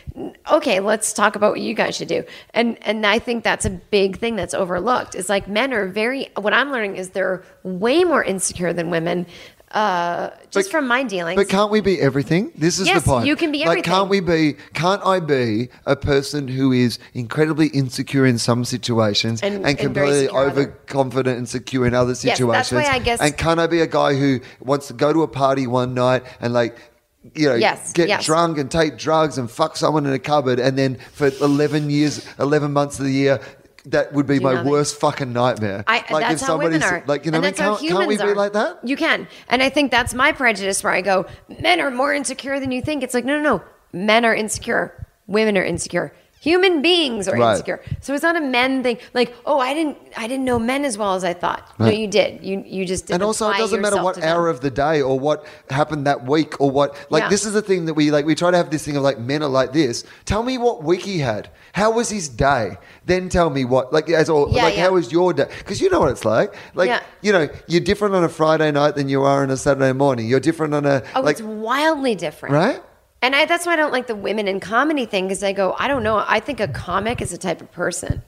C: okay, let's talk about what you guys should do. And and I think that's a big thing that's overlooked. It's like men are very. What I'm learning is they're way more insecure than women, uh, just
B: But-
C: from my dealings.
B: But can't we be everything? This is
C: Yes,
B: the point.
C: you can be
B: Like, can't
C: everything.
B: we be? Can't I be a person who is incredibly insecure in some situations
C: And-
B: and,
C: and very
B: completely
C: secure in other-
B: overconfident and secure in other
C: that's
B: situations?
C: why I guess-
B: And can I be a guy who wants to go to a party one night and like? You know,
C: Yes,
B: get
C: yes.
B: drunk and take drugs and fuck someone in a cupboard, and then for eleven years, eleven months of the year, that would be my
C: nothing.
B: worst fucking nightmare.
C: I, that's how women
B: somebody's-
C: are.
B: like, you know,
C: and
B: what I mean?
C: that's how
B: can't, can't we
C: humans
B: be
C: are.
B: like that?
C: You can, and I think that's my prejudice where I go, men are more insecure than you think. It's like, no, no, no, men are insecure, women are insecure. Human beings are
B: Right.
C: insecure, so it's not a men thing. Like, oh, I didn't, I didn't know men as well as I thought. No,
B: Right.
C: you did. You, you just didn't
B: and also it
C: apply
B: doesn't matter
C: yourself
B: what
C: to them.
B: hour of the day or what happened that week or what like
C: Yeah.
B: this is the thing that we like we try to have this thing of like men are like this tell me what week he had how was his day then tell me what like as or
C: Yeah,
B: like
C: yeah.
B: how was your day because you know what it's like like
C: Yeah.
B: you know you're different on a friday night than you are on a saturday morning you're different on a
C: Oh,
B: like
C: it's wildly different,
B: Right?
C: And I, that's why I don't like the women in comedy thing because I go, I don't know. I think a comic is a type of person.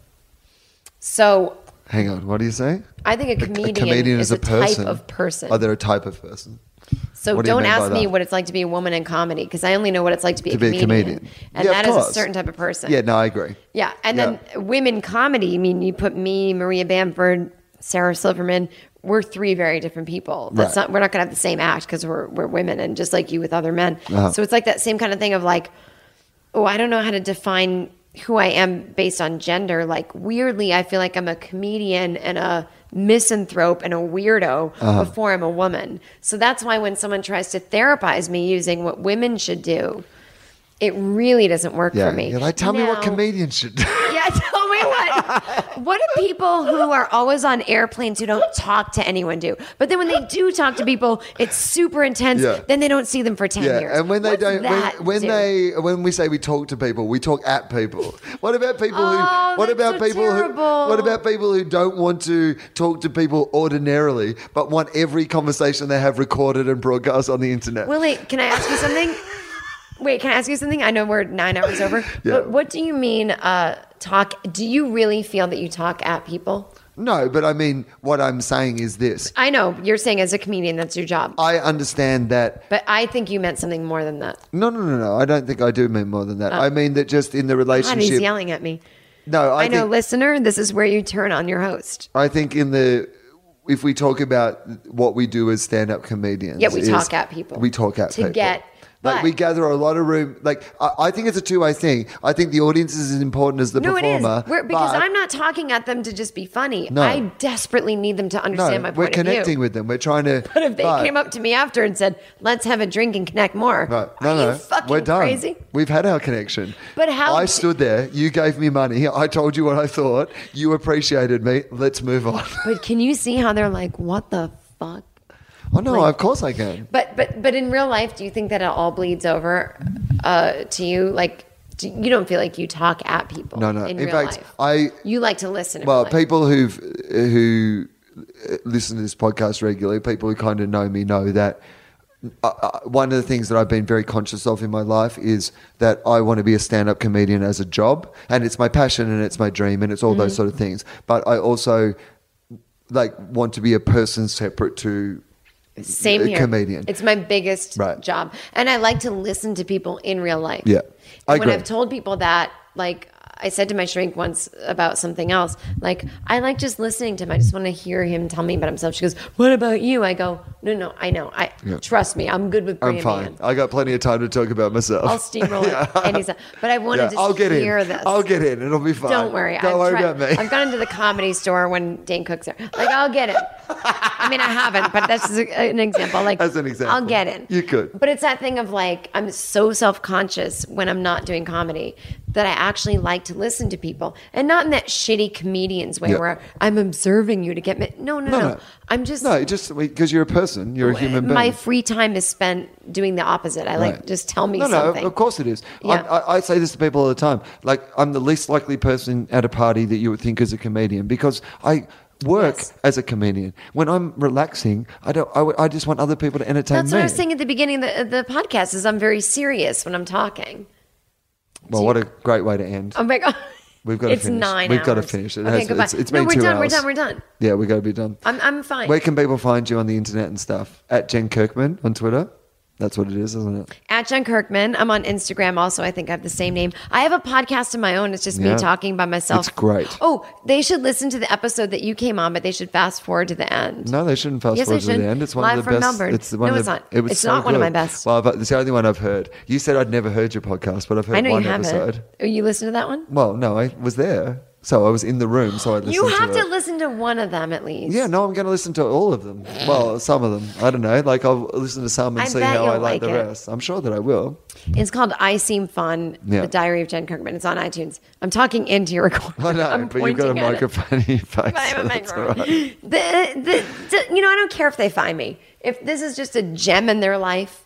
C: So
B: Hang on, what do you say?
C: I think a comedian, is, a, type of person.
B: Oh, they're a type of person.
C: so
B: what do you
C: don't
B: mean by
C: ask me
B: that?
C: what it's like to be a woman in comedy because I only know what it's like to be,
B: To
C: a,
B: be a
C: comedian.
B: comedian.
C: And
B: Yeah, of
C: that is a
B: course.
C: certain type of person.
B: Yeah, no, I agree.
C: Yeah, and then women comedy. I mean, you put me, Maria Bamford, Sarah Silverman. We're three very different people. That's
B: Right.
C: not. We're not going to have the same act because we're we're women, and just like you with other men.
B: Uh-huh.
C: So it's like that same kind of thing of like, oh, I don't know how to define who I am based on gender. Like weirdly, I feel like I'm a comedian and a misanthrope and a weirdo
B: Uh-huh.
C: before I'm a woman. So that's why when someone tries to therapize me using what women should do. It really doesn't work
B: Yeah.
C: for me.
B: You're like, tell me what
C: Now-
B: comedians should do.
C: yeah, tell me what. What do people who are always on airplanes who don't talk to anyone do? But then when they do talk to people, it's super intense.
B: Yeah.
C: Then they don't see them for ten years.
B: and when they
C: What's
B: don't,
C: that
B: when, when
C: do?
B: they, when we say we talk to people, we talk at people. What about people
C: Oh,
B: who? What
C: that's
B: about
C: so
B: people
C: terrible.
B: who? What about people who don't want to talk to people ordinarily, but want every conversation they have recorded and broadcast on the internet?
C: Willie, can I ask you something? Wait, can I ask you something? I know we're nine hours over, but what do you mean? Uh, talk? Do you really feel that you talk at people?
B: no, but I mean, what I'm saying is this:
C: I know you're saying as a comedian that's your job,
B: I understand that
C: but I think you meant something more than that.
B: No, no, no, no. I don't think I do mean more than that. I mean that just in the
C: God,
B: relationship.
C: he's Uh, yelling at me.
B: No, I,
C: I, know,
B: Think,
C: listener, this is where you turn on your host.
B: I think in the if we talk about what we do as stand-up comedians,
C: Yeah, we
B: is
C: talk at people.
B: We talk at
C: To
B: people.
C: get-
B: Like we
C: but-
B: gather a lot of room. Like I, I think it's a two-way thing. I think the audience is as important as the
C: No, it is.
B: performer.
C: We're, because
B: but-
C: I'm not talking at them to just be funny.
B: No.
C: I desperately need them to
B: No,
C: understand my
B: we're
C: point
B: connecting
C: of view.
B: with them. We're trying to.
C: but if they came up to me after and said, "Let's have a drink and connect more,"
B: No, no,
C: are
B: no.
C: you fucking
B: We're done.
C: crazy?
B: We've had our connection.
C: But how
B: I
C: d-
B: stood there. You gave me money. I told you what I thought. You appreciated me. Let's move on.
C: But can you see how they're like, "What the fuck?"
B: Oh no!
C: Like-
B: of course I can.
C: But but but in real life, do you think that it all bleeds over uh, to you? Like, do, you don't feel like you talk at people?
B: No, no.
C: In,
B: In,
C: real
B: fact,
C: life.
B: I
C: you like to listen. in
B: well,
C: real life.
B: people who've who uh, listen to this podcast regularly, people who kind of know me know that uh, uh, one of the things that I've been very conscious of in my life is that I want to be a stand-up comedian as a job, and it's my passion and it's my dream and it's all
C: Mm.
B: those sort of things. But I also like want to be a person separate to
C: Same
B: a
C: here.
B: comedian.
C: It's my biggest
B: Right.
C: job, and I like to listen to people in real life.
B: Yeah.
C: And
B: I
C: when
B: agree.
C: I've told people that, like I said to my shrink once about something else, like I like just listening to him. I just want to hear him tell me about himself. She goes, "What about you?" I go, "No, no, I know. I
B: Yeah.
C: trust me. I'm good with
B: I'm
C: bringing me
B: fine.
C: in.
B: I got plenty of time to talk about myself.
C: I'll steamroll it." And he's, but I wanted
B: Yeah,
C: to
B: I'll get
C: hear
B: in.
C: this.
B: I'll get in. It'll be fine.
C: Don't worry.
B: Don't
C: I've
B: worry
C: tried-
B: about me.
C: I've gone into the comedy store when Dane Cook's there. Like, I'll get it. I mean, I haven't, but that's just a- an example. Like,
B: As an example.
C: I'll get it.
B: You could.
C: But it's that thing of like, I'm so self conscious when I'm not doing comedy that I actually like to listen to people and not in that shitty comedian's way
B: Yeah.
C: where I'm observing you to get me. No, no, no. I'm just.
B: no, it just because you're a person, you're a human being.
C: My free time is spent doing the opposite. I like
B: Right.
C: just tell me
B: no,
C: something.
B: No, of course it is. I'm-
C: Yeah.
B: I, I say this to people all the time. Like, I'm the least likely person at a party that you would think is a comedian because I work
C: Yes.
B: as a comedian. When I'm relaxing, I don't. I, would- I just want other people to entertain
C: That's
B: me.
C: what I was saying at the beginning of the, the podcast. Is I'm very serious when I'm talking.
B: Well, what a great way to end.
C: Oh my god.
B: We've got to
C: it's
B: finish.
C: nine.
B: We've got to
C: hours.
B: finish. It
C: okay,
B: has,
C: goodbye.
B: It's, it's
C: no,
B: been
C: we're
B: two
C: done. We're
B: hours.
C: done. We're done.
B: Yeah, we got to be done.
C: I'm, I'm fine.
B: Where can people find you on the internet and stuff? At Jen Kirkman on Twitter. That's what it is, isn't it?
C: At Jen Kirkman. I'm on Instagram also. I think I have the same name. I have a podcast of my own. It's just
B: Yeah.
C: me talking by myself.
B: It's great.
C: Oh, they should listen to the episode that you came on, but they should fast forward to the end.
B: No, they shouldn't fast
C: Yes, they
B: forward to the
C: should.
B: end. It's one
C: Live
B: of the
C: from
B: best.
C: Melbourne.
B: It's one
C: No,
B: of
C: it's
B: the,
C: not.
B: It was
C: It's
B: so
C: not one of my
B: good.
C: best.
B: Well, but it's the only one I've heard. You said I'd never heard your podcast, but I've heard
C: I know
B: one
C: you haven't.
B: episode.
C: Oh, you listened to that one?
B: Well, no, I was there, so I was in the room, so I listened.
C: You have
B: to,
C: to,
B: it.
C: listen to one of them at least.
B: Yeah, no, I'm going to listen to all of them. Well, some of them. I don't know. Like I'll listen to some and
C: I
B: see
C: bet
B: how I
C: you'll
B: like, the
C: like it.
B: rest. I'm sure that I will.
C: It's called I Seem Fun,
B: Yeah.
C: The Diary of Jen Kirkman. It's on iTunes. I'm talking into your recording.
B: I know,
C: I'm
B: but you've got a
C: pointing at it.
B: microphone in your face.
C: I have
B: so
C: a
B: that's all
C: microphone.
B: right.
C: The- the- the- you know, I don't care if they find me. If this is just a gem in their life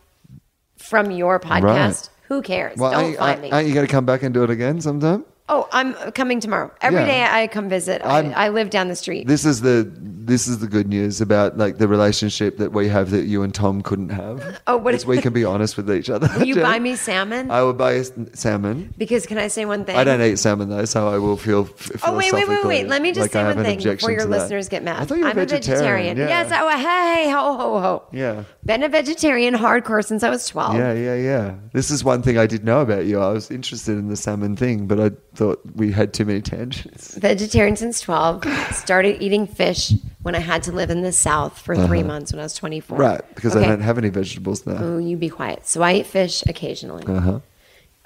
C: from your podcast,
B: Right.
C: who cares?
B: Well,
C: don't
B: aren't, you-
C: find
B: aren't-
C: me.
B: aren't you going to come back and do it again sometime?
C: Oh, I'm coming tomorrow. Every
B: Yeah.
C: day I come visit. I,
B: I'm-
C: I live down the street.
B: This is the this is the good news about like the relationship that we have that you and Tom couldn't have.
C: Oh, what-
B: is we can be honest with each other.
C: Will you
B: Jen.
C: buy me salmon?
B: I will buy s- salmon.
C: because can I say one thing?
B: I don't eat salmon though, so I will feel. F-
C: Oh wait, wait, wait, wait!
B: philosophically
C: Let me just
B: like I
C: say
B: have
C: one
B: an
C: thing before
B: objection
C: your
B: to that.
C: listeners get mad.
B: I thought you were
C: I'm
B: vegetarian. Yeah.
C: Yes. Oh, hey, hey, ho, ho, ho.
B: Yeah.
C: Been a vegetarian hardcore since I was twelve.
B: Yeah, yeah, yeah. This is one thing I did know about you. I was interested in the salmon thing, but I thought we had too many tangents.
C: Vegetarian since twelve. Started eating fish when I had to live in the South for three months when I was twenty-four.
B: Uh-huh. Right, because
C: Okay.
B: I don't have any vegetables now.
C: Oh, you be quiet. So I eat fish occasionally. Uh-huh.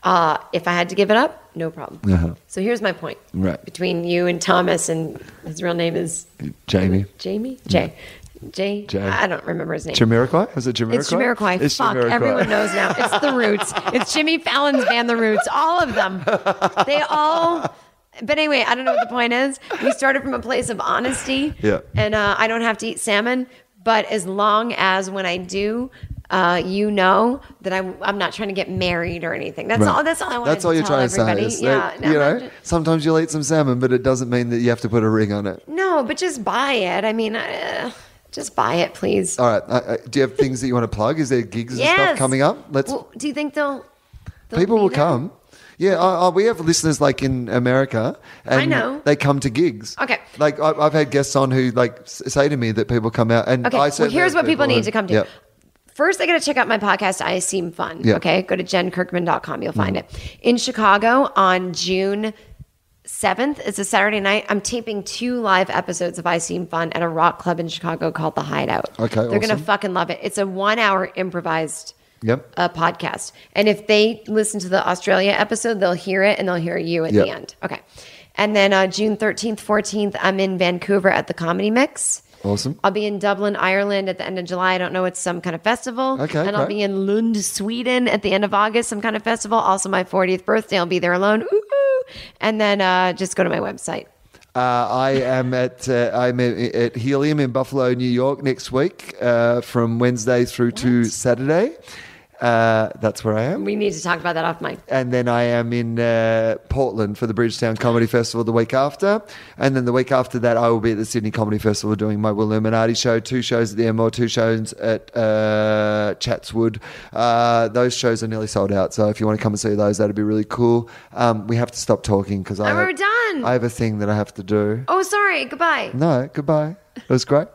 C: Uh, if I had to give it up, no problem.
B: Uh-huh.
C: So here's my point.
B: Right.
C: Between you and Thomas, and his real name is
B: Jamie.
C: Jamie? Jay. Jay?
B: Jay.
C: I don't remember his name.
B: Jamiroquai? Was it Jamiroquai?
C: It's Jamiroquai. Fuck, everyone knows now. It's the Roots. It's Jimmy Fallon's band, The Roots. All of them. They all. But anyway, I don't know what the point is. We started from a place of honesty.
B: Yeah.
C: And uh, I don't have to eat salmon, but as long as when I do. Uh, you know that I'm, I'm not trying to get married or anything. That's
B: Right.
C: all. That's all I want.
B: That's all you're trying to say. Is that, you know, sometimes you'll eat some salmon, but it doesn't mean that you have to put a ring on it.
C: No, but just buy it. I mean, uh, just buy it, please.
B: All right. Uh, uh, do you have things that you want to plug? Is there gigs and stuff
C: Yes.
B: coming up? Let's.
C: Well, do you think they'll? they'll
B: people
C: be
B: will
C: there?
B: come. Yeah, I, I, we have listeners like in America, and
C: I know.
B: they come to gigs.
C: Okay.
B: like I, I've had guests on who like s- say to me that people come out, and
C: Okay.
B: I
C: well,
B: certainly
C: here's
B: have
C: what people need
B: who-
C: to come to.
B: Yep.
C: First, they got to check out my podcast, I Seem Fun.
B: Yeah.
C: Okay. Go to jenkirkman.com. You'll find
B: Mm-hmm.
C: it. In Chicago on June 7th, it's a Saturday night. I'm taping two live episodes of I Seem Fun at a rock club in Chicago called The Hideout.
B: Okay,
C: They're going to
B: awesome.
C: fucking love it. It's a one hour improvised
B: Yep.
C: uh, podcast. And if they listen to the Australia episode, they'll hear it and they'll hear you at the
B: Yep.
C: end. Okay. And then uh, June 13th, 14th, I'm in Vancouver at the Comedy Mix.
B: Awesome. Uh,
C: I'll be in Dublin, Ireland at the end of July. I don't know, it's some kind of festival.
B: Okay,
C: And I'll
B: great.
C: be in Lund, Sweden at the end of August, some kind of festival. Also, my 40th birthday, I'll be there alone. Ooh, ooh. And then uh, just go to my website.
B: Uh, I am at uh, I'm at, at Helium in Buffalo, New York next week uh, from Wednesday through to Saturday. Uh, that's where I am.
C: We need to talk about that off mic.
B: And then I am in uh, Portland for the Bridgetown Comedy Festival the week after. And then the week after that, I will be at the Sydney Comedy Festival doing my Will Illuminati show, two shows at the MO, two shows at uh, Chatswood. Uh, those shows are nearly sold out. So if you want to come and see those, that'd be really cool. Um, we have to stop talking because I,
C: Oh,
B: have-
C: we're done.
B: I have a thing that I have to do.
C: Oh, sorry. Goodbye.
B: No, goodbye. It was great.